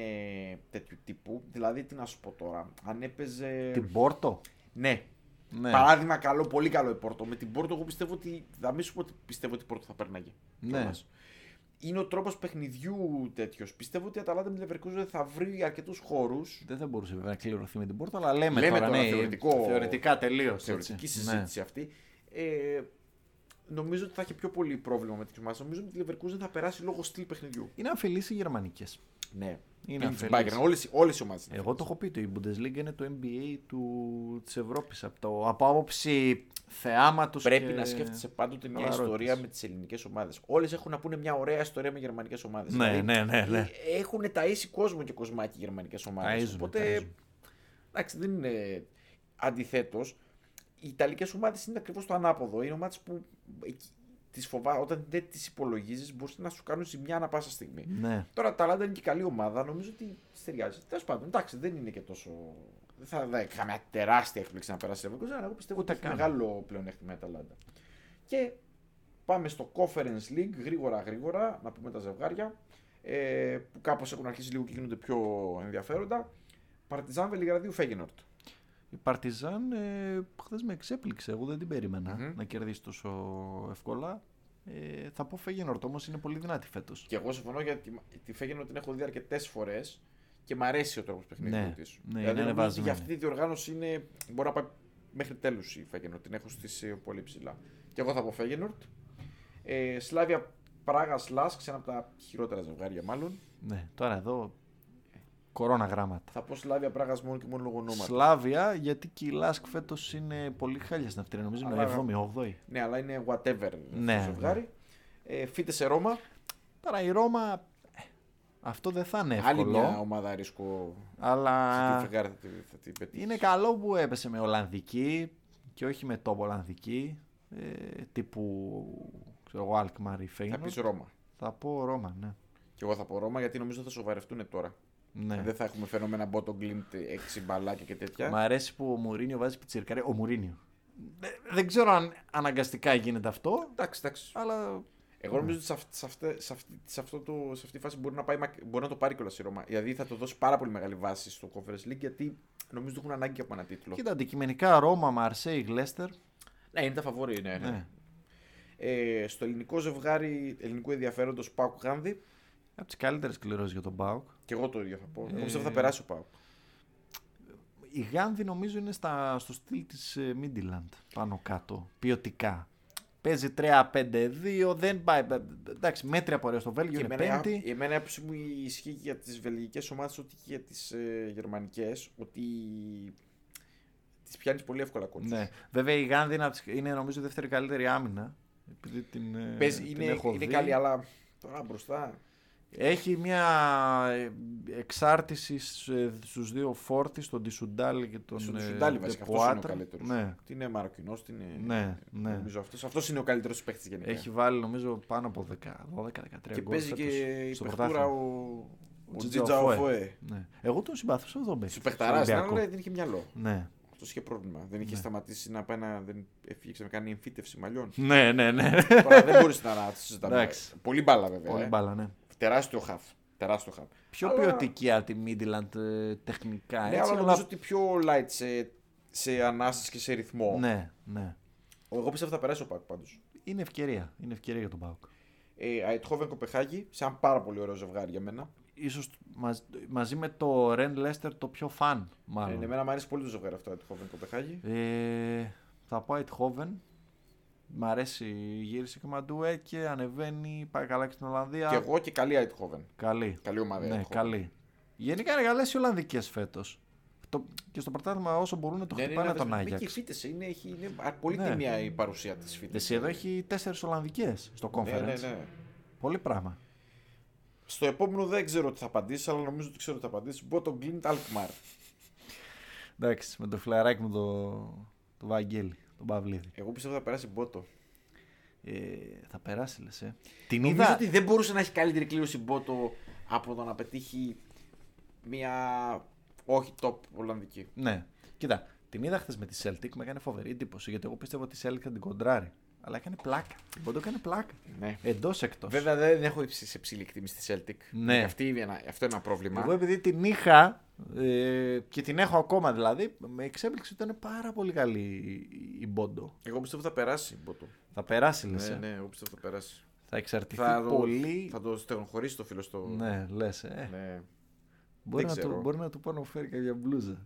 B: τέτοιου τύπου, δηλαδή τι να σου πω τώρα, αν έπαιζε.
A: Την Πόρτο.
B: Ναι,
A: Ναι.
B: Παράδειγμα καλό, πολύ καλό η Πόρτο. Με την Πόρτο, εγώ πιστεύω ότι. Θα μην σου πω ότι πιστεύω ότι η Πόρτο θα περνάγε.
A: Ναι.
B: Κιόλας. Είναι ο τρόπος παιχνιδιού τέτοιος. Πιστεύω ότι η Αταλάντα με την Leverkusen θα βρει αρκετούς χώρους.
A: Δεν θα μπορούσε βέβαια να κληρωθεί με την Πόρτο, αλλά λέμε,
B: Λέμε
A: τώρα,
B: τώρα
A: ναι,
B: θεωρητικό-
A: Θεωρητικά Ναι. τελείω.
B: Θεωρητική συζήτηση αυτή. Ε, νομίζω ότι θα έχει πιο πολύ πρόβλημα με την ομάδα. Νομίζω ότι η Leverkusen θα περάσει λόγω στυλ παιχνιδιού.
A: Είναι αφελεί οι γερμανικές.
B: Ναι.
A: Είναι αφελής.
B: Όλες οι ομάδε.
A: Εγώ το έχω πει, το, η Bundesliga είναι το NBA του... της Ευρώπης. Από, το, από άποψη θεάματος
B: Πρέπει
A: και-
B: να σκέφτεσαι πάντοτε μια
A: Καλά
B: ιστορία
A: ρώτηση.
B: με τις ελληνικές ομάδες. Όλες έχουν να πούνε μια ωραία ιστορία με Δηλαδή, γερμανικές ομάδες.
A: Ναι, ναι, ναι, ναι.
B: Έχουν ταΐσει κόσμο και κοσμάκι οι γερμανικές ομάδες.
A: Ταΐζουνε,
B: Οπότε.
A: ταΐζουνε.
B: Εντάξει, δεν είναι. Αντιθέτως, οι Ιταλικές ομάδες είναι ακριβώς το ανάποδο. Είναι ομάδες που εκεί- τις φοβά, όταν δεν τις υπολογίζεις, μπορείς να σου κάνουν ζημιά ανα πάσα στιγμή.
A: Ναι.
B: Τώρα η Ταλάντα είναι και καλή ομάδα, νομίζω ότι τη ταιριάζει. Τέλος πάντων, εντάξει, δεν είναι και τόσο. Δεν θα δει καμιά τεράστια έκπληξη να περάσει η Leverkusen, αλλά εγώ πιστεύω ότι
A: Ούτε
B: έχει
A: καν.
B: μεγάλο πλεονέκτημα η Αταλάντα. Και πάμε στο Conference League, γρήγορα γρήγορα, να πούμε τα ζευγάρια, ε, που κάπως έχουν αρχίσει λίγο και γίνονται πιο ενδιαφέροντα. Παρτιζάν Βελιγραδίου Φέγενορτ.
A: Η Παρτιζάν ε, χθες με εξέπληξε. Εγώ δεν την περιμενα
B: Μμμ.
A: να κερδίσει τόσο εύκολα. Ε, θα πω Φέγενορτ όμως είναι πολύ δυνατή φέτος.
B: Και εγώ συμφωνώ γιατί τη Φέγενορτ την έχω δει αρκετές φορές και μ' αρέσει ο τρόπος παιχνιδιού
A: Ναι,
B: της. Δηλαδή,
A: ναι, είναι
B: νομίζω ότι
A: ανεβασμένη.
B: Για αυτή τη διοργάνωση είναι, μπορεί να πάει μέχρι τέλους η Φέγενορτ. Την έχω στις ε, πολύ ψηλά. Και εγώ θα πω Φέγενορτ. Ε, Σλάβια Πράγα Σλάσκ, ξένα από τα χειρότερα ζευγάρια μάλλον.
A: Ναι, τώρα εδώ. Κορώνα γράμματα.
B: Θα πω Σλάβια Πράγα μόνο και μόνο λόγω ονόματος.
A: Σλάβια, γιατί και η Λάσκ φέτος είναι πολύ χάλια στην αυτήν. Νομίζω είναι
B: Αλλά-
A: 7η, 8η.
B: Ναι, αλλά είναι whatever
A: Ναι,
B: το ζευγάρι. Ε, Φύτες σε Ρώμα.
A: Τώρα η Ρώμα. ε, Αυτό δεν θα είναι
B: Άλλη
A: εύκολο.
B: μια ομάδα ρίσκο.
A: Αλλά
B: Τι φεγγάρι θα τη, θα την πετύχεις.
A: είναι καλό που έπεσε με Ολλανδική και όχι με τόπο Ολλανδική. Ε, τύπου ξέρω εγώ, Αλκμαρ ή
B: Θα
A: Φέγενορτ.
B: πεις Ρώμα.
A: Θα πω Ρώμα, ναι.
B: Και εγώ θα πω Ρώμα γιατί νομίζω θα σοβαρευτούν τώρα.
A: ναι.
B: Δεν θα έχουμε φαινόμενα bottom glint, έξι μπαλάκια και τέτοια.
A: Μ' αρέσει που ο Μουρίνιο βάζει πιτσιρικάρια. Ο Μουρίνιο. Δε- Δεν ξέρω αν αναγκαστικά γίνεται αυτό,
B: Εντάξει, εντάξει.
A: αλλά
B: Εγώ νομίζω ότι σε, αυ- σε, αυτέ- σε, αυτή, σε, αυτό το, σε αυτή τη φάση μπορεί να, πάει, μακ- μπορεί να το πάρει κιόλας η Ρώμα. Δηλαδή θα το δώσει πάρα πολύ μεγάλη βάση στο Conference League γιατί νομίζω ότι έχουν ανάγκη από ένα τίτλο.
A: κοίτα αντικειμενικά Ρώμα, Μαρσέη, Γλέστερ.
B: Ναι, είναι τα φαβόρη, ναι. ναι.
A: Ναι.
B: Ε, στο ελληνικό ζευγάρι ελληνικού ενδιαφέροντος Πάουκ Γάνδη,
A: Από τις καλύτερες κληρώσεις για τον Μπάουκ.
B: και εγώ το ίδιο θα πω.
A: Ε.
B: Νομίζω ότι θα περάσει ο Πάουκ.
A: Η Γάνδη νομίζω είναι στα, στο στυλ της Μίντιλαντ πάνω κάτω. Ποιοτικά. Παίζει 3-5-2, δεν πάει. Εντάξει, μέτρια πορεία στο Βέλγιο,
B: Και
A: είναι
B: εμένα,
A: πέμπτη.
B: εμένα η άποψή μου ισχύει και για τις βελγικές ομάδες ότι και για τις ε, γερμανικές ότι τις πιάνεις πολύ εύκολα κότσους.
A: Ναι. Βέβαια η Γάνδη είναι, απ' τις- είναι νομίζω η δεύτερη καλύτερη άμυνα. Επειδή την, ε,
B: Παίζει,
A: την
B: είναι,
A: έχω
B: είναι
A: δει. Ναι,
B: καλή, αλλά τώρα μπροστά.
A: Έχει μια ε, εξάρτηση σ- ε, στους δύο φόρτι, τον Τισουντάλη και τον
B: Στον
A: ε,
B: Τσουντάλι βασικά, αυτός είναι ο
A: Ντεπουάτρα.
B: καλύτερος.
A: Ναι.
B: Τι είναι Μαροκινός, τι είναι...
A: Ναι, ναι.
B: Νομίζω αυτός. Αυτός είναι ο καλύτερος παίχτης γενικά.
A: Έχει βάλει νομίζω πάνω από 10, 12-13
B: και
A: γκολ
B: παίζει
A: φέτος
B: και η
A: στο
B: παιχτούρα
A: πρωτάθλημα.
B: ο... Ο
A: Τζιτζα
B: Τζιτζα
A: Οφόε.
B: Οφόε.
A: Ναι. Εγώ τον συμπάθησα εδώ μπέκ.
B: Σου παιχταράς,
A: στον
B: ναι,
A: Ολυμπιακό.
B: αλλά δεν είχε μυαλό.
A: Ναι.
B: Αυτός είχε πρόβλημα. Δεν είχε σταματήσει να πάει να... Δεν έφυγε να κάνει εμφύτευση μαλλιών.
A: Ναι, ναι, ναι.
B: Τώρα δεν μπορείς να να το συζητάμε.
A: Εντάξει.
B: Πολύ μπάλα βέβαια.
A: Πολύ
B: ε.
A: μπάλα, ναι.
B: Τεράστιο χαφ. Τεράστιο χαφ. Ναι,
A: Πιο
B: Αλλά-
A: ποιοτική από τη Midland ε, τεχνικά,
B: Ναι,
A: έτσι.
B: αλλά
A: αλλά-
B: νομίζω ότι πιο light σε, σε ανάσες και σε ρυθμό.
A: Ναι, ναι.
B: Εγώ πιστεύω θα περάσει ο Πάκ πάντως.
A: Είναι ευκαιρία. Είναι ευκαιρία για τον Πάουκ.
B: Ε, Αιτχόβεν Κοπεχάγη, σε ένα πάρα πολύ ωραίο ζευγάρι για μένα.
A: Ίσως μαζ- μαζί με το Ρεν Λέστερ το πιο φαν,
B: Ε,
A: μάλλον.
B: εμένα μου αρέσει πολύ το ζευγάρι αυτό, Αιτχόβεν Κοπεχάγη.
A: ναι. Ε, θα πάω Αιτχόβεν. Μ' αρέσει η γύριση και ο Μαντουέ και ανεβαίνει, πάει καλά και στην Ολλανδία.
B: Και εγώ και καλή Αιτχόβεν.
A: Καλή.
B: Καλή ομάδα.
A: ναι,
B: Eindhoven.
A: καλή. Γενικά είναι καλές οι Ολλανδικές φέτος. Το... Και στο πρωτάθλημα όσο μπορούν το
B: Ναι, ναι,
A: χτυπάνε
B: ναι,
A: τον
B: ναι, Και οι
A: Άγιαξ.
B: φίτες είναι, έχει, είναι α- πολύ
A: Ναι.
B: τιμία η παρουσία της φίτες.
A: Εσύ εδώ έχει τέσσερις Ολλανδικές στο conference.
B: ναι, ναι, ναι.
A: Πολύ πράγμα.
B: Στο επόμενο δεν ξέρω τι θα απαντήσει, αλλά νομίζω ότι ξέρω τι θα απαντήσει. Μπότο Γκλίντ Αλκμαρ.
A: Εντάξει, με το φλεράκι μου το, το Βαγγέλη, τον Παυλίδη.
B: Εγώ πιστεύω θα περάσει Μπότο.
A: Ε, θα περάσει, λες, ε. Την
B: Νομίζω
A: είδα.
B: ότι δεν μπορούσε να έχει καλύτερη κλήρωση Μπότο από το να πετύχει μια όχι top Ολλανδική.
A: Ναι. Κοίτα, την είδα χθες με τη Celtic, με έκανε φοβερή εντύπωση γιατί εγώ πίστευα ότι η Celtic θα την κοντράρει. Αλλά έκανε πλάκα. Την πόντο έκανε πλάκα.
B: Ναι.
A: Εντός εκτός.
B: Βέβαια δεν έχω υψη- σε ψηλή εκτίμηση τη Celtic.
A: Ναι.
B: Και Αυτή είναι ένα, αυτό είναι ένα πρόβλημα.
A: Εγώ επειδή την είχα ε, και την έχω ακόμα δηλαδή, με εξέπληξε ότι ήταν πάρα πολύ καλή η- η Μπόντο.
B: Εγώ πιστεύω θα περάσει Μπότο.
A: Θα περάσει, λες,
B: Ναι,
A: ε.
B: ναι, εγώ πιστεύω θα περάσει.
A: Θα εξαρτηθεί
B: Θα,
A: πολύ.
B: το, θα το στεγνοχωρήσει το φίλο στο.
A: Ναι, λες, ε.
B: ναι.
A: Μπορεί,
B: δεν
A: να του,
B: ξέρω.
A: μπορεί να του πω να μου φέρει κάποια μπλούζα.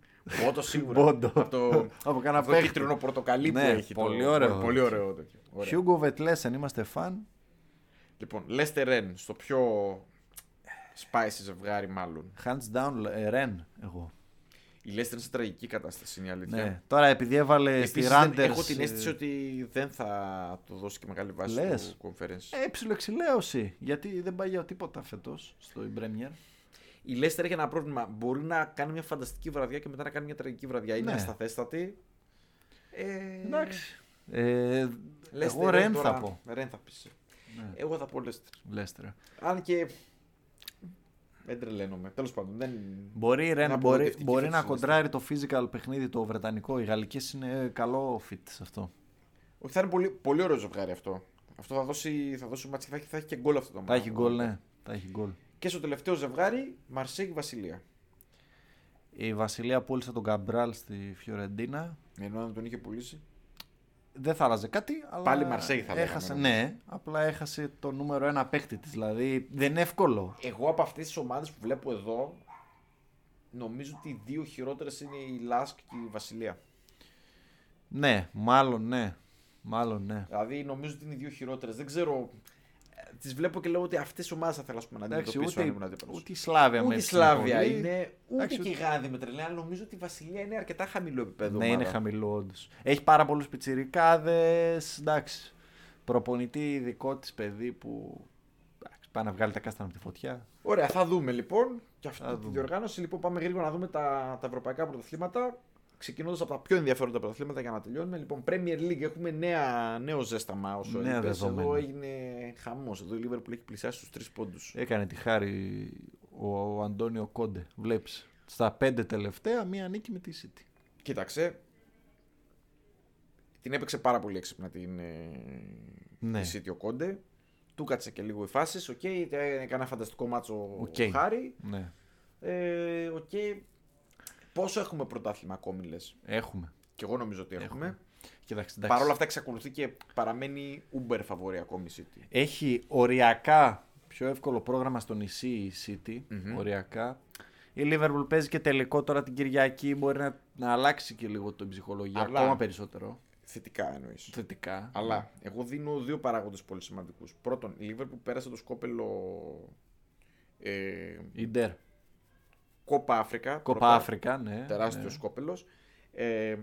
B: Μπότο σίγουρα.
A: Μπότο.
B: Από το,
A: Από κανένα
B: από το
A: παίχτη.
B: κίτρινο πορτοκαλί
A: Ναι,
B: που έχει. το-
A: πολύ ωραίο.
B: Πολύ ωραίο. τέτοιο. Ωραία.
A: Χιούγκο Βετλέσεν, είμαστε φαν.
B: Λοιπόν, Λέστερ Ρεν, στο πιο spicy ζευγάρι μάλλον.
A: Hands down, ε, Ρεν, εγώ.
B: Η Λέστερ είναι σε τραγική κατάσταση, είναι η αλήθεια.
A: Ναι. Τώρα επειδή έβαλε στη ε,
B: Επίσης, δεν-
A: Ράντερ.
B: έχω την αίσθηση ότι δεν θα το δώσει και μεγάλη βάση
A: Λες.
B: στο conference.
A: Ε, ψιλοεξηλαίωση. Γιατί δεν πάει για τίποτα φέτος στο Premier.
B: Η Λέστερ έχει ένα πρόβλημα. Μπορεί να κάνει μια φανταστική βραδιά και μετά να κάνει μια τραγική βραδιά. Είναι
A: Ναι.
B: ασταθέστατη. Ε,
A: Εντάξει. Ε,
B: Leicester,
A: εγώ Ρεν
B: τώρα-
A: θα πω.
B: Ρεν θα πεις.
A: Ναι.
B: Εγώ θα πω Λέστερ.
A: Λέστερ.
B: Αν και. Δεν τρελαίνομαι. Τέλος πάντων. Δεν...
A: Μπορεί, η Ρεν,
B: Μια
A: μπορεί,
B: απογοητευτική
A: μπορεί
B: φέτος
A: να
B: η Leicester.
A: κοντράρει το physical παιχνίδι το βρετανικό. Οι γαλλικές είναι ε, καλό fit σε αυτό.
B: Όχι, θα είναι πολύ, πολύ ωραίο ζευγάρι αυτό. Αυτό θα δώσει, θα δώσει μάτς και θα έχει, θα έχει και γκολ αυτό το
A: Τα
B: μάτι.
A: έχει γκολ, ναι. Τα έχει γκολ.
B: Και στο τελευταίο ζευγάρι, Μαρσέγγι Βασιλεία.
A: Η Βασιλεία πούλησε τον Καμπράλ στη Φιωρεντίνα.
B: Ενώ αν τον είχε πουλήσει.
A: Δεν θα άλλαζε κάτι, αλλά.
B: Πάλι Marseille θα λέγαμε,
A: έχασε,
B: νομίζω.
A: Ναι, απλά έχασε το νούμερο ένα παίκτη της. Δηλαδή δεν είναι εύκολο.
B: Εγώ από αυτές τις ομάδες που βλέπω εδώ, νομίζω ότι οι δύο χειρότερες είναι η Λάσκ και η Βασιλεία.
A: Ναι, μάλλον ναι. Μάλλον ναι.
B: Δηλαδή νομίζω ότι είναι οι δύο χειρότερες. Δεν ξέρω. Τις βλέπω και λέω ότι αυτές οι ομάδες θα θέλω ας πούμε, να
A: Εντάξει,
B: αντιμετωπίσω
A: ούτε,
B: αν
A: η-
B: ήμουν αντίπαλος.
A: ούτε η Σλάβια με
B: Ούτε η
A: έψηνε
B: Σλάβια
A: πολύ.
B: είναι, ούτε
A: Εντάξει,
B: και η Γάδη με τρελαίνει, αλλά νομίζω ότι η Βασιλεία είναι αρκετά χαμηλό επίπεδο.
A: Ναι,
B: ομάδα.
A: είναι χαμηλό όντως. Έχει πάρα πολλούς πιτσιρικάδες. Εντάξει. Προπονητή δικό της παιδί που. Εντάξει, πάει να βγάλει τα κάστανα από τη φωτιά.
B: Ωραία, θα δούμε λοιπόν
A: Θα
B: και αυτή τη
A: δούμε.
B: διοργάνωση. Λοιπόν, πάμε γρήγορα να δούμε τα, τα ευρωπαϊκά πρωταθλήματα. ξεκινώντας από τα πιο ενδιαφέροντα πρωταθλήματα για να τελειώνουμε. Λοιπόν, Premier League έχουμε νέα, νέο ζέσταμα όσο
A: Νέα
B: είπες.
A: δεδομένα.
B: Εδώ έγινε χαμός. Εδώ η Liverpool έχει πλησιάσει στου τρεις πόντους.
A: Έκανε τη χάρη ο, ο Αντώνιο Κόντε. Βλέπεις. Στα πέντε τελευταία, μία νίκη με τη City.
B: Κοίταξε. Την έπαιξε πάρα πολύ έξυπνα την, ε,
A: Ναι.
B: η City ο Κόντε. Του κάτσε και λίγο οι φάσεις. Οκ, έκανε ένα φανταστικό μάτσο
A: Οκ.
B: ο Χάρη.
A: Ναι.
B: Ε, οκ. Πόσο έχουμε πρωτάθλημα ακόμη λες.
A: Έχουμε.
B: Και εγώ νομίζω ότι έχουμε.
A: Έχουμε. Κοιτάξτε, εντάξει.
B: Παρ' όλα αυτά εξακολουθεί και παραμένει Uber φαβορή ακόμη η City.
A: Έχει οριακά πιο εύκολο πρόγραμμα στο νησί η City.
B: Μμμ.
A: Οριακά. Η Liverpool παίζει και τελικό τώρα την Κυριακή. Μπορεί να, να αλλάξει και λίγο την ψυχολογία.
B: Αλλά-
A: Ακόμα περισσότερο.
B: Θετικά εννοείς.
A: Θετικά.
B: Αλλά εγώ δίνω δύο παράγοντες πολύ σημαντικούς. Πρώτον, η Liverpool πέρασε το σκόπελο ε,
A: Η Ντερ.
B: Κόπα Αφρικα.
A: Κόπα Αφρικα, ναι.
B: Τεράστιος
A: ναι.
B: σκόπελο. Ε,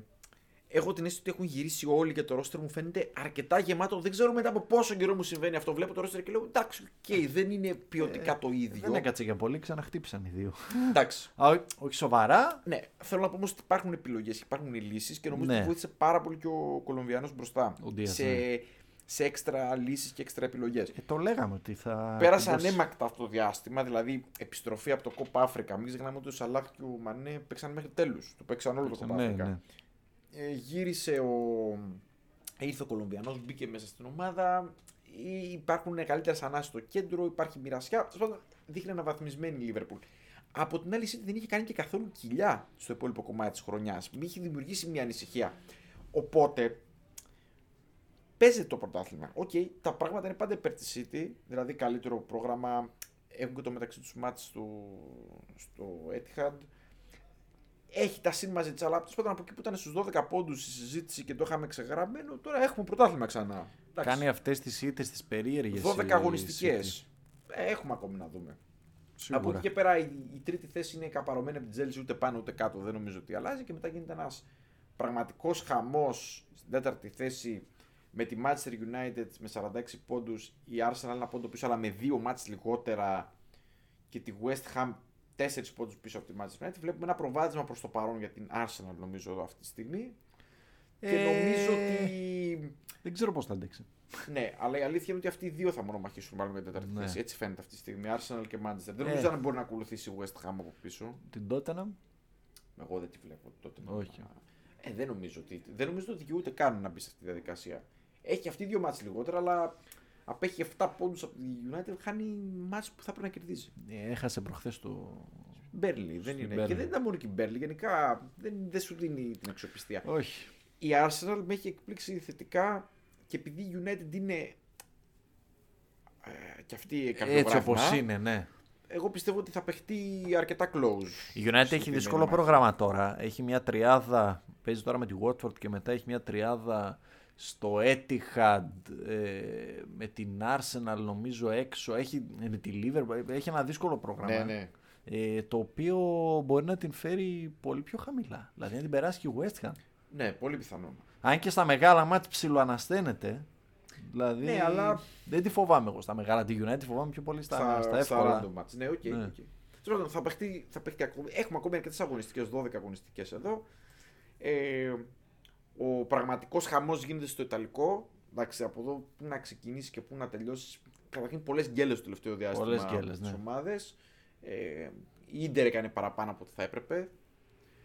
B: έχω την αίσθηση ότι έχουν γυρίσει όλοι και το ρόστερ μου φαίνεται αρκετά γεμάτο. Δεν ξέρω μετά από πόσο καιρό μου συμβαίνει αυτό. Βλέπω το ρόστερ και λέω εντάξει, οκ, δεν είναι ποιοτικά το ίδιο.
A: Ε, Δεν έκατσε για πολύ, ξαναχτύπησαν οι δύο.
B: εντάξει.
A: ναι. Α, ό- όχι σοβαρά.
B: Ναι, θέλω να πω όμως ότι υπάρχουν επιλογές, υπάρχουν λύσεις και νομίζω
A: Ναι.
B: ότι βοήθησε πάρα πολύ και ο Κολομβιανό μπροστά.
A: Ο Ντίας,
B: σε,
A: ναι.
B: σε έξτρα λύσεις και έξτρα επιλογές.
A: Ε, το λέγαμε ότι θα.
B: Πέρασε
A: τελειώσει.
B: ανέμακτα αυτό το διάστημα, δηλαδή επιστροφή από το Κόπα Αφρικα. Μην ξεχνάμε ότι ο Σαλάχ και ο Μανέ παίξαν μέχρι τέλους. Το παίξαν όλο το Κόπα
A: Ναι,
B: Αφρικα.
A: ναι.
B: Ε, γύρισε ο. ε, Ήρθε ο Κολομβιανός, μπήκε μέσα στην ομάδα. Ή- Υπάρχουν καλύτερες ανάσεις στο κέντρο, υπάρχει μοιρασιά. Τέλος πάντων, Δείχνει αναβαθμισμένη η Λίβερπουλ. Από την άλλη, η City δεν είχε κάνει και καθόλου κοιλιά στο υπόλοιπο κομμάτι της χρονιάς. Μη είχε δημιουργήσει μια ανησυχία. Οπότε, παίζεται το πρωτάθλημα. Οκ, τα πράγματα είναι πάντα υπέρ της City, δηλαδή καλύτερο πρόγραμμα. Έχουν και το μεταξύ τους μάτς του, στο Etihad. Έχει τα σύν μαζί της, αλλά τέλος πάντων από εκεί που ήταν στους 12 πόντους η συζήτηση και το είχαμε ξεγραμμένο, τώρα έχουμε πρωτάθλημα ξανά. Εντάξει,
A: Κάνει αυτές τις ήττε τις περίεργες.
B: 12 αγωνιστικέ. Έχουμε ακόμη να δούμε. Από εκεί και πέρα η, η τρίτη θέση είναι καπαρωμένη από την Τζέλση ούτε πάνω ούτε κάτω. Δεν νομίζω ότι αλλάζει. Και μετά γίνεται ένας πραγματικός χαμός στην τέταρτη θέση με τη Manchester United με 46 πόντους, η Arsenal ένα πόντο πίσω, αλλά με δύο μάτς λιγότερα και τη West Ham 4 πόντους πίσω από τη Manchester United. Βλέπουμε ένα προβάδισμα προς το παρόν για την Arsenal, νομίζω, εδώ αυτή τη στιγμή. Και νομίζω ότι.
A: Δεν ξέρω πώς θα αντέξει.
B: Ναι, αλλά η αλήθεια είναι ότι αυτοί οι δύο θα μονομαχήσουν μάλλον για την τέταρτη
A: Ναι.
B: θέση. Έτσι φαίνεται αυτή τη στιγμή. Arsenal και Manchester. Δεν
A: Ε.
B: νομίζω αν μπορεί να ακολουθήσει η West Ham από πίσω.
A: Την Tottenham.
B: Εγώ δεν τη βλέπω τότε.
A: Όχι.
B: Ε, δεν νομίζω ότι. Δεν νομίζω ότι δικαιούται καν να μπει σε αυτή τη διαδικασία. Έχει αυτή δύο μάτς λιγότερα, αλλά απέχει 7 πόντους από τη United. Χάνει μάτς που θα πρέπει να κερδίζει.
A: Ε, Έχασε προχθές το.
B: Μπέρλι δεν
A: Στην
B: είναι.
A: Burnley.
B: Και δεν ήταν μόνο και η Μπέρλι. Γενικά δεν, δεν σου δίνει την αξιοπιστία.
A: Όχι.
B: Η Arsenal με έχει εκπλήξει θετικά και επειδή η United είναι. Ε, και αυτή
A: Έτσι όπω
B: καρδιογράφημα,
A: είναι, ναι.
B: εγώ πιστεύω ότι θα παιχτεί αρκετά close.
A: Η United
B: στο
A: έχει
B: επόμενο
A: δύσκολο
B: μάτι.
A: πρόγραμμα τώρα. Έχει μια τριάδα. Παίζει τώρα με τη Watford και μετά έχει μια τριάδα στο Etihad ε, με την Arsenal νομίζω έξω. Έχει με τη Liverpool. ε, Έχει ένα δύσκολο πρόγραμμα.
B: Ναι, ναι.
A: Ε, το οποίο μπορεί να την φέρει πολύ πιο χαμηλά. Δηλαδή να την περάσει και η West Ham.
B: Ναι, πολύ πιθανό.
A: Αν και στα μεγάλα μάτια ψιλοανασταίνεται. Δηλαδή
B: Ναι, αλλά-
A: δεν τη φοβάμαι εγώ στα μεγάλα. Τη United φοβάμαι πιο πολύ στα, στα, εύκολα.
B: random match. Ναι, οκ. Okay,
A: Ναι.
B: θα παιχτεί, θα παιχτεί ακόμη. Έχουμε ακόμη αρκετές αγωνιστικές, 12 αγωνιστικές εδώ. Ε, ο πραγματικός χαμός γίνεται στο Ιταλικό. Εντάξει, από εδώ πού να ξεκινήσεις και πού να τελειώσεις. Καταρχήν πολλές γκέλες το τελευταίο διάστημα
A: Πολλές γκέλες, ναι.
B: στι ομάδες. Ε, η ντερ έκανε παραπάνω από ό,τι θα έπρεπε.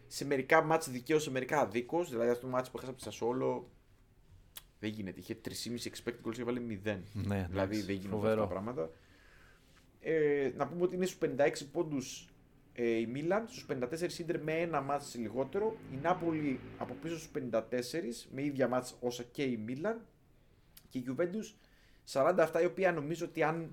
B: Σε μερικά μάτς δικαίως, σε μερικά αδίκως. Δηλαδή αυτό το μάτς που έχασα από τη Σασόλο δεν γίνεται. Είχε 3,5 expected goals και βάλε 0.
A: Ναι,
B: δηλαδή
A: εντάξει,
B: δεν γίνονται
A: φοβερό.
B: αυτά τα πράγματα. Ε, να πούμε ότι είναι στους 56 πόντους ε, η Μίλαν, στους 54 Ίντερ με ένα μάτς λιγότερο. Η Νάπολη από πίσω στους 54 με ίδια μάτς όσα και η Μίλαν. Και η Juventus 47 η οποία νομίζω ότι αν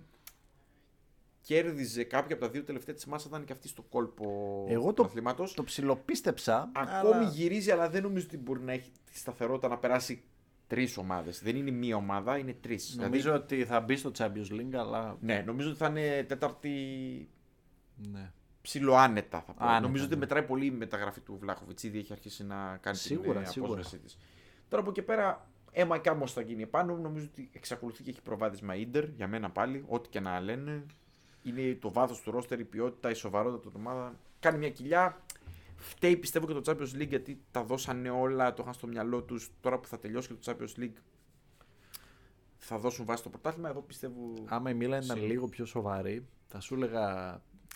B: κέρδιζε κάποια από τα δύο τελευταία της μάτς θα ήταν και αυτή στο κόλπο
A: Εγώ
B: του
A: το-
B: αθλήματος.
A: Το ψιλοπίστεψα.
B: Ακόμη
A: αλλά-
B: γυρίζει, αλλά δεν νομίζω ότι μπορεί να έχει τη σταθερότητα να περάσει τρεις ομάδες. Δεν είναι μία ομάδα, είναι Δηλαδή, τρει.
A: Νομίζω ότι θα μπει στο Champions League, αλλά.
B: Ναι, νομίζω ότι θα είναι τέταρτη
A: Ναι.
B: ψιλοάνετα θα πω.
A: Άνετα,
B: νομίζω ότι
A: ναι.
B: μετράει πολύ η μεταγραφή του Βλάχοβιτς. Ήδη έχει αρχίσει να κάνει
A: Σίγουρα,
B: την ε,
A: σίγουρα.
B: απόσβεσή της. Τώρα από εκεί πέρα, αίμα και άμμος θα γίνει επάνω. Νομίζω ότι εξακολουθεί και έχει προβάδισμα ίντερ για μένα πάλι. Ό,τι και να λένε. Είναι το βάθος του ρόστερ, η ποιότητα, η σοβαρότητα του ομάδα. Κάνει μια κοιλιά. Φταίει πιστεύω και το Champions League γιατί τα δώσανε όλα, το είχαν στο μυαλό τους. Τώρα που θα τελειώσει και το Champions League θα δώσουν βάση στο πρωτάθλημα. Εγώ πιστεύω.
A: Άμα η Μίλαν ήταν
B: Συν.
A: λίγο πιο σοβαρή, θα σου έλεγα.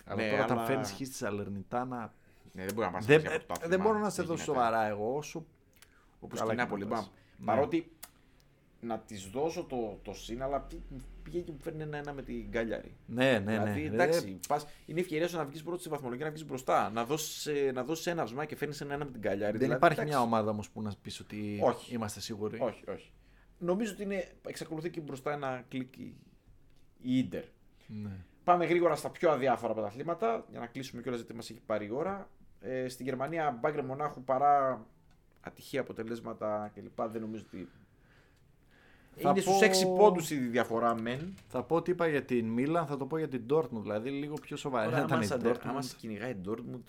A: Αλλά
B: Ναι,
A: τώρα τα
B: αλλά-
A: φέρνεις χι στη Σαλερνιτάνα.
B: Ναι, δεν μπορεί να πας
A: Δεν, ε,
B: να πας για πρωτάθλημα.
A: δεν μπορώ να σε
B: Δεν
A: δώσω
B: γίνεται.
A: σοβαρά εγώ όσο.
B: Όπως και
A: Καλά
B: η
A: και
B: Νάπολη.
A: να πας.
B: μπαμ.
A: Ναι.
B: Παρότι να της δώσω το, το σύν, αλλά πη- πήγε και μου φέρνει ένα-ένα με την Γκάλιαρη.
A: Ναι, ναι, ναι.
B: δηλαδή,
A: Ε,
B: εντάξει, πας, είναι ευκαιρία σου να βγεις πρώτος στη βαθμολογία, να βγεις μπροστά. Να δώσεις να δώσεις ένα βήμα και φέρνεις ένα-ένα με την Γκάλιαρη.
A: δεν
B: δηλαδή,
A: υπάρχει
B: εντάξει.
A: μια ομάδα όμως που να πεις ότι
B: Όχι.
A: είμαστε σίγουροι.
B: Όχι, όχι. Νομίζω ότι είναι, εξακολουθεί και μπροστά ένα κλικ η η Ίντερ.
A: Ναι.
B: Πάμε γρήγορα στα πιο αδιάφορα πρωταθλήματα για να κλείσουμε κιόλας γιατί μας έχει πάρει η ώρα. Ε, στη Γερμανία, μπάγκρε μονάχου παρά ατυχία αποτελέσματα κλπ. Δεν νομίζω ότι.
A: Θα
B: είναι
A: πω-
B: στους 6 πόντους η διαφορά μεν.
A: Θα πω ότι είπα για την Μίλαν, θα το πω για την Dortmund. Δηλαδή λίγο πιο σοβαρή.
B: Τώρα,
A: ήταν
B: άμα,
A: η
B: σε-
A: Dortmund.
B: άμα σε κυνηγάει η Dortmund,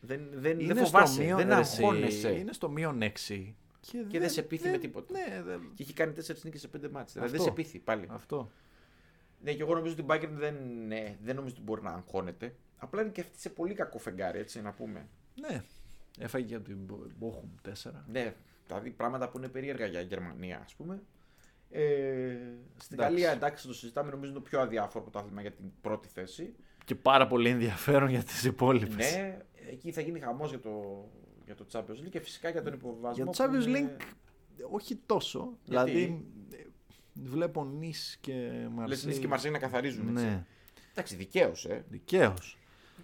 B: δεν, δεν,
A: Είναι
B: δεν
A: στο
B: φοβάσαι,
A: μείον-
B: δεν
A: ρε, εσύ,
B: αγχώνεσαι.
A: Είναι στο μείον 6. Και,
B: δεν σε πείθει με τίποτα.
A: Ναι, δεν-
B: Και έχει κάνει 4 νίκες σε 5 μάτς. Δηλαδή δεν
A: Αυτό.
B: σε πείθει πάλι.
A: αυτό.
B: Ναι, και εγώ νομίζω ότι η Bayern δεν, ναι, δεν νομίζω ότι μπορεί να αγχώνεται. Απλά είναι και αυτή σε πολύ κακό φεγγάρι, έτσι να πούμε.
A: Ναι. Έφαγε από την Bochum 4.
B: Ναι, δηλαδή πράγματα που είναι περίεργα για Γερμανία, ας πούμε. Ε, στην
A: Εντάξει.
B: Γαλλία, εντάξει, το συζητάμε, νομίζω είναι το πιο αδιάφορο πρωτάθλημα για την πρώτη θέση.
A: Και πάρα πολύ ενδιαφέρον για τις υπόλοιπες.
B: Ναι, εκεί θα γίνει χαμός για το, για το Champions League και φυσικά για τον υποβασμό.
A: Για το
B: που
A: Champions
B: είναι-
A: League όχι τόσο.
B: Γιατί?
A: Δηλαδή ε, βλέπω νης και
B: Λες
A: Μαρσέη.
B: Νίς και Μαρσέη να καθαρίζουν.
A: Ναι,
B: Έτσι. Εντάξει, δικαίως, ε.
A: δικαίως.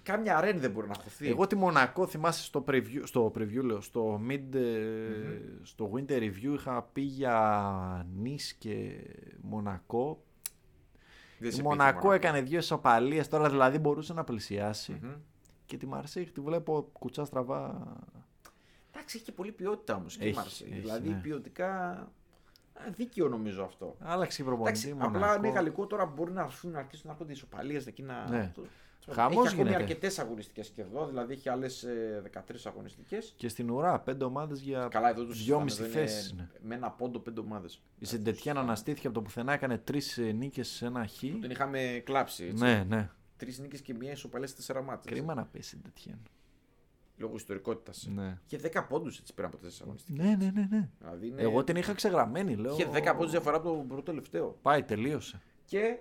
B: Κάμια αρένη δεν μπορεί να χωθεί.
A: Εγώ τη Μονακό θυμάσαι στο preview, στο preview λέω, στο mid, ε, στο winter review είχα πει για νης και Μονακό.
B: δεν
A: η
B: σε
A: Μονακό
B: πείθει,
A: έκανε δύο ισοπαλίες τώρα δηλαδή μπορούσε να πλησιασει
B: Μμμ.
A: Και τη Μαρσέη τη βλέπω κουτσά στραβά.
B: Εντάξει, έχει και πολλή ποιότητα όμως και η
A: Έχει,
B: Μαρσέη.
A: έχει,
B: Δηλαδή
A: ναι.
B: ποιοτικά. α, Δίκαιο νομίζω αυτό.
A: Άλλαξε η προπονητή
B: Εντάξει,
A: Μονακό.
B: απλά είναι γαλλικό τώρα μπορεί να αρχίσουν να αρχίσουν να έρχονται ισοπαλίες εκεί να.
A: Ναι.
B: αυτό.
A: Χαμός
B: έχει ακόμη
A: γίνεται.
B: αρκετές αγωνιστικές και εδώ, δηλαδή έχει άλλες 13 αγωνιστικές.
A: Και στην ουρά, πέντε ομάδες για
B: Καλά, εδώ τους
A: δυόμιση θέσεις είναι.
B: Με ένα πόντο πέντε ομάδες.
A: Η Σεντετιάν αναστήθηκε από το πουθενά, έκανε τρεις νίκε σε ένα χ.
B: Τον είχαμε κλάψει. Έτσι.
A: Ναι, ναι.
B: Τρεις νίκες και μία ισοπαλία σε τέσσερα μάτια.
A: Κρίμα να πει Σεντετιάν.
B: Λόγω ιστορικότητας.
A: Ναι.
B: Και 10 πόντους έτσι πήραν από τέσσερα αγωνιστικές.
A: Ναι, ναι, ναι. ναι.
B: Δηλαδή είναι...
A: Εγώ την είχα ξεγραμμένη, λέω.
B: Είχε 10 πόντους διαφορά από τον πρώτο τελευταίο.
A: Πάει, τελείωσε.
B: Και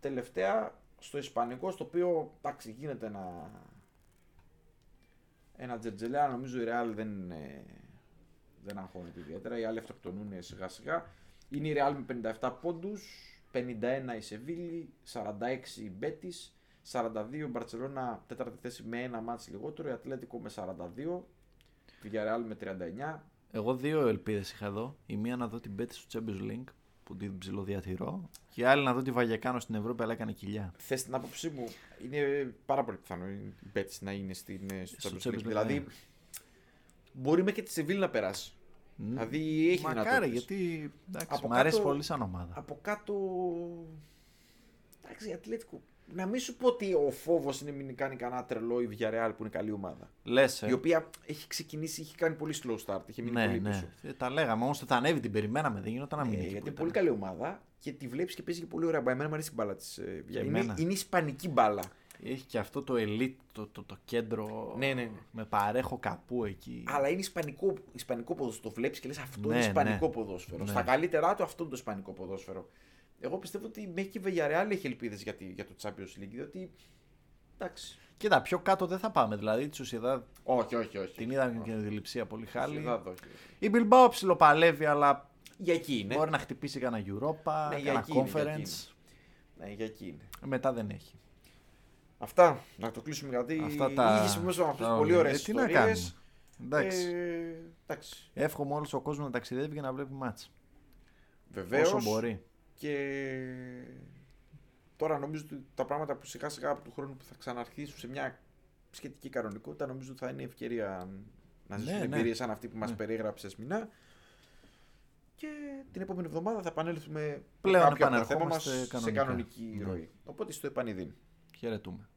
B: τελευταία στο Ισπανικό, στο οποίο εντάξει, γίνεται ένα, ένα τζερτζελέ, αλλά νομίζω η Real δεν, ε, δεν αγχώνεται ιδιαίτερα. Οι άλλοι αυτοκτονούν σιγά σιγά. Είναι η Real με 57 πόντους, 51 η Σεβίλη, 46 η Μπέτης, 42 η Μπαρτσελώνα, τέταρτη θέση με ένα μάτς λιγότερο, η Ατλέτικο με 42, η Villarreal με 39,
A: Εγώ δύο ελπίδες είχα εδώ. Η μία να δω την Πέτη στο Champions League που την ψηλοδιατηρώ. Και η άλλη να δω τη Βαγιακάνο στην Ευρώπη, αλλά έκανε κοιλιά.
B: Θες την άποψή μου, είναι πάρα πολύ πιθανό η Betis να είναι στην, ε, στο
A: Στο
B: Champions
A: Champions
B: League.
A: League,
B: Δηλαδή,
A: ναι.
B: μπορεί μέχρι και τη Σεβίλη να περάσει. Δηλαδή, έχει
A: Μακάρι,
B: δυνατότητες.
A: γιατί.
B: Από
A: Εντάξει, μ'
B: κάτω-
A: αρέσει πολύ σαν ομάδα.
B: Από κάτω. Εντάξει, η Ατλέτικο. Να μην σου πω ότι ο φόβος είναι μην κάνει κανένα τρελό η Villarreal που είναι καλή ομάδα.
A: Λες.
B: Η οποία έχει ξεκινήσει, έχει κάνει πολύ slow start. Έχει
A: ε.
B: μείνει
A: Ναι,
B: πολύ
A: ναι.
B: πίσω.
A: Ε, Τα λέγαμε όμως θα ανέβει, την περιμέναμε. Δεν γινόταν να
B: Ε,
A: μην εκεί
B: γιατί
A: που
B: είναι
A: ήταν.
B: πολύ καλή ομάδα και τη βλέπεις και παίζει και πολύ ωραία. μπάλα. Εμένα μου αρέσει η μπάλα της. Είναι,
A: εμένα.
B: είναι ισπανική μπάλα.
A: Έχει και αυτό το elite, το, το, το κέντρο.
B: Ναι, ναι, ναι.
A: Με παρέχω καπού εκεί.
B: Αλλά είναι ισπανικό, ισπανικό ποδόσφαιρο. Το βλέπεις και λες αυτό
A: Ναι,
B: είναι ισπανικό
A: ναι.
B: ποδόσφαιρο.
A: Ναι.
B: Στα καλύτερά του αυτό είναι το ισπανικό ποδόσφαιρο. Εγώ πιστεύω ότι μέχρι και η Villarreal έχει ελπίδες για, τη- για το Champions League. Διότι. Εντάξει.
A: Κοίτα, πιο κάτω δεν θα πάμε. Δηλαδή τη ουσιαδά
B: Όχι, όχι, όχι.
A: την
B: όχι.
A: είδαμε
B: Όχι,
A: και τη λειψία πολύ
B: όχι,
A: χάλη.
B: δεν θα δώσει.
A: Η Bilbao ψιλοπαλεύει, αλλά
B: Για εκεί είναι.
A: μπορεί να χτυπήσει κανένα Europa,
B: Ναι, για
A: κανένα
B: εκείνη, για
A: conference.
B: Ναι, για εκεί είναι.
A: Μετά δεν έχει.
B: Αυτά. Να το κλείσουμε γιατί.
A: Αυτά τα.
B: Είχε μέσα με αυτές
A: τα-
B: πολύ ωραίες
A: Ε, Τι να
B: ιστορίες.
A: κάνουμε.
B: Ε.
A: Εντάξει.
B: εντάξει.
A: Εύχομαι όλος ο κόσμος να ταξιδεύει και να βλέπει μάτς.
B: Βεβαίως.
A: Όσο μπορεί.
B: Και τώρα νομίζω ότι τα πράγματα που σιγά σιγά από του χρόνου που θα ξαναρχίσουν σε μια σχετική κανονικότητα νομίζω ότι θα είναι ευκαιρία να ζήσουν
A: Ναι, ναι.
B: εμπειρίες σαν αυτή που μας
A: Ναι.
B: περιέγραψες μηνά. Και την επόμενη εβδομάδα θα επανέλθουμε με
A: Πλέον
B: κάποια από τα θέματα
A: επανερχόμαστε
B: μας σε
A: κανονικά.
B: κανονική
A: Ναι.
B: ροή. Οπότε στο επανειδήν.
A: Χαιρετούμε.